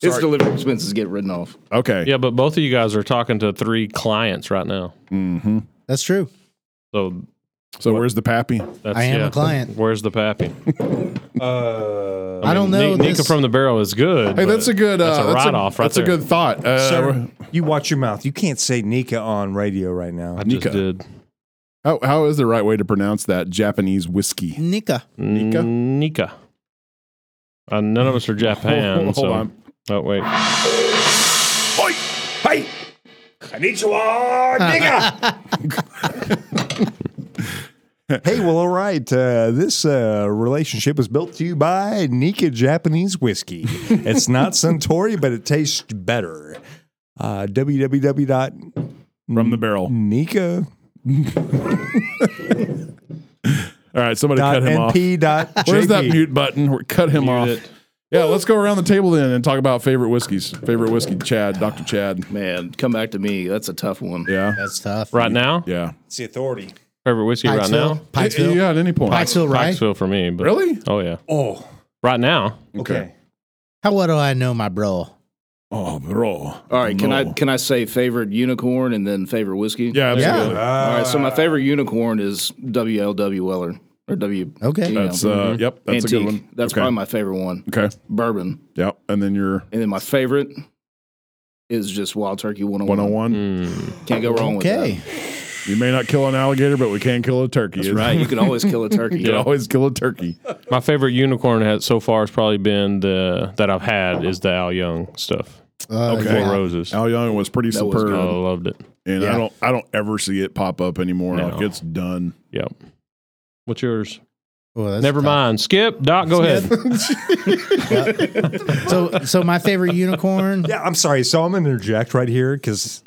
[SPEAKER 6] his delivery expenses get written off.
[SPEAKER 1] okay,
[SPEAKER 3] Yeah, but both of you guys are talking to three clients right now. Mm-hmm.
[SPEAKER 2] That's true.
[SPEAKER 3] So
[SPEAKER 1] So where's the pappy?
[SPEAKER 3] that's
[SPEAKER 2] I am a
[SPEAKER 3] yeah.
[SPEAKER 2] client.
[SPEAKER 3] Where's the pappy?
[SPEAKER 5] Uh,
[SPEAKER 2] I, don't know.
[SPEAKER 3] Ni- Nika
[SPEAKER 2] this-
[SPEAKER 3] from the Barrel is good.
[SPEAKER 1] Hey,
[SPEAKER 3] but
[SPEAKER 1] that's a good. Uh,
[SPEAKER 3] that's a write-off right
[SPEAKER 1] That's a
[SPEAKER 3] there.
[SPEAKER 1] good thought. Uh,
[SPEAKER 5] Sir, you watch your mouth. You can't say Nika on radio right now.
[SPEAKER 3] I just
[SPEAKER 1] Nika.
[SPEAKER 3] did.
[SPEAKER 1] how, how is the right way to pronounce that Japanese whiskey?
[SPEAKER 2] Nika.
[SPEAKER 1] Nika?
[SPEAKER 3] Nika. Uh, none of us are Japan.
[SPEAKER 1] Hold
[SPEAKER 3] so-
[SPEAKER 1] on.
[SPEAKER 3] Oh wait.
[SPEAKER 5] Oi! Hey! I need you all, Nika! hey, well, all right. Uh, this uh, relationship was built to you by Nika Japanese Whiskey. it's not Centauri, but it tastes better. Uh, www.nika.
[SPEAKER 1] From the barrel. All right, somebody cut him off. Where's that mute button? We're- Cut him off. Yeah, let's go around the table then and talk about favorite whiskeys. Favorite whiskey, Chad, Doctor Chad.
[SPEAKER 6] Man, come back to me. That's a tough one.
[SPEAKER 1] Yeah,
[SPEAKER 2] That's tough.
[SPEAKER 3] Right now,
[SPEAKER 1] yeah.
[SPEAKER 5] It's the authority.
[SPEAKER 3] favorite whiskey right
[SPEAKER 2] Pikesville.
[SPEAKER 3] now.
[SPEAKER 2] Pikesville.
[SPEAKER 1] Yeah, at any point.
[SPEAKER 2] Pikesville, right?
[SPEAKER 3] Pikesville for me. But,
[SPEAKER 1] Really?
[SPEAKER 3] Oh yeah.
[SPEAKER 5] Oh,
[SPEAKER 3] Right now.
[SPEAKER 5] okay.
[SPEAKER 2] How well do I know my bro?
[SPEAKER 1] Oh, bro.
[SPEAKER 6] All right, can I
[SPEAKER 1] No.
[SPEAKER 6] can I say favorite unicorn and then favorite whiskey?
[SPEAKER 1] Yeah, absolutely.
[SPEAKER 6] All right, so my favorite unicorn is WLW Weller or W.
[SPEAKER 2] Okay.
[SPEAKER 6] you know,
[SPEAKER 1] That's uh, yep. That's a
[SPEAKER 6] Antique.
[SPEAKER 1] good one.
[SPEAKER 6] That's
[SPEAKER 1] okay.
[SPEAKER 6] probably my favorite one.
[SPEAKER 1] Okay.
[SPEAKER 6] Bourbon,
[SPEAKER 1] Yep. And then your
[SPEAKER 6] and then my favorite is just Wild Turkey 101.
[SPEAKER 1] 101.
[SPEAKER 3] Hmm.
[SPEAKER 6] Can't go wrong with
[SPEAKER 2] Okay.
[SPEAKER 6] that.
[SPEAKER 1] You may not kill an alligator, but we can kill a turkey.
[SPEAKER 6] That's right. You can always kill a turkey.
[SPEAKER 1] You can always kill a turkey.
[SPEAKER 3] My favorite unicorn has so far has probably been the that I've had is the Al Young stuff.
[SPEAKER 2] Uh,
[SPEAKER 1] Okay.
[SPEAKER 3] Four
[SPEAKER 2] yeah.
[SPEAKER 3] roses.
[SPEAKER 1] Al Young was pretty
[SPEAKER 6] That was
[SPEAKER 1] superb,
[SPEAKER 3] I loved it.
[SPEAKER 1] and I
[SPEAKER 2] Yeah.
[SPEAKER 1] don't, I don't ever see it pop up anymore.
[SPEAKER 3] No.
[SPEAKER 1] Like it's done.
[SPEAKER 3] Yep. What's yours?
[SPEAKER 2] Well, that's
[SPEAKER 3] Never
[SPEAKER 2] tough.
[SPEAKER 3] mind. Skip. Doc, go ahead.
[SPEAKER 2] So, so my favorite unicorn
[SPEAKER 5] Yeah, I'm sorry. So I'm going to interject right here because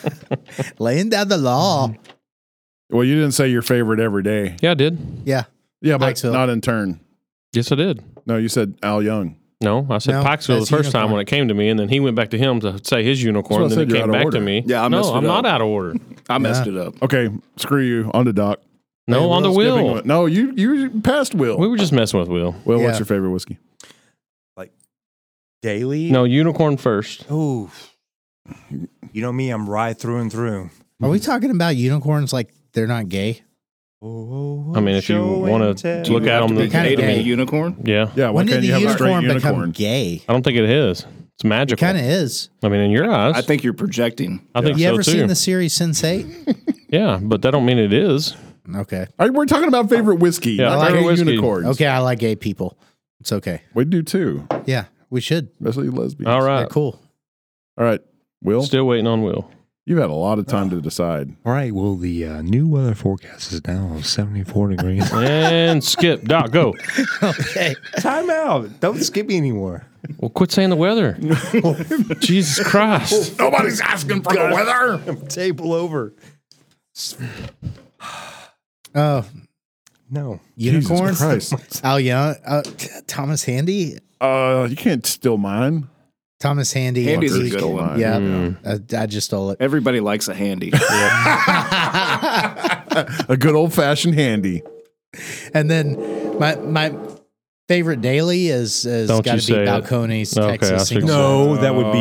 [SPEAKER 2] laying down the law.
[SPEAKER 1] Well, you didn't say your favorite every day.
[SPEAKER 3] Yeah, I did.
[SPEAKER 2] Yeah.
[SPEAKER 1] Yeah, but
[SPEAKER 2] Pikesville.
[SPEAKER 1] not in turn.
[SPEAKER 3] Yes, I did.
[SPEAKER 1] No, you said Al Young.
[SPEAKER 3] No, I said
[SPEAKER 2] No,
[SPEAKER 3] Pikesville the
[SPEAKER 2] that's
[SPEAKER 3] first time
[SPEAKER 2] unicorn.
[SPEAKER 3] when it came to me, and then he went back to him to say his unicorn, and
[SPEAKER 1] That's
[SPEAKER 3] then
[SPEAKER 1] what I said,
[SPEAKER 3] it
[SPEAKER 1] you're
[SPEAKER 3] came
[SPEAKER 1] out of
[SPEAKER 3] back
[SPEAKER 1] order.
[SPEAKER 3] to me.
[SPEAKER 6] Yeah, I
[SPEAKER 3] no,
[SPEAKER 6] messed it
[SPEAKER 3] I'm
[SPEAKER 6] up.
[SPEAKER 3] not out of order.
[SPEAKER 6] I messed it up.
[SPEAKER 1] Okay, screw you. On to Doc.
[SPEAKER 3] No, on the
[SPEAKER 1] Will's giving
[SPEAKER 3] wheel.
[SPEAKER 1] one- No, you you passed Will.
[SPEAKER 3] We
[SPEAKER 1] Will,
[SPEAKER 3] were just messing with Will.
[SPEAKER 1] what's
[SPEAKER 2] Yeah.
[SPEAKER 1] your favorite whiskey?
[SPEAKER 5] daily.
[SPEAKER 3] No, unicorn first.
[SPEAKER 5] Oh, you know me. I'm right through and through.
[SPEAKER 2] Are we talking about unicorns like they're not gay?
[SPEAKER 5] Oh,
[SPEAKER 3] I mean, if you want to look at
[SPEAKER 6] Have
[SPEAKER 3] them,
[SPEAKER 6] to be
[SPEAKER 2] Kinda
[SPEAKER 6] gay to be
[SPEAKER 2] gay.
[SPEAKER 6] a unicorn.
[SPEAKER 3] yeah.
[SPEAKER 1] Yeah, why
[SPEAKER 2] when did
[SPEAKER 1] can't
[SPEAKER 2] the
[SPEAKER 1] you have a straight
[SPEAKER 2] unicorn become
[SPEAKER 1] unicorn?
[SPEAKER 2] gay?
[SPEAKER 3] I don't think it is. It's magical.
[SPEAKER 2] Kind of is.
[SPEAKER 3] I mean, in your eyes,
[SPEAKER 6] I think you're projecting.
[SPEAKER 3] I think
[SPEAKER 2] You
[SPEAKER 3] so
[SPEAKER 2] ever
[SPEAKER 3] too.
[SPEAKER 2] seen the series Sense Eight?
[SPEAKER 3] Yeah, but that don't mean it is.
[SPEAKER 2] Okay.
[SPEAKER 1] All right, we're talking about favorite whiskey,
[SPEAKER 3] Yeah,
[SPEAKER 1] not
[SPEAKER 3] favorite
[SPEAKER 1] favorite
[SPEAKER 3] whiskey.
[SPEAKER 1] unicorns.
[SPEAKER 2] Okay, I like gay people. It's okay.
[SPEAKER 1] we do too,
[SPEAKER 2] Yeah, we should.
[SPEAKER 1] especially lesbians.
[SPEAKER 3] All
[SPEAKER 2] They're
[SPEAKER 3] right.
[SPEAKER 2] cool.
[SPEAKER 1] All right, Will,
[SPEAKER 3] Still waiting on Will.
[SPEAKER 1] you've had a lot of time to decide.
[SPEAKER 7] All right. Well, the uh, new weather forecast is now 74 degrees.
[SPEAKER 3] And skip. Doc, go.
[SPEAKER 2] Okay.
[SPEAKER 5] Time out. Don't skip me anymore.
[SPEAKER 3] Well, quit saying the weather. Jesus Christ.
[SPEAKER 1] Nobody's asking for the weather.
[SPEAKER 5] Table over.
[SPEAKER 2] Oh,
[SPEAKER 5] No.
[SPEAKER 2] unicorns.
[SPEAKER 1] Christ.
[SPEAKER 2] Al Young, uh, Thomas Handy.
[SPEAKER 1] Uh, you can't steal mine.
[SPEAKER 2] Thomas Handy.
[SPEAKER 6] Handy's a
[SPEAKER 2] Antique.
[SPEAKER 6] good one.
[SPEAKER 2] Yeah,
[SPEAKER 3] Hmm.
[SPEAKER 2] I, I just stole it.
[SPEAKER 6] Everybody likes a handy.
[SPEAKER 1] A good old fashioned handy.
[SPEAKER 2] And then my my favorite daily is is
[SPEAKER 3] Don't
[SPEAKER 2] got
[SPEAKER 3] you
[SPEAKER 2] to be
[SPEAKER 3] say it.
[SPEAKER 2] Balcones,
[SPEAKER 3] Okay, I
[SPEAKER 2] Texas.
[SPEAKER 3] should
[SPEAKER 2] Single Malt.
[SPEAKER 5] No, that would
[SPEAKER 1] Oh,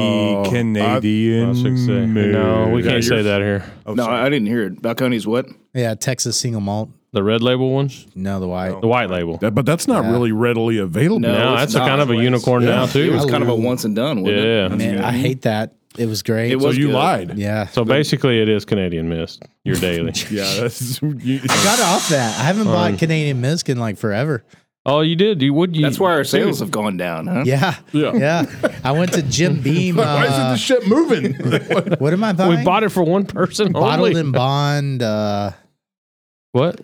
[SPEAKER 5] be
[SPEAKER 1] I-
[SPEAKER 5] Canadian.
[SPEAKER 3] No, we
[SPEAKER 5] made.
[SPEAKER 3] can't say that here.
[SPEAKER 5] Oh,
[SPEAKER 6] no,
[SPEAKER 5] sorry.
[SPEAKER 6] I didn't hear it. Balcones what?
[SPEAKER 2] Yeah, Texas single malt.
[SPEAKER 3] The red label one?
[SPEAKER 2] No, the white.
[SPEAKER 3] The white label.
[SPEAKER 1] That- but that's not really readily available.
[SPEAKER 6] No.
[SPEAKER 3] No,
[SPEAKER 6] it's
[SPEAKER 3] that's a
[SPEAKER 6] not.
[SPEAKER 3] kind of a unicorn now,
[SPEAKER 6] It
[SPEAKER 3] too.
[SPEAKER 6] was kind of a once and done, wasn't it?
[SPEAKER 3] Yeah.
[SPEAKER 2] Man, I hate that. It was great.
[SPEAKER 6] It
[SPEAKER 1] So
[SPEAKER 6] was
[SPEAKER 1] you
[SPEAKER 6] good.
[SPEAKER 1] lied.
[SPEAKER 2] Yeah.
[SPEAKER 3] So basically, it is Canadian Mist, your daily.
[SPEAKER 1] Yeah, that's you,
[SPEAKER 2] Got off that. I haven't
[SPEAKER 3] Um,
[SPEAKER 2] bought Canadian Miskin like forever.
[SPEAKER 3] oh, you did. You would. You,
[SPEAKER 6] That's why our sales have gone down, huh?
[SPEAKER 2] Yeah. Yeah. I went to Jim Beam.
[SPEAKER 1] Why isn't
[SPEAKER 2] Uh,
[SPEAKER 1] this shit moving?
[SPEAKER 2] what am I buying?
[SPEAKER 3] we bought it for one person
[SPEAKER 2] Bottled
[SPEAKER 3] only.
[SPEAKER 2] in Bond, uh,
[SPEAKER 3] what?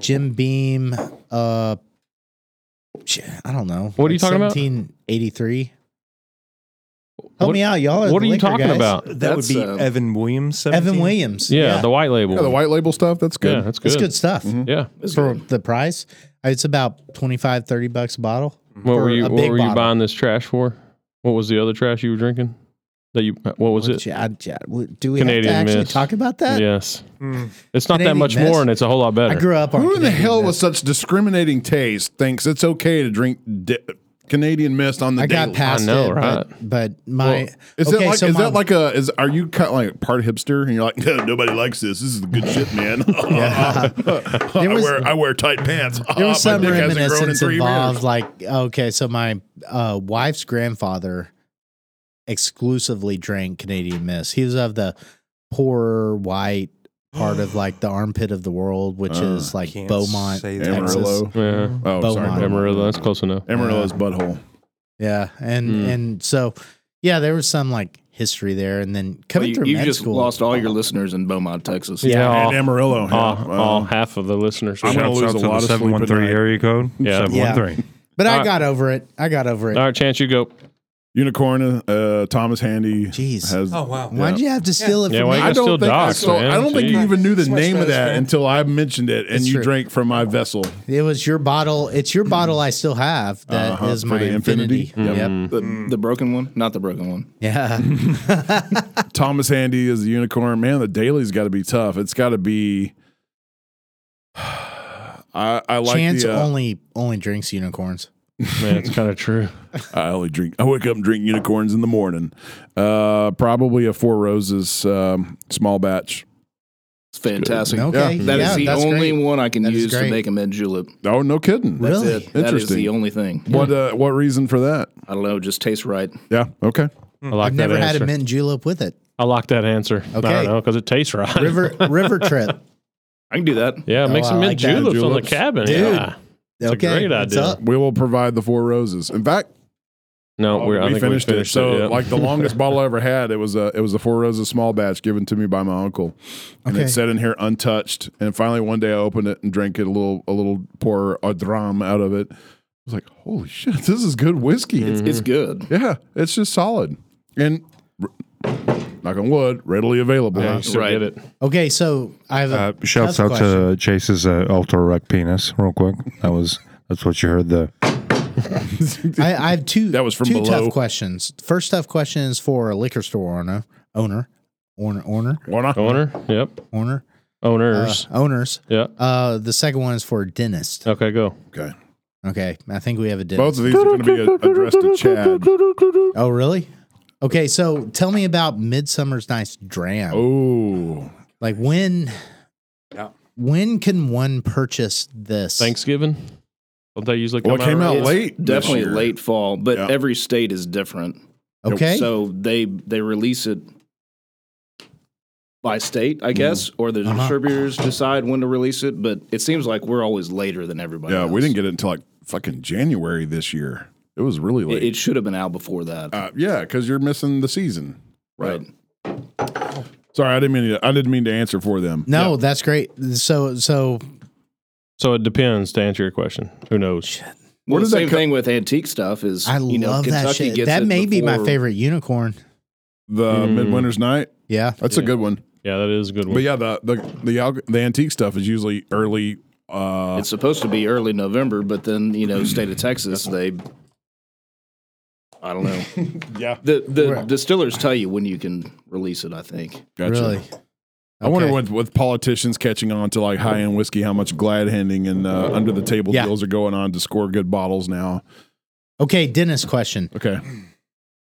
[SPEAKER 2] Jim Beam. Uh, shit, I don't know.
[SPEAKER 3] What are you talking about?
[SPEAKER 2] 1783. Help
[SPEAKER 3] What-
[SPEAKER 2] me out, y'all.
[SPEAKER 3] What
[SPEAKER 2] the
[SPEAKER 3] are you
[SPEAKER 2] liquor
[SPEAKER 3] talking
[SPEAKER 2] guys.
[SPEAKER 3] about?
[SPEAKER 5] That would
[SPEAKER 6] That's,
[SPEAKER 5] be
[SPEAKER 6] uh,
[SPEAKER 5] Evan Williams. 17?
[SPEAKER 2] Evan Williams.
[SPEAKER 3] Yeah, the white label.
[SPEAKER 1] yeah, the white label stuff. That's
[SPEAKER 3] Yeah,
[SPEAKER 1] good.
[SPEAKER 3] that's good.
[SPEAKER 2] It's
[SPEAKER 3] Mm-hmm.
[SPEAKER 2] good stuff.
[SPEAKER 3] Yeah.
[SPEAKER 6] It's
[SPEAKER 2] For
[SPEAKER 6] good.
[SPEAKER 2] the price, Uh, it's about 25, 30 bucks a bottle.
[SPEAKER 3] What
[SPEAKER 2] For
[SPEAKER 3] were you?
[SPEAKER 2] a
[SPEAKER 3] What
[SPEAKER 2] big
[SPEAKER 3] were you
[SPEAKER 2] bottle.
[SPEAKER 3] buying this trash for? What was the other trash you were drinking? That you?
[SPEAKER 2] Uh,
[SPEAKER 3] What was it?
[SPEAKER 2] Which, I- I- do we have
[SPEAKER 3] Canadian
[SPEAKER 2] to actually
[SPEAKER 3] Mist.
[SPEAKER 2] talk about that?
[SPEAKER 3] Yes. It's not that
[SPEAKER 2] Canadian
[SPEAKER 3] much
[SPEAKER 2] Mist.
[SPEAKER 3] more, and it's a whole lot
[SPEAKER 2] I
[SPEAKER 3] better.
[SPEAKER 2] grew up on
[SPEAKER 1] Who in the
[SPEAKER 2] Canadian
[SPEAKER 1] hell
[SPEAKER 2] Mist.
[SPEAKER 1] with such discriminating taste thinks it's okay to drink di- Canadian mist on the
[SPEAKER 2] I got
[SPEAKER 1] daily?
[SPEAKER 2] past
[SPEAKER 3] I know,
[SPEAKER 2] it,
[SPEAKER 3] right?
[SPEAKER 2] but, but my
[SPEAKER 1] Is
[SPEAKER 2] okay,
[SPEAKER 1] that like
[SPEAKER 2] so
[SPEAKER 1] is
[SPEAKER 2] my,
[SPEAKER 1] that like a is are you kind of like part hipster and you're like "No, nobody likes this this is the good shit man I
[SPEAKER 2] was-
[SPEAKER 1] wear I wear tight pants
[SPEAKER 2] there was
[SPEAKER 1] My
[SPEAKER 2] some
[SPEAKER 1] dick hasn't grown in
[SPEAKER 2] reminiscence
[SPEAKER 1] three years.
[SPEAKER 2] involved. Like okay, so my uh, wife's grandfather exclusively drank Canadian Mist. He was of the poor white part of like the armpit of the world, which
[SPEAKER 1] Uh,
[SPEAKER 2] is like
[SPEAKER 5] can't
[SPEAKER 2] Beaumont,
[SPEAKER 5] say that.
[SPEAKER 2] Texas.
[SPEAKER 1] Amarillo
[SPEAKER 3] Yeah.
[SPEAKER 1] oh
[SPEAKER 2] Beaumont.
[SPEAKER 1] sorry
[SPEAKER 3] Amarillo. That's close enough.
[SPEAKER 1] Amarillo's butthole
[SPEAKER 2] Yeah, and
[SPEAKER 3] Hmm.
[SPEAKER 2] and so yeah, there was some like history there, and then
[SPEAKER 6] Well,
[SPEAKER 2] coming
[SPEAKER 6] you
[SPEAKER 2] through
[SPEAKER 6] you
[SPEAKER 2] med
[SPEAKER 6] just
[SPEAKER 2] school,
[SPEAKER 6] lost all your listeners in Beaumont, Texas.
[SPEAKER 3] Yeah. all-
[SPEAKER 1] and Amarillo yeah.
[SPEAKER 3] all- all
[SPEAKER 1] Well,
[SPEAKER 3] half of the listeners.
[SPEAKER 1] I'm gonna
[SPEAKER 7] Oh. Shouts
[SPEAKER 1] lose
[SPEAKER 7] out
[SPEAKER 1] a
[SPEAKER 7] to
[SPEAKER 1] lot
[SPEAKER 7] the
[SPEAKER 1] of sleep at
[SPEAKER 7] 713
[SPEAKER 1] night.
[SPEAKER 7] area code.
[SPEAKER 3] Yeah.
[SPEAKER 7] 713.
[SPEAKER 2] but I
[SPEAKER 3] Alright.
[SPEAKER 2] got over it. I got over it.
[SPEAKER 3] All right, Chance, you go.
[SPEAKER 1] unicorn uh, Thomas Handy
[SPEAKER 2] Jeez.
[SPEAKER 1] has
[SPEAKER 5] Oh, wow.
[SPEAKER 2] Why'd you have to steal it
[SPEAKER 3] Yeah,
[SPEAKER 2] from
[SPEAKER 3] why
[SPEAKER 2] me?
[SPEAKER 3] you
[SPEAKER 1] I
[SPEAKER 3] That's
[SPEAKER 1] don't
[SPEAKER 3] still
[SPEAKER 1] think I,
[SPEAKER 3] dogs,
[SPEAKER 1] so,
[SPEAKER 3] man.
[SPEAKER 1] I don't think you
[SPEAKER 3] Jeez.
[SPEAKER 1] even knew the
[SPEAKER 5] much
[SPEAKER 1] name of
[SPEAKER 5] better,
[SPEAKER 1] that
[SPEAKER 5] man.
[SPEAKER 1] until I mentioned it and
[SPEAKER 2] It's
[SPEAKER 1] you
[SPEAKER 2] true.
[SPEAKER 1] drank from my vessel
[SPEAKER 2] It was your bottle. It's your bottle I still have. That is
[SPEAKER 1] Uh-huh, for
[SPEAKER 2] my
[SPEAKER 1] the
[SPEAKER 2] infinity.
[SPEAKER 1] Infinity?
[SPEAKER 2] Yep.
[SPEAKER 6] The,
[SPEAKER 1] Mm.
[SPEAKER 6] the broken one? Not the broken one.
[SPEAKER 2] Yeah.
[SPEAKER 3] Mm-hmm.
[SPEAKER 1] Thomas Handy is the unicorn. Man, the daily's got to be tough. It's got to be. I, I like
[SPEAKER 2] Chance
[SPEAKER 1] the. Uh,
[SPEAKER 2] only only drinks unicorns.
[SPEAKER 3] Man, it's kind of true.
[SPEAKER 1] I only drink. I wake up and drink unicorns in the morning. Uh, probably a Four Roses um, small batch.
[SPEAKER 6] It's fantastic.
[SPEAKER 2] Okay.
[SPEAKER 1] Yeah.
[SPEAKER 6] That is
[SPEAKER 2] Yeah,
[SPEAKER 6] the
[SPEAKER 2] that's
[SPEAKER 6] only
[SPEAKER 2] great.
[SPEAKER 6] one I can
[SPEAKER 2] That is
[SPEAKER 6] use to
[SPEAKER 2] great.
[SPEAKER 6] make a med julep.
[SPEAKER 1] Oh, no kidding.
[SPEAKER 6] That's
[SPEAKER 2] Really?
[SPEAKER 6] it. That is
[SPEAKER 1] Interesting.
[SPEAKER 6] the only thing.
[SPEAKER 1] What uh, what reason for that?
[SPEAKER 6] I don't know. it Just tastes right.
[SPEAKER 1] Yeah. Okay.
[SPEAKER 3] I like
[SPEAKER 2] Mm. I've
[SPEAKER 3] that
[SPEAKER 2] never had
[SPEAKER 3] answer.
[SPEAKER 2] a mint julep with it.
[SPEAKER 3] I like that answer. I
[SPEAKER 2] Okay.
[SPEAKER 3] don't know because it tastes right.
[SPEAKER 2] River River Trip.
[SPEAKER 6] I can do that.
[SPEAKER 3] Yeah, make
[SPEAKER 2] Oh,
[SPEAKER 3] some
[SPEAKER 2] I
[SPEAKER 3] mint
[SPEAKER 2] like that.
[SPEAKER 3] juleps, on the
[SPEAKER 1] Juleps.
[SPEAKER 3] cabin.
[SPEAKER 2] Dude.
[SPEAKER 3] Yeah. It's a
[SPEAKER 2] okay.
[SPEAKER 3] great
[SPEAKER 2] that's
[SPEAKER 3] idea.
[SPEAKER 2] up.
[SPEAKER 1] We will provide the Four Roses. In fact,
[SPEAKER 3] No, we're, I
[SPEAKER 1] Oh, we
[SPEAKER 3] think
[SPEAKER 1] finished,
[SPEAKER 3] Oh, we finished
[SPEAKER 1] it. So,
[SPEAKER 3] yeah.
[SPEAKER 1] like the longest bottle I ever had, it was a it was a Four Roses small batch given to me by my uncle, and
[SPEAKER 2] Okay.
[SPEAKER 1] it sat in here untouched. And finally, one day, I opened it and drank it a little a little pour a dram out of it. I was like, "Holy shit, this is good whiskey!" It's,
[SPEAKER 6] It's good.
[SPEAKER 1] yeah, it's just solid and r- knock on wood, readily available.
[SPEAKER 3] Yeah, you still
[SPEAKER 6] Right.
[SPEAKER 3] get it.
[SPEAKER 2] Okay, so I have a
[SPEAKER 7] Uh, shouts
[SPEAKER 2] tough
[SPEAKER 7] out
[SPEAKER 2] question.
[SPEAKER 7] to Chase's uh, ultra erect penis, real quick. That was that's what you heard. The
[SPEAKER 2] I, I have two.
[SPEAKER 1] That was from
[SPEAKER 2] two
[SPEAKER 1] below.
[SPEAKER 2] tough questions. First tough question is for a liquor store owner, owner, owner, owner,
[SPEAKER 1] Why not?
[SPEAKER 3] Owner. Yep.
[SPEAKER 2] owner, uh,
[SPEAKER 3] Owners.
[SPEAKER 2] owners.
[SPEAKER 3] yeah.
[SPEAKER 2] Uh, the second one is for a dentist.
[SPEAKER 3] Okay, go.
[SPEAKER 1] Okay,
[SPEAKER 3] Oh.
[SPEAKER 2] Okay, I think we have a dentist.
[SPEAKER 1] both of these are going to be a- addressed to Chad.
[SPEAKER 2] Oh, really? Okay, so tell me about Midsummer's Night's Dram.
[SPEAKER 1] Oh,
[SPEAKER 2] Like when when can one purchase this?
[SPEAKER 3] Thanksgiving. Don't they usually come
[SPEAKER 1] well, it came
[SPEAKER 3] around?
[SPEAKER 1] out
[SPEAKER 6] It's
[SPEAKER 1] late. this
[SPEAKER 6] Definitely
[SPEAKER 1] year.
[SPEAKER 6] late fall, but
[SPEAKER 1] Yeah.
[SPEAKER 6] every state is different.
[SPEAKER 2] Okay.
[SPEAKER 6] So they they release it by state, I guess, or the
[SPEAKER 2] Uh-huh.
[SPEAKER 6] distributors decide when to release it. But it seems like we're always later than everybody.
[SPEAKER 1] Yeah, we
[SPEAKER 6] else.
[SPEAKER 1] didn't get it until like fucking January this year. It was really late.
[SPEAKER 6] It, it should have been out before that,
[SPEAKER 1] uh, yeah, because you're missing the season.
[SPEAKER 6] right?
[SPEAKER 1] Sorry, I didn't mean to, I didn't mean to answer for them.
[SPEAKER 2] no, that's great. So so
[SPEAKER 3] So it depends to answer your question. Who knows?
[SPEAKER 6] Well, the
[SPEAKER 1] does that
[SPEAKER 6] same
[SPEAKER 1] co-
[SPEAKER 6] thing with antique stuff is
[SPEAKER 2] I
[SPEAKER 6] you know,
[SPEAKER 2] love that
[SPEAKER 6] Kentucky
[SPEAKER 2] shit.
[SPEAKER 6] gets
[SPEAKER 2] That
[SPEAKER 6] it
[SPEAKER 2] may be my
[SPEAKER 6] before-
[SPEAKER 2] favorite unicorn.
[SPEAKER 1] The
[SPEAKER 3] Mm.
[SPEAKER 1] Midwinter's Night.
[SPEAKER 2] Yeah.
[SPEAKER 1] That's a
[SPEAKER 3] Yeah.
[SPEAKER 1] good one.
[SPEAKER 3] Yeah, that is a good one.
[SPEAKER 1] But yeah, the the the, al- the antique stuff is usually early. Uh,
[SPEAKER 6] It's supposed to be early November, but then you know, state of Texas, they. I don't know.
[SPEAKER 1] yeah,
[SPEAKER 6] The the
[SPEAKER 2] Right.
[SPEAKER 6] distillers tell you when you can release it. I think.
[SPEAKER 1] gotcha.
[SPEAKER 2] Really.
[SPEAKER 1] I wonder
[SPEAKER 2] Okay.
[SPEAKER 1] with with politicians catching on to like high end whiskey, how much glad handing and uh, under the table
[SPEAKER 2] Yeah.
[SPEAKER 1] deals are going on to score good bottles now.
[SPEAKER 2] Okay, Dennis question.
[SPEAKER 1] Okay,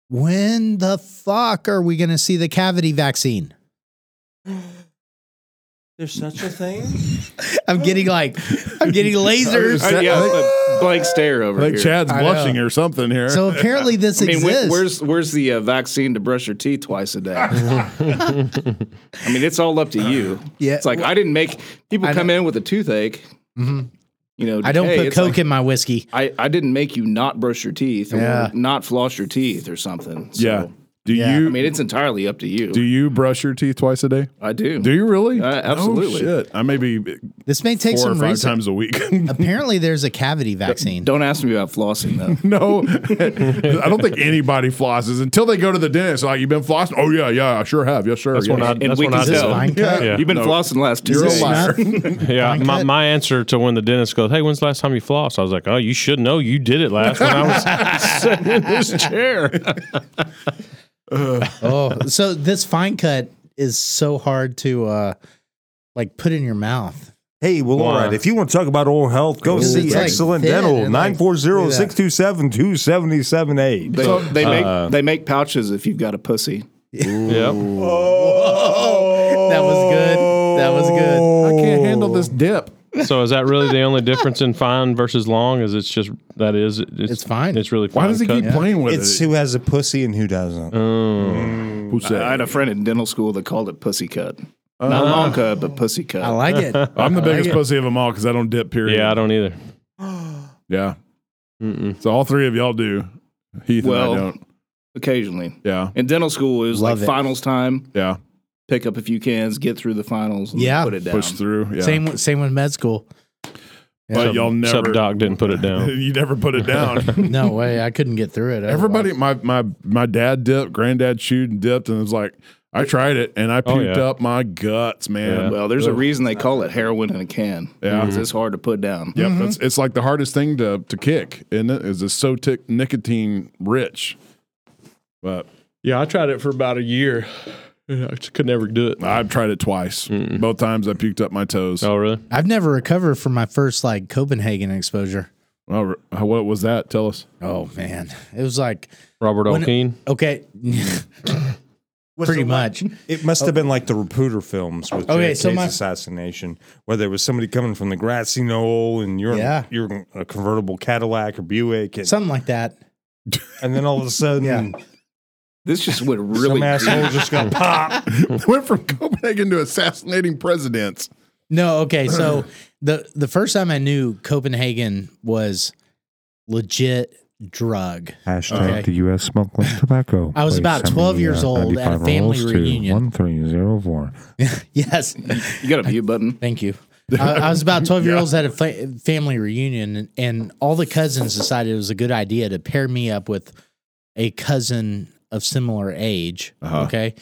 [SPEAKER 2] When the fuck are we going to see the cavity vaccine?
[SPEAKER 5] There's such a thing.
[SPEAKER 2] I'm getting like I'm getting lasers.
[SPEAKER 1] Uh, yeah,
[SPEAKER 6] blank stare over
[SPEAKER 1] I think Chad's
[SPEAKER 2] I know.
[SPEAKER 1] blushing or something here.
[SPEAKER 2] So apparently this
[SPEAKER 6] I mean, wh-
[SPEAKER 2] exists.
[SPEAKER 6] where's where's the uh, vaccine to brush your teeth twice a day? I mean, it's all up to you.
[SPEAKER 2] Yeah.
[SPEAKER 6] It's like I didn't make people
[SPEAKER 2] I
[SPEAKER 6] come in with a toothache.
[SPEAKER 2] Mhm.
[SPEAKER 6] You know,
[SPEAKER 2] I don't
[SPEAKER 6] decay.
[SPEAKER 2] put
[SPEAKER 6] It's
[SPEAKER 2] coke
[SPEAKER 6] like,
[SPEAKER 2] in my whiskey.
[SPEAKER 6] I, I didn't make you not brush your teeth or
[SPEAKER 2] Yeah.
[SPEAKER 6] not floss your teeth or something. So,
[SPEAKER 1] yeah. Do
[SPEAKER 2] Yeah.
[SPEAKER 1] you
[SPEAKER 6] I mean, it's entirely up to you.
[SPEAKER 1] do you brush your teeth twice a day?
[SPEAKER 6] I do.
[SPEAKER 1] Do you really?
[SPEAKER 6] Uh, absolutely.
[SPEAKER 1] No shit. I maybe
[SPEAKER 2] This may take
[SPEAKER 1] four or
[SPEAKER 2] some
[SPEAKER 1] five
[SPEAKER 2] research.
[SPEAKER 1] times a week.
[SPEAKER 2] Apparently there's a cavity vaccine.
[SPEAKER 6] Don't ask me about flossing though.
[SPEAKER 1] no, I don't think anybody flosses until they go to the dentist. Like you've been flossing? Oh yeah, yeah, I sure have. Yes, sir.
[SPEAKER 3] That's
[SPEAKER 1] yeah.
[SPEAKER 3] what I. That's
[SPEAKER 6] we
[SPEAKER 3] what
[SPEAKER 6] can
[SPEAKER 3] I
[SPEAKER 2] Is this
[SPEAKER 3] do.
[SPEAKER 6] tell.
[SPEAKER 2] fine cut?
[SPEAKER 3] Yeah.
[SPEAKER 6] You've been
[SPEAKER 1] No.
[SPEAKER 6] flossing the last 2
[SPEAKER 2] Is
[SPEAKER 6] days.
[SPEAKER 2] this not-
[SPEAKER 3] Yeah,
[SPEAKER 2] Fine
[SPEAKER 3] my,
[SPEAKER 2] cut.
[SPEAKER 3] my answer to when the dentist goes, "Hey, when's the last time you flossed?" I was like, "Oh, you should know. You did it last when I was sitting in this chair."
[SPEAKER 2] oh, so this fine cut is so hard to uh like put in your mouth.
[SPEAKER 5] Hey, well, all
[SPEAKER 3] Why?
[SPEAKER 5] right. If you want to talk about oral health, go
[SPEAKER 2] Because
[SPEAKER 5] see
[SPEAKER 2] it's, like,
[SPEAKER 5] Excellent
[SPEAKER 2] thin
[SPEAKER 5] Dental,
[SPEAKER 2] and, like,
[SPEAKER 5] 940 627
[SPEAKER 6] They,
[SPEAKER 5] 2778.
[SPEAKER 6] they make
[SPEAKER 1] uh,
[SPEAKER 6] they make pouches if you've got a pussy.
[SPEAKER 3] yep.
[SPEAKER 2] That was good. That was good.
[SPEAKER 5] Oh.
[SPEAKER 1] I can't handle
[SPEAKER 2] Oh.
[SPEAKER 1] this dip.
[SPEAKER 3] So is that really the only difference in fine versus long? Is it's just that is it's,
[SPEAKER 2] It's fine.
[SPEAKER 3] It's really fine.
[SPEAKER 1] Why does he
[SPEAKER 3] cut. Oh.
[SPEAKER 1] keep playing with
[SPEAKER 5] It's
[SPEAKER 1] it?
[SPEAKER 5] who has a pussy and who doesn't.
[SPEAKER 1] Who said?
[SPEAKER 6] I had a friend in dental school that called it pussy cut. Not long cut, but pussy cut.
[SPEAKER 2] Uh-huh. I like it.
[SPEAKER 1] I'm the biggest pussy of them all because I don't dip. Period.
[SPEAKER 3] Yeah, I don't either.
[SPEAKER 1] Yeah. So all three of y'all do. Heath
[SPEAKER 6] Well-
[SPEAKER 1] and I don't.
[SPEAKER 6] occasionally.
[SPEAKER 1] Yeah.
[SPEAKER 6] In dental school, it was
[SPEAKER 2] Love
[SPEAKER 6] like
[SPEAKER 2] it.
[SPEAKER 6] finals time.
[SPEAKER 1] Yeah.
[SPEAKER 6] Pick up a few cans, get through the finals, and
[SPEAKER 2] Yeah.
[SPEAKER 6] put it down.
[SPEAKER 1] Push through. Yeah.
[SPEAKER 2] Same with- same with med school.
[SPEAKER 1] But y'all
[SPEAKER 3] Except
[SPEAKER 1] never.
[SPEAKER 3] Doc didn't put it down.
[SPEAKER 1] you never put it down.
[SPEAKER 2] No way, I couldn't get through it. otherwise.
[SPEAKER 1] Everybody, my my my dad dipped, granddad chewed and dipped, and it was like I tried it and I
[SPEAKER 3] Oh,
[SPEAKER 1] puked
[SPEAKER 3] yeah.
[SPEAKER 1] up my guts, man.
[SPEAKER 6] Well, there's a
[SPEAKER 1] Ugh.
[SPEAKER 6] reason they call it heroin in a can.
[SPEAKER 1] Yeah. Mm-hmm.
[SPEAKER 6] 'Cause it's hard to put down.
[SPEAKER 1] Yep, it's, it's like the hardest thing to to kick, isn't it? Is it's so tic- nicotine rich, but
[SPEAKER 3] Yeah, I tried it for about a year. I just could never do it.
[SPEAKER 1] I've tried it twice. Both times I puked up my toes.
[SPEAKER 3] Oh, really?
[SPEAKER 2] I've never recovered from my first like Copenhagen exposure.
[SPEAKER 1] Oh, r- what was that? Tell us.
[SPEAKER 2] Oh man, it was like
[SPEAKER 3] Robert
[SPEAKER 2] When-
[SPEAKER 3] O'Keen.
[SPEAKER 2] okay, pretty much. Oh.
[SPEAKER 5] It must have been like the Rapooter films with
[SPEAKER 2] Okay,
[SPEAKER 5] JFK's
[SPEAKER 2] so my-
[SPEAKER 5] assassination, where there was somebody coming from the grassy knoll, and you're
[SPEAKER 2] Yeah.
[SPEAKER 5] you're in a convertible Cadillac or Buick, and,
[SPEAKER 2] Something like that.
[SPEAKER 5] and then all of a sudden,
[SPEAKER 2] Yeah.
[SPEAKER 6] This just went
[SPEAKER 5] some
[SPEAKER 6] really.
[SPEAKER 5] asshole just got popped.
[SPEAKER 3] Hmm.
[SPEAKER 1] Went from Copenhagen to assassinating presidents.
[SPEAKER 2] No, okay. So the the first time I knew Copenhagen was legit drug.
[SPEAKER 7] Hashtag
[SPEAKER 2] Okay.
[SPEAKER 7] the U.S. smokeless tobacco.
[SPEAKER 2] I was
[SPEAKER 7] Please
[SPEAKER 2] about
[SPEAKER 7] send
[SPEAKER 2] 12
[SPEAKER 7] me,
[SPEAKER 2] years
[SPEAKER 7] uh,
[SPEAKER 2] old at a
[SPEAKER 7] 95
[SPEAKER 2] family
[SPEAKER 7] rolls to
[SPEAKER 2] reunion.
[SPEAKER 7] 1304.
[SPEAKER 2] yes,
[SPEAKER 6] You got a mute button.
[SPEAKER 2] thank you. I, I was about twelve year olds at a fa- family reunion, and, and all the cousins decided it was a good idea to pair me up with a cousin of similar age. Okay,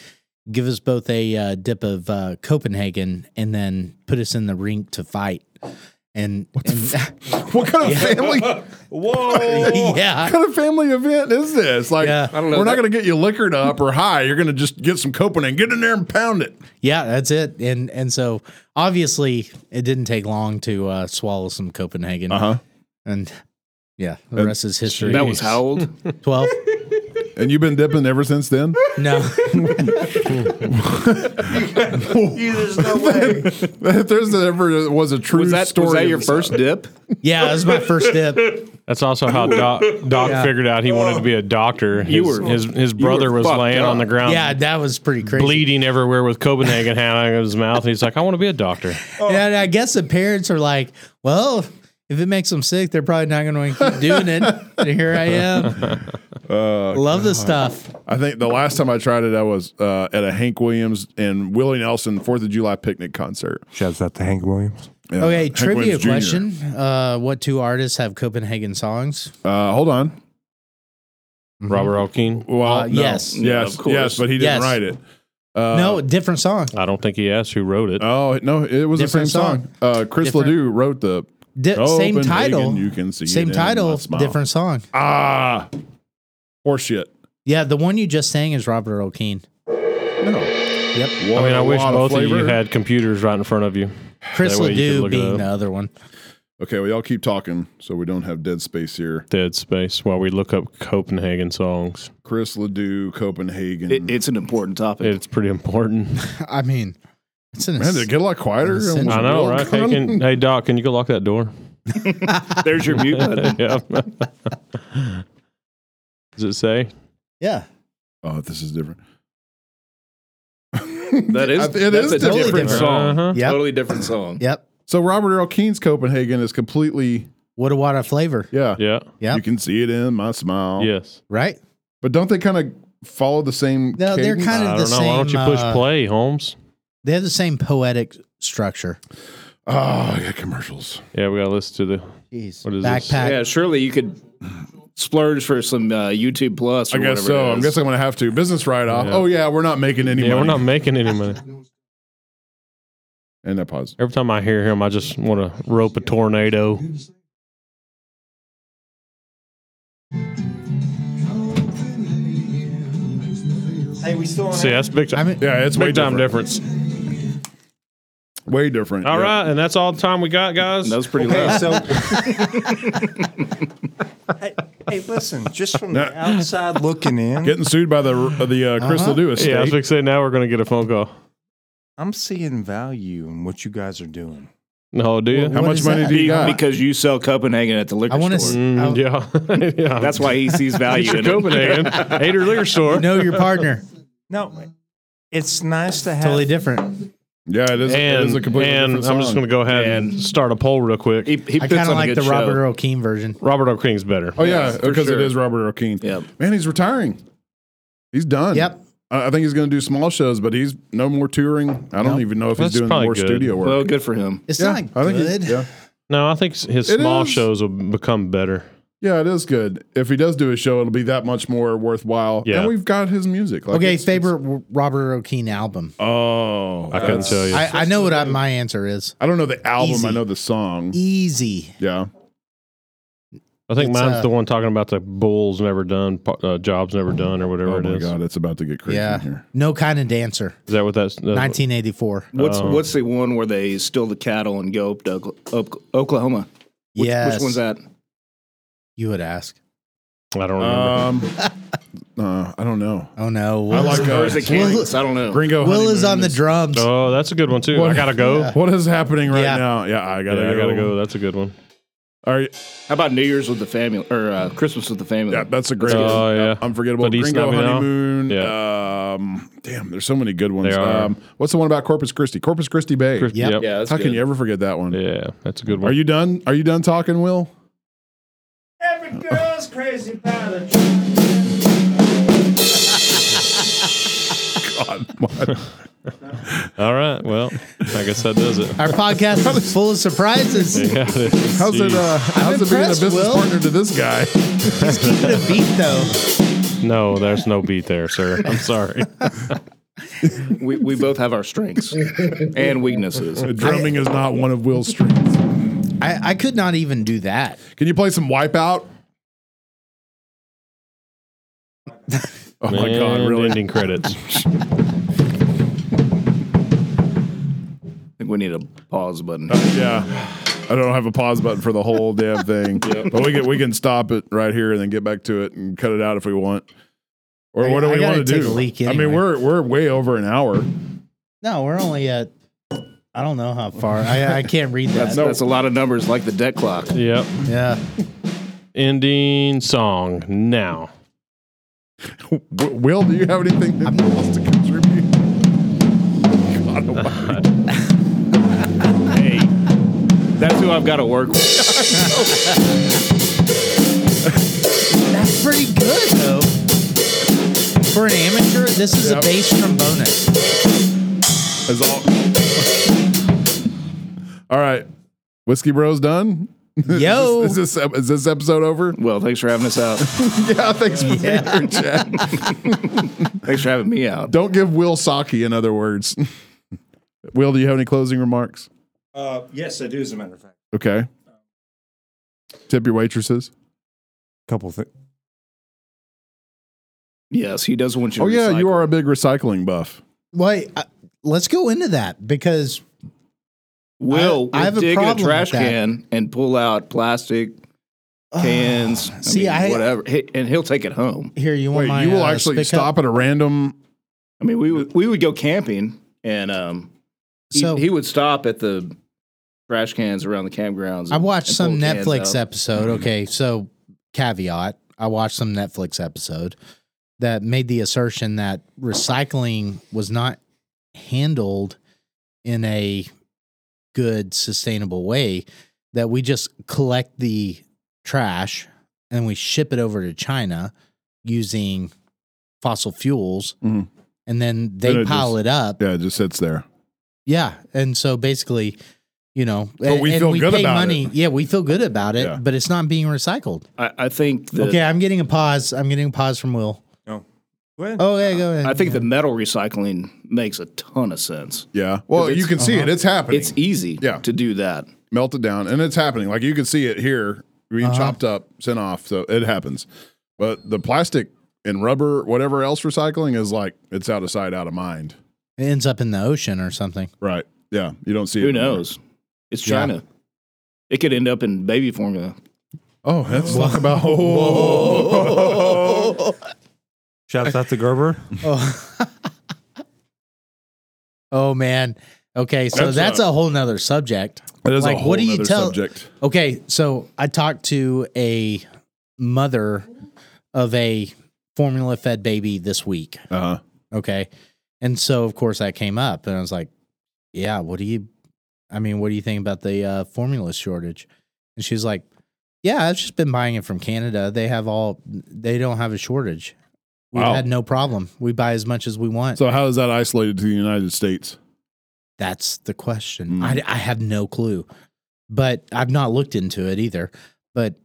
[SPEAKER 2] give us both a uh, dip of uh, Copenhagen, and then put us in the rink to fight. And, and
[SPEAKER 1] What kind of family?
[SPEAKER 5] Whoa!
[SPEAKER 1] What
[SPEAKER 2] yeah,
[SPEAKER 1] kind of family event is this? Like,
[SPEAKER 2] Yeah.
[SPEAKER 6] I don't know.
[SPEAKER 1] we're not
[SPEAKER 6] That-
[SPEAKER 1] going to get you liquored up or high. You're going to just get some Copenhagen, get in there and pound it.
[SPEAKER 2] Yeah, that's it. And and so obviously it didn't take long to uh, swallow some Copenhagen.
[SPEAKER 1] huh.
[SPEAKER 2] And yeah, the rest is history.
[SPEAKER 6] That was how old?
[SPEAKER 2] twelve.
[SPEAKER 1] And you've been dipping ever since then.
[SPEAKER 2] No,
[SPEAKER 1] if there's ever was a true
[SPEAKER 6] Was that,
[SPEAKER 1] story,
[SPEAKER 6] was that your
[SPEAKER 1] of-
[SPEAKER 6] first dip?
[SPEAKER 2] yeah, that was my first dip.
[SPEAKER 3] That's also how Doc, Doc
[SPEAKER 2] Yeah.
[SPEAKER 3] figured out he wanted to be a doctor. His,
[SPEAKER 6] You were-
[SPEAKER 3] his, his brother was
[SPEAKER 6] fucked
[SPEAKER 3] laying
[SPEAKER 6] up.
[SPEAKER 3] on the ground,
[SPEAKER 2] Yeah, that was pretty crazy.
[SPEAKER 3] Um, bleeding everywhere with Copenhagen hanging out of his mouth. He's like, I want to be a doctor.
[SPEAKER 2] Yeah, And I guess the parents are like, well, if it makes them sick, they're probably not going to keep doing it. And here I am. Love this stuff.
[SPEAKER 1] I think the last time I tried it, I was uh, at a Hank Williams and Willie Nelson Fourth of July picnic concert.
[SPEAKER 5] Shouts out to Hank Williams.
[SPEAKER 1] Yeah.
[SPEAKER 2] Okay,
[SPEAKER 1] Hank
[SPEAKER 2] trivia
[SPEAKER 1] Williams Jr.
[SPEAKER 2] question. Uh, what two artists have Copenhagen songs?
[SPEAKER 1] Uh, hold on.
[SPEAKER 3] Robert L. Keane.
[SPEAKER 1] Well,
[SPEAKER 2] Uh,
[SPEAKER 1] Oh, no.
[SPEAKER 2] yes.
[SPEAKER 6] Yeah,
[SPEAKER 1] yes,
[SPEAKER 6] of course.
[SPEAKER 1] yes, but he didn't
[SPEAKER 2] Yes.
[SPEAKER 1] write it. Uh,
[SPEAKER 2] no, different song.
[SPEAKER 3] I don't think he asked who wrote it.
[SPEAKER 1] Oh no, it was
[SPEAKER 2] Different
[SPEAKER 1] the same song. Uh, Chris
[SPEAKER 2] Different-
[SPEAKER 1] Ledoux wrote the
[SPEAKER 2] Di- same
[SPEAKER 1] Oh, Copenhagen,
[SPEAKER 2] title.
[SPEAKER 1] You can see
[SPEAKER 2] Same
[SPEAKER 1] it in
[SPEAKER 2] title,
[SPEAKER 1] the smile.
[SPEAKER 2] different song.
[SPEAKER 1] Ah, horseshit.
[SPEAKER 2] Yeah, the one you just sang is Robert Earl Keane.
[SPEAKER 1] No.
[SPEAKER 2] Yep.
[SPEAKER 1] What
[SPEAKER 3] I mean,
[SPEAKER 1] a
[SPEAKER 3] I wish
[SPEAKER 1] lot
[SPEAKER 3] both of you
[SPEAKER 1] flavor.
[SPEAKER 3] had computers right in front of you.
[SPEAKER 2] Chris
[SPEAKER 3] That way you can
[SPEAKER 2] Ledoux
[SPEAKER 3] look it
[SPEAKER 2] being
[SPEAKER 3] up.
[SPEAKER 2] the other one.
[SPEAKER 1] Okay, well, y'all keep talking so we don't have dead space here.
[SPEAKER 3] Dead Space while we look up Copenhagen songs.
[SPEAKER 1] Chris Ledoux, Copenhagen.
[SPEAKER 6] It, it's an important topic.
[SPEAKER 3] It's pretty important.
[SPEAKER 2] I mean, it's an
[SPEAKER 1] Man, did it get a lot quieter?
[SPEAKER 2] I
[SPEAKER 3] I know, right? Hey, can- hey, Doc, can you go lock that door?
[SPEAKER 6] There's your mute button.
[SPEAKER 3] yeah. Does it say?
[SPEAKER 2] yeah.
[SPEAKER 1] Oh, this is different.
[SPEAKER 6] That is,
[SPEAKER 1] It
[SPEAKER 6] that's
[SPEAKER 1] is
[SPEAKER 2] totally
[SPEAKER 6] a different,
[SPEAKER 2] different.
[SPEAKER 6] song.
[SPEAKER 3] Uh-huh.
[SPEAKER 2] Yep.
[SPEAKER 6] Totally different song.
[SPEAKER 2] Yep.
[SPEAKER 1] So Robert Earl Keene's Copenhagen is completely
[SPEAKER 2] What a water flavor,
[SPEAKER 1] yeah. Oh.
[SPEAKER 3] Yeah.
[SPEAKER 2] Yep.
[SPEAKER 1] You can see it in my smile.
[SPEAKER 3] Yes.
[SPEAKER 2] right?
[SPEAKER 1] But don't they kind of follow the same?
[SPEAKER 2] No, they're
[SPEAKER 1] cadence?
[SPEAKER 2] kind of
[SPEAKER 3] I
[SPEAKER 2] the
[SPEAKER 3] don't know. Why don't you
[SPEAKER 2] same,
[SPEAKER 3] push
[SPEAKER 2] uh,
[SPEAKER 3] play, Holmes?
[SPEAKER 2] They have the same poetic structure.
[SPEAKER 1] Oh, yeah, commercials.
[SPEAKER 3] Yeah, we got to listen to the.
[SPEAKER 2] Jeez.
[SPEAKER 3] What is this?
[SPEAKER 2] Backpack.
[SPEAKER 6] Yeah, surely you could splurge for some uh, YouTube Plus. Or
[SPEAKER 1] I guess
[SPEAKER 6] whatever
[SPEAKER 1] so.
[SPEAKER 6] It
[SPEAKER 1] I
[SPEAKER 6] is.
[SPEAKER 1] guess I'm going to have to business write off. Oh yeah, we're not making any.
[SPEAKER 3] Yeah, we're
[SPEAKER 1] money.
[SPEAKER 3] not making any money.
[SPEAKER 1] And that pause.
[SPEAKER 3] Every time I hear him, I just want to rope a tornado.
[SPEAKER 5] Hey, we still
[SPEAKER 3] See, that's big time.
[SPEAKER 2] I mean,
[SPEAKER 1] Yeah, it's way
[SPEAKER 3] Big time
[SPEAKER 1] different.
[SPEAKER 3] difference.
[SPEAKER 1] Way different.
[SPEAKER 3] All
[SPEAKER 1] yeah.
[SPEAKER 3] right, and that's all the time we got, guys.
[SPEAKER 6] That was pretty loud.
[SPEAKER 5] Hey, so. hey, hey, listen, just from the outside looking in,
[SPEAKER 1] Getting sued by the uh, the uh, Chris
[SPEAKER 2] Uh-huh.
[SPEAKER 1] Ledoux estate.
[SPEAKER 3] yeah, I was going to say, now we're going to get a phone call.
[SPEAKER 5] I'm seeing value in what you guys are doing.
[SPEAKER 3] No, do you?
[SPEAKER 1] How
[SPEAKER 2] What
[SPEAKER 1] much
[SPEAKER 2] is
[SPEAKER 1] money
[SPEAKER 2] that?
[SPEAKER 1] do you got?
[SPEAKER 6] because you sell Copenhagen at the liquor
[SPEAKER 2] I want
[SPEAKER 6] store.
[SPEAKER 2] to
[SPEAKER 3] Mm, yeah. yeah.
[SPEAKER 6] That's why he sees value in it.
[SPEAKER 3] Copenhagen. Hater liquor store.
[SPEAKER 2] know your partner.
[SPEAKER 5] No, it's nice to have.
[SPEAKER 2] totally different.
[SPEAKER 1] yeah, it is. it
[SPEAKER 3] And,
[SPEAKER 1] is a completely
[SPEAKER 3] and
[SPEAKER 1] different
[SPEAKER 3] I'm just
[SPEAKER 1] song.
[SPEAKER 3] going to go ahead and, start a poll real quick.
[SPEAKER 6] He, he
[SPEAKER 2] I
[SPEAKER 6] puts
[SPEAKER 2] kind of
[SPEAKER 6] on a
[SPEAKER 2] like
[SPEAKER 6] good
[SPEAKER 2] the
[SPEAKER 6] show.
[SPEAKER 2] Robert Earl Keane version.
[SPEAKER 3] Robert O'King's better.
[SPEAKER 1] Oh yeah,
[SPEAKER 6] for
[SPEAKER 1] because
[SPEAKER 6] sure.
[SPEAKER 1] it is Robert O'Keefe.
[SPEAKER 6] Yep.
[SPEAKER 1] Man, he's retiring. He's done.
[SPEAKER 2] Yep.
[SPEAKER 1] I I think he's going to do small shows, but he's no more touring. I don't
[SPEAKER 2] No.
[SPEAKER 1] even know if
[SPEAKER 3] That's
[SPEAKER 1] he's doing
[SPEAKER 3] probably
[SPEAKER 1] more
[SPEAKER 3] good.
[SPEAKER 1] studio work.
[SPEAKER 6] Well, good for him.
[SPEAKER 2] It's
[SPEAKER 1] yeah,
[SPEAKER 2] not
[SPEAKER 1] I think he-
[SPEAKER 2] good.
[SPEAKER 1] yeah.
[SPEAKER 3] No, I think s- his
[SPEAKER 1] It
[SPEAKER 3] small
[SPEAKER 1] is.
[SPEAKER 3] shows will become better.
[SPEAKER 1] yeah, it is good. If he does do a show, it'll be that much more worthwhile.
[SPEAKER 3] Yeah.
[SPEAKER 1] And we've got his music. Like,
[SPEAKER 2] okay,
[SPEAKER 1] it's-
[SPEAKER 2] favorite w Robert Earl Keane album.
[SPEAKER 1] it's- Oh,
[SPEAKER 3] I couldn't
[SPEAKER 1] that's-
[SPEAKER 3] tell you.
[SPEAKER 2] I, I know what I, my answer is.
[SPEAKER 1] I don't know the album.
[SPEAKER 2] Easy. E-
[SPEAKER 1] I know the song.
[SPEAKER 2] Easy.
[SPEAKER 1] Yeah.
[SPEAKER 3] I think
[SPEAKER 2] It's,
[SPEAKER 3] mine's
[SPEAKER 2] uh,
[SPEAKER 3] the one talking about the bulls never done, pa- uh, jobs never done, or whatever
[SPEAKER 1] Oh
[SPEAKER 3] it
[SPEAKER 1] my
[SPEAKER 3] is.
[SPEAKER 1] god, it's about to get crazy in
[SPEAKER 2] yeah.
[SPEAKER 1] here.
[SPEAKER 2] No kind of dancer.
[SPEAKER 3] Is that what that's? that's
[SPEAKER 2] 1984.
[SPEAKER 6] What's
[SPEAKER 3] Oh.
[SPEAKER 6] what's the one where they steal the cattle and go up to Okla- Ok- Oklahoma? Which,
[SPEAKER 2] yes.
[SPEAKER 6] Which one's that?
[SPEAKER 2] You would ask.
[SPEAKER 3] I don't remember.
[SPEAKER 1] Um, uh, I don't know.
[SPEAKER 2] Oh no.
[SPEAKER 1] I
[SPEAKER 2] Will,
[SPEAKER 1] like uh,
[SPEAKER 6] Or is it Kansas? I don't know.
[SPEAKER 1] Gringo.
[SPEAKER 2] Will is
[SPEAKER 1] Honeymoon
[SPEAKER 2] on the drums.
[SPEAKER 3] oh, that's a good one too. I gotta go. Yeah,
[SPEAKER 1] What is happening right
[SPEAKER 2] Yeah.
[SPEAKER 1] now? Yeah, I gotta,
[SPEAKER 3] I
[SPEAKER 1] go.
[SPEAKER 3] gotta go. That's a good one.
[SPEAKER 1] All right,
[SPEAKER 6] How about New Year's with the family or uh, Christmas with the family?
[SPEAKER 1] yeah, that's a great.
[SPEAKER 3] Oh
[SPEAKER 1] one.
[SPEAKER 3] yeah.
[SPEAKER 1] Unforgettable.
[SPEAKER 3] Feliz
[SPEAKER 1] Gringo
[SPEAKER 3] Navidad.
[SPEAKER 1] honeymoon. Um, damn, there's so many good ones.
[SPEAKER 3] There are.
[SPEAKER 1] Um, what's the one about Corpus Christi? Corpus Christi Bay.
[SPEAKER 3] Chris-
[SPEAKER 2] Yep.
[SPEAKER 6] yeah. That's
[SPEAKER 1] How
[SPEAKER 6] good.
[SPEAKER 1] can you ever forget that one?
[SPEAKER 3] Yeah, that's a good one.
[SPEAKER 1] Are you done? Are you done talking, Will?
[SPEAKER 5] Every girl's crazy about it.
[SPEAKER 1] God, my-
[SPEAKER 3] All right. Well, I guess that does it.
[SPEAKER 2] Our podcast is full of surprises.
[SPEAKER 3] Yeah, it is.
[SPEAKER 1] how's it?
[SPEAKER 3] Jeez.
[SPEAKER 1] Uh, how's it being a
[SPEAKER 2] impressed,
[SPEAKER 1] business
[SPEAKER 2] Will.
[SPEAKER 1] partner to this guy?
[SPEAKER 2] He's keeping a beat though.
[SPEAKER 3] No, there's no beat there, sir. I'm sorry.
[SPEAKER 1] Oh
[SPEAKER 6] we, we both have our strengths and weaknesses. Oh
[SPEAKER 1] Drumming is not one of Will's strengths.
[SPEAKER 2] I, I could not even do that.
[SPEAKER 1] Can you play some Wipeout? Oh my God!
[SPEAKER 3] And
[SPEAKER 1] Really?
[SPEAKER 3] Ending credits.
[SPEAKER 6] I think we need a pause button.
[SPEAKER 1] Uh, Yeah. I don't have a pause button for the whole damn thing, but we can we can stop it right here and then get back to it and cut it out if we want. Or
[SPEAKER 2] I-
[SPEAKER 1] what do
[SPEAKER 2] I
[SPEAKER 1] we
[SPEAKER 2] gotta
[SPEAKER 1] want to
[SPEAKER 2] take
[SPEAKER 1] do?
[SPEAKER 2] a leak
[SPEAKER 1] I mean,
[SPEAKER 2] anyway.
[SPEAKER 1] we're we're way over an hour.
[SPEAKER 2] No, we're only at. I don't know how far. I, I can't read that.
[SPEAKER 6] That's, that's a lot of numbers like the debt clock.
[SPEAKER 3] yep.
[SPEAKER 2] yeah.
[SPEAKER 3] ending song now.
[SPEAKER 1] W- Will, do you have anything that you wants to contribute? God almighty.
[SPEAKER 8] Hey, that's who I've got to work with.
[SPEAKER 2] That's pretty good though. For an amateur, this is
[SPEAKER 1] Yep.
[SPEAKER 2] a bass trombonist.
[SPEAKER 1] That's all. all right. Whiskey Bros done?
[SPEAKER 2] Yo.
[SPEAKER 1] is, this, is this is this episode over?
[SPEAKER 6] Well, thanks for having us out.
[SPEAKER 1] Yeah, thanks for being here, Chad.
[SPEAKER 6] thanks for having me out.
[SPEAKER 1] Don't give Will Saki, in other words. Will, do you have any closing remarks?
[SPEAKER 5] Uh, yes, I do, as a matter of fact.
[SPEAKER 1] Okay. Tip your waitresses.
[SPEAKER 5] Couple things.
[SPEAKER 6] Yes, he does want you.
[SPEAKER 1] Oh
[SPEAKER 6] to
[SPEAKER 1] yeah, you
[SPEAKER 6] recycle.
[SPEAKER 1] are a big recycling buff.
[SPEAKER 2] Wait, uh, let's go into that because
[SPEAKER 6] Will
[SPEAKER 2] I- I
[SPEAKER 6] will
[SPEAKER 2] have a
[SPEAKER 6] dig in
[SPEAKER 2] problem
[SPEAKER 6] a trash
[SPEAKER 2] with that. Ah,
[SPEAKER 6] can and pull out plastic cans.
[SPEAKER 2] see,
[SPEAKER 6] mean,
[SPEAKER 2] I-
[SPEAKER 6] whatever, He- and he'll take it home.
[SPEAKER 2] uh, here you want
[SPEAKER 1] Wait,
[SPEAKER 2] my.
[SPEAKER 1] you will
[SPEAKER 2] uh,
[SPEAKER 1] actually
[SPEAKER 2] spick up?
[SPEAKER 1] stop at a random.
[SPEAKER 6] I mean, we would we would go camping, and um, he,
[SPEAKER 2] So-
[SPEAKER 6] he would stop at the trash cans around the campgrounds.
[SPEAKER 2] I
[SPEAKER 6] and-
[SPEAKER 2] watched
[SPEAKER 6] and
[SPEAKER 2] some
[SPEAKER 6] pull cans
[SPEAKER 2] Netflix
[SPEAKER 6] out. Mm-hmm.
[SPEAKER 2] episode. Okay, so caveat: I watched some Netflix episode that made the assertion that recycling was not handled in a good, sustainable way. That we just collect the trash and we ship it over to China using fossil fuels,
[SPEAKER 6] Mm-hmm.
[SPEAKER 1] Mhm.
[SPEAKER 2] and then they
[SPEAKER 1] Then it
[SPEAKER 2] pile
[SPEAKER 1] just-
[SPEAKER 2] it up.
[SPEAKER 1] Yeah, it just sits there.
[SPEAKER 2] Yeah, and so basically, you know,
[SPEAKER 1] But we
[SPEAKER 2] and
[SPEAKER 1] feel good
[SPEAKER 2] pay
[SPEAKER 1] about it.
[SPEAKER 2] Yeah, we feel good about it,
[SPEAKER 1] Yeah.
[SPEAKER 2] but it's not being recycled.
[SPEAKER 6] I, I think the
[SPEAKER 2] okay, I'm getting a pause. I'm getting a pause from Will.
[SPEAKER 5] Go ahead.
[SPEAKER 2] Oh, yeah, go ahead.
[SPEAKER 6] I think the metal recycling makes a ton of sense.
[SPEAKER 1] Yeah. Well,
[SPEAKER 6] it's-
[SPEAKER 1] you can
[SPEAKER 2] uh-huh.
[SPEAKER 1] see it. It's happening.
[SPEAKER 2] e-
[SPEAKER 6] It's easy
[SPEAKER 1] Yeah.
[SPEAKER 6] to do that.
[SPEAKER 1] melted down and it's happening like you can see it here being
[SPEAKER 2] Uh-huh.
[SPEAKER 1] chopped up sent off so it happens but the plastic and rubber whatever else recycling is like it's out of sight out of mind
[SPEAKER 2] it ends up in the ocean or something.
[SPEAKER 1] right yeah you don't see it
[SPEAKER 6] Who
[SPEAKER 1] anywhere.
[SPEAKER 6] knows? It's China. It could end up in baby formula.
[SPEAKER 1] oh that's talk about
[SPEAKER 5] Shouts out to Gerber.
[SPEAKER 2] Oh, oh man. Okay, so
[SPEAKER 1] That's uh,
[SPEAKER 2] that's,
[SPEAKER 1] a-
[SPEAKER 2] a, whole nother subject.
[SPEAKER 1] that is
[SPEAKER 2] Like,
[SPEAKER 1] a whole
[SPEAKER 2] what do you
[SPEAKER 1] nother
[SPEAKER 2] tell-
[SPEAKER 1] subject
[SPEAKER 2] Okay, so I talked to a mother of a formula fed baby this week.
[SPEAKER 1] uh-huh
[SPEAKER 2] Okay. And so, of course, that came up, and I was like, "Yeah, what do you? I mean, what do you think about the uh, formula shortage?" And she's like, "Yeah, I've just been buying it from Canada. They have all. They don't have a shortage. We've
[SPEAKER 1] Wow.
[SPEAKER 2] had no problem. We buy as much as we want.
[SPEAKER 1] so how is that isolated to the united states
[SPEAKER 2] That's the question.
[SPEAKER 1] Mm.
[SPEAKER 2] I, I have no clue, but I've not looked into it either. But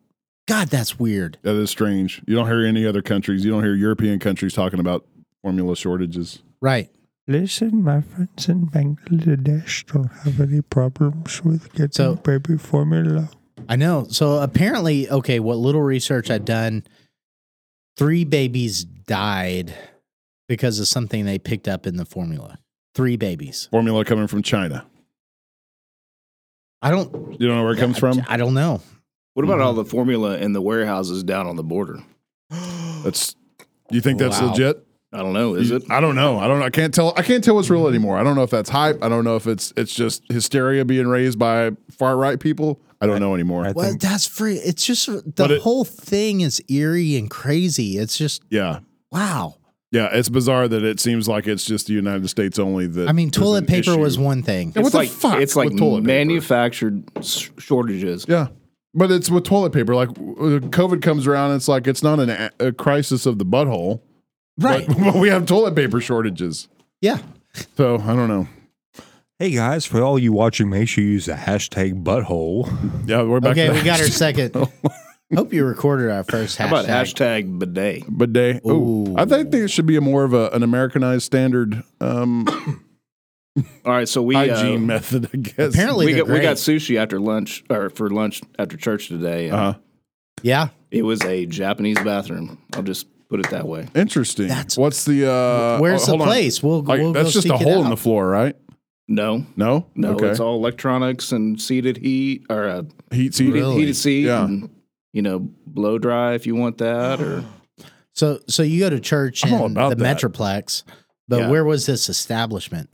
[SPEAKER 2] God, that's weird.
[SPEAKER 1] that is strange you don't hear any other countries you don't hear european countries talking about formula shortages
[SPEAKER 2] Right?
[SPEAKER 7] Listen, my friends in Bangladesh don't have any problems with getting
[SPEAKER 2] So-
[SPEAKER 7] baby formula.
[SPEAKER 2] I know. So apparently, okay, what little research I've done, three babies died because of something they picked up in the formula. Three babies.
[SPEAKER 1] formula coming from china
[SPEAKER 2] I don't.
[SPEAKER 1] you don't know where it comes from
[SPEAKER 2] I don't know.
[SPEAKER 6] What
[SPEAKER 1] Mm-hmm.
[SPEAKER 6] about all the formula in the warehouses down on the border?
[SPEAKER 1] that's you think that's
[SPEAKER 2] Wow.
[SPEAKER 1] legit
[SPEAKER 6] I don't know. Is it?
[SPEAKER 1] I don't know. I don't. I can't tell. I can't tell what's real anymore. I don't know if that's hype. I don't know if it's it's just hysteria being raised by far right people. I don't know anymore.
[SPEAKER 5] I
[SPEAKER 2] Well,
[SPEAKER 5] think
[SPEAKER 2] that's free. It's just uh,
[SPEAKER 1] But
[SPEAKER 2] the
[SPEAKER 1] it-
[SPEAKER 2] whole thing is eerie and crazy. It's just
[SPEAKER 1] yeah,
[SPEAKER 2] wow.
[SPEAKER 1] yeah. It's bizarre that it seems like it's just the United States only. That
[SPEAKER 2] I mean,
[SPEAKER 1] there's
[SPEAKER 2] toilet
[SPEAKER 1] an
[SPEAKER 2] paper
[SPEAKER 1] issue.
[SPEAKER 2] was one thing.
[SPEAKER 1] Yeah, what
[SPEAKER 6] it's
[SPEAKER 1] the
[SPEAKER 6] like
[SPEAKER 1] fuck
[SPEAKER 6] it's like
[SPEAKER 1] with toilet paper?
[SPEAKER 6] manufactured s- shortages.
[SPEAKER 1] Yeah, but it's with toilet paper. Like uh, COVID comes around, it's like it's not an a, a crisis of the butthole,
[SPEAKER 2] Right.
[SPEAKER 1] But, but we have toilet paper shortages.
[SPEAKER 2] Yeah.
[SPEAKER 1] So I don't know.
[SPEAKER 7] Hey guys, for all you watching, make sure you use the hashtag butthole.
[SPEAKER 1] Yeah, we're back.
[SPEAKER 2] Okay,
[SPEAKER 1] to
[SPEAKER 2] we got our
[SPEAKER 1] that.
[SPEAKER 2] second. Hope you recorded our first
[SPEAKER 6] How about
[SPEAKER 2] hashtag.
[SPEAKER 6] hashtag bidet?
[SPEAKER 1] But day. Ooh.
[SPEAKER 2] Ooh.
[SPEAKER 1] I think it should be a more of a, an Americanized standard um,
[SPEAKER 6] All right, so we uh,
[SPEAKER 1] hygiene method, I guess.
[SPEAKER 2] Apparently,
[SPEAKER 6] we
[SPEAKER 2] they're
[SPEAKER 6] got we
[SPEAKER 2] great.
[SPEAKER 6] got sushi after lunch or for lunch after church today. and
[SPEAKER 1] Uh-huh.
[SPEAKER 2] yeah.
[SPEAKER 6] It was a Japanese bathroom. I'll just put it that way.
[SPEAKER 1] Interesting.
[SPEAKER 2] That's-
[SPEAKER 1] What's the uh
[SPEAKER 2] Where's
[SPEAKER 1] oh,
[SPEAKER 2] the
[SPEAKER 1] hold on.
[SPEAKER 2] place? We'll,
[SPEAKER 1] Like,
[SPEAKER 2] we'll
[SPEAKER 1] that's
[SPEAKER 2] go
[SPEAKER 1] just a
[SPEAKER 2] seek it
[SPEAKER 1] hole in
[SPEAKER 2] out.
[SPEAKER 1] the floor, right?
[SPEAKER 6] No,
[SPEAKER 1] No?
[SPEAKER 6] no,
[SPEAKER 1] Okay.
[SPEAKER 6] it's all electronics and seated heat or uh,
[SPEAKER 1] Heat seat.
[SPEAKER 2] Really?
[SPEAKER 6] heated seat.
[SPEAKER 1] Yeah.
[SPEAKER 6] And, you know, blow dry if you want that, or
[SPEAKER 2] So, so you go to church
[SPEAKER 1] I'm
[SPEAKER 2] in
[SPEAKER 1] all about
[SPEAKER 2] the
[SPEAKER 1] that.
[SPEAKER 2] Metroplex, but
[SPEAKER 6] Yeah.
[SPEAKER 2] where was this establishment?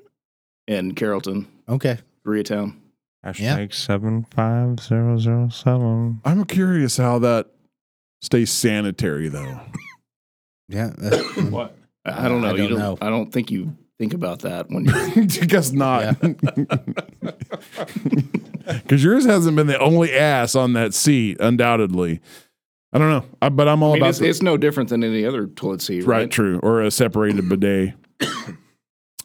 [SPEAKER 6] in Carrollton,
[SPEAKER 2] Okay,
[SPEAKER 6] Koreatown.
[SPEAKER 7] Hashtag seven five zero zero seven.
[SPEAKER 1] I'm curious how that Stay sanitary though.
[SPEAKER 2] Yeah.
[SPEAKER 8] What?
[SPEAKER 6] I I don't know.
[SPEAKER 2] I
[SPEAKER 6] you
[SPEAKER 2] don't
[SPEAKER 6] don't,
[SPEAKER 2] know.
[SPEAKER 6] I don't think you think about that when you're
[SPEAKER 1] Guess not. Because yours hasn't been the only ass on that seat, undoubtedly. I don't know, I, but I'm all
[SPEAKER 6] I mean,
[SPEAKER 1] about
[SPEAKER 6] it's,
[SPEAKER 1] the-
[SPEAKER 6] it's no different than any other toilet seat,
[SPEAKER 1] right,
[SPEAKER 6] right?
[SPEAKER 1] true, or a separated bidet.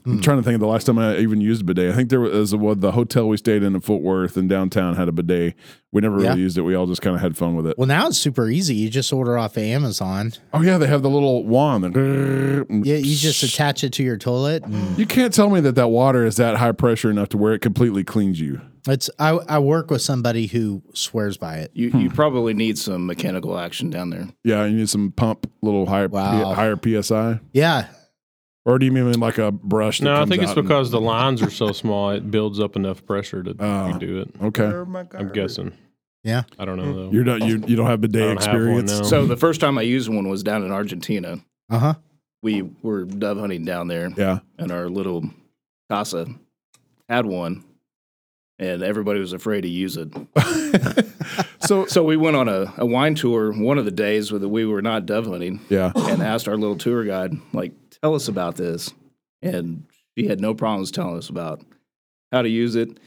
[SPEAKER 1] I'm trying to think of the last time I even used a bidet. I think there was well, the hotel we stayed in in Fort Worth in downtown had a bidet. We never really
[SPEAKER 2] Yeah.
[SPEAKER 1] used it. We all just kind of had fun with it.
[SPEAKER 2] well, now it's super easy. You just order off of Amazon.
[SPEAKER 1] Oh yeah, they have the little wand. that-
[SPEAKER 2] Yeah, you just attach it to your toilet. And
[SPEAKER 1] You can't tell me that that water is that high pressure enough to where it completely cleans you.
[SPEAKER 2] it's I I work with somebody who swears by it.
[SPEAKER 6] You
[SPEAKER 1] hmm.
[SPEAKER 6] you probably need some mechanical action down there.
[SPEAKER 1] Yeah, you need some pump, little higher
[SPEAKER 2] Wow.
[SPEAKER 1] higher psi.
[SPEAKER 2] Yeah.
[SPEAKER 1] Or do you mean like a brush? that
[SPEAKER 3] No, I
[SPEAKER 1] comes
[SPEAKER 3] think it's
[SPEAKER 1] out and-
[SPEAKER 3] because the lines are so small, it builds up enough pressure to
[SPEAKER 1] Ah.
[SPEAKER 3] you do it.
[SPEAKER 1] okay,
[SPEAKER 3] I'm guessing.
[SPEAKER 2] Yeah.
[SPEAKER 3] I don't know though.
[SPEAKER 1] you're not you you don't have bidet
[SPEAKER 3] I don't have one
[SPEAKER 1] experience.
[SPEAKER 3] now.
[SPEAKER 6] So the first time I used one was down in Argentina.
[SPEAKER 2] Uh huh.
[SPEAKER 6] We were dove hunting down there,
[SPEAKER 1] yeah,
[SPEAKER 6] and our little casa had one, and everybody was afraid to use it.
[SPEAKER 1] so
[SPEAKER 6] So we went on a, a wine tour one of the days that we were not dove hunting,
[SPEAKER 1] yeah,
[SPEAKER 6] and asked our little tour guide, like, tell us about this, and she had no problems telling us about how to use it,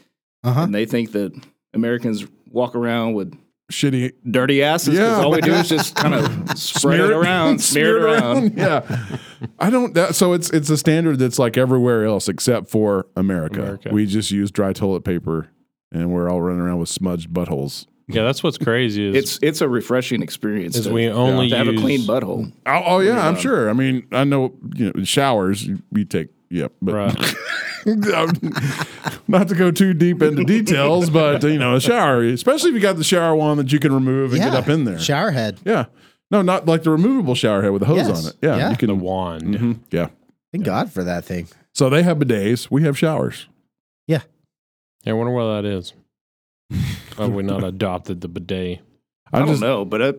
[SPEAKER 2] Uh huh.
[SPEAKER 6] and they think that Americans walk around with
[SPEAKER 1] shitty
[SPEAKER 6] dirty asses because
[SPEAKER 1] Yeah.
[SPEAKER 6] all we do is just kind of spread it around, smear it around.
[SPEAKER 1] yeah, I don't. That, so it's it's a standard that's like everywhere else except for America.
[SPEAKER 3] America.
[SPEAKER 1] We just use dry toilet paper, and we're all running around with smudged buttholes.
[SPEAKER 3] yeah, that's what's crazy is
[SPEAKER 6] It's it's a refreshing experience.
[SPEAKER 3] Is
[SPEAKER 6] to,
[SPEAKER 3] we only
[SPEAKER 6] to have a
[SPEAKER 3] use-
[SPEAKER 6] clean butthole.
[SPEAKER 1] Oh, oh yeah, I'm sure. I mean, I know you know showers. You, you take yeah, but
[SPEAKER 3] right.
[SPEAKER 1] Um, not to go too deep into details, but you know, a shower, especially if you got the shower one that you can remove and
[SPEAKER 2] yeah.
[SPEAKER 1] get up in there.
[SPEAKER 2] Shower head. I
[SPEAKER 1] yeah. No, not like the removable shower head with a hose
[SPEAKER 2] Yes.
[SPEAKER 1] on it. Yeah.
[SPEAKER 2] Yeah.
[SPEAKER 1] You
[SPEAKER 3] the
[SPEAKER 1] can
[SPEAKER 3] wand.
[SPEAKER 1] Mhm. Yeah.
[SPEAKER 2] Thank God for that thing.
[SPEAKER 1] So they have bidets, we have showers.
[SPEAKER 3] Yeah, I wonder why that is. Why we not adopted the bidet?
[SPEAKER 6] I
[SPEAKER 1] I
[SPEAKER 6] don't
[SPEAKER 1] just
[SPEAKER 6] know, but I,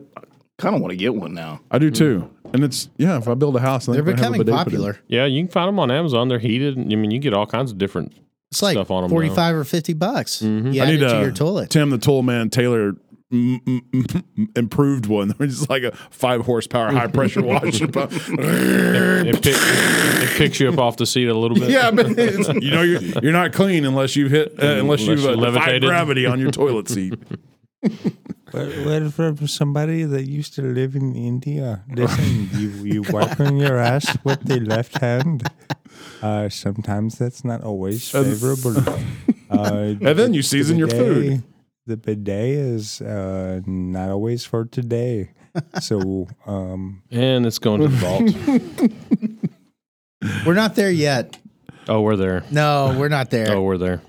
[SPEAKER 6] kind of want to get one now.
[SPEAKER 1] I do too. And it's yeah, if I build a house, I
[SPEAKER 2] They're
[SPEAKER 1] think I'm gonna have a
[SPEAKER 2] becoming
[SPEAKER 1] bidet put in.
[SPEAKER 2] popular.
[SPEAKER 3] Yeah, you can find them on Amazon. They're heated. I mean, you get all kinds of different.
[SPEAKER 2] It's like
[SPEAKER 3] Stuff on 'em now.
[SPEAKER 2] forty-five or fifty bucks.
[SPEAKER 3] Mhm.
[SPEAKER 2] You
[SPEAKER 1] Mm-hmm. I
[SPEAKER 2] add
[SPEAKER 1] need
[SPEAKER 2] it to
[SPEAKER 1] a
[SPEAKER 2] your toilet.
[SPEAKER 1] Tim the Tool Man Taylor mm, mm, mm, mm, improved one. It's like a five horsepower high pressure washer.
[SPEAKER 3] It, pick, it picks you up off the seat a little bit.
[SPEAKER 1] Yeah, but it's, you know you're, you're not clean unless you've hit uh, unless,
[SPEAKER 3] Unless
[SPEAKER 1] you've uh,
[SPEAKER 3] you
[SPEAKER 1] defied
[SPEAKER 3] levitated.
[SPEAKER 1] gravity on your toilet seat.
[SPEAKER 7] What, what from somebody that used to live in India? Listen, you you wipe on your ass with the left hand. Uh, sometimes that's not always favorable. Uh,
[SPEAKER 1] And then you season your food.
[SPEAKER 7] The bidet is uh, not always for today. So um,
[SPEAKER 3] and it's going to the vault.
[SPEAKER 2] We're not there yet.
[SPEAKER 3] oh, we're there.
[SPEAKER 2] No, we're not there.
[SPEAKER 3] Oh, we're there.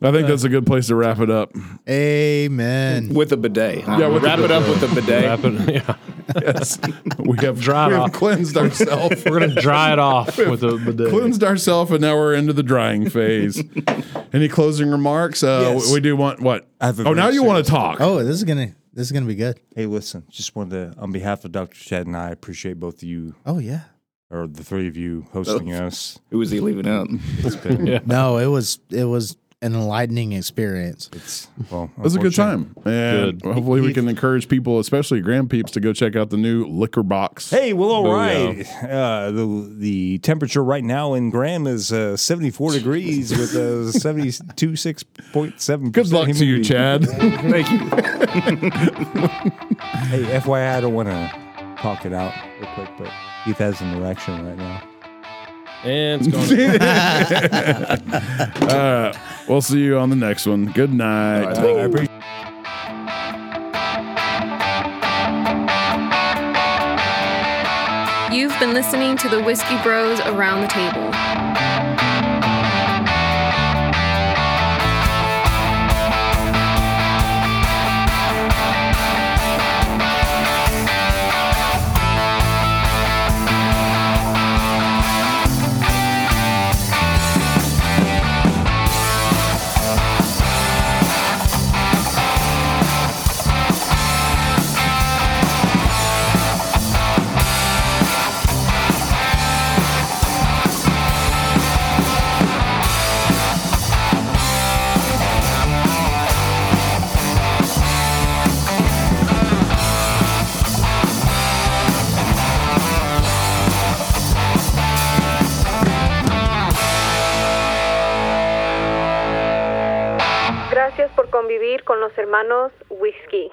[SPEAKER 1] I think that's a good place to wrap it up.
[SPEAKER 2] Amen.
[SPEAKER 6] With a bidet. huh?
[SPEAKER 1] Yeah, with a
[SPEAKER 6] Wrap it up with a bidet.
[SPEAKER 3] Wrap it. Yeah,
[SPEAKER 1] Yes, we have
[SPEAKER 3] Dry
[SPEAKER 1] we have
[SPEAKER 3] off.
[SPEAKER 1] cleansed ourselves.
[SPEAKER 3] we're gonna dry it off with a bidet.
[SPEAKER 1] cleansed ourselves, and now we're into the drying phase. Any closing remarks? Uh,
[SPEAKER 5] Yes.
[SPEAKER 1] We do want what?
[SPEAKER 7] I have a
[SPEAKER 1] Oh, now
[SPEAKER 7] very
[SPEAKER 1] you want to talk?
[SPEAKER 2] Oh, this is gonna this is gonna be good.
[SPEAKER 7] hey, listen, just wanted to, on behalf of Dr. Chad and I, appreciate both of you
[SPEAKER 2] Oh yeah.
[SPEAKER 7] or the three of you hosting us.
[SPEAKER 6] Who was he leaving out?
[SPEAKER 7] It's been
[SPEAKER 2] No, it was it was an enlightening experience.
[SPEAKER 7] it's well,
[SPEAKER 1] It was a good time, and
[SPEAKER 3] Good.
[SPEAKER 1] hopefully we can encourage people, especially grandpeeps, to go check out the new liquor box.
[SPEAKER 5] Hey, well, all
[SPEAKER 3] Booyah.
[SPEAKER 5] right. Uh, the the temperature right now in Graham is uh, 74 degrees with a 72 6.7.
[SPEAKER 1] Good luck to you, Chad.
[SPEAKER 6] Thank you.
[SPEAKER 7] Hey, FYI, I don't want to talk it out real quick, but Keith has an erection right now.
[SPEAKER 3] And it's going. To,
[SPEAKER 1] we'll see you on the next one. Good night.
[SPEAKER 4] You've been listening to the Whiskey Bros Around the Table.
[SPEAKER 9] por convivir con los hermanos Whiskey.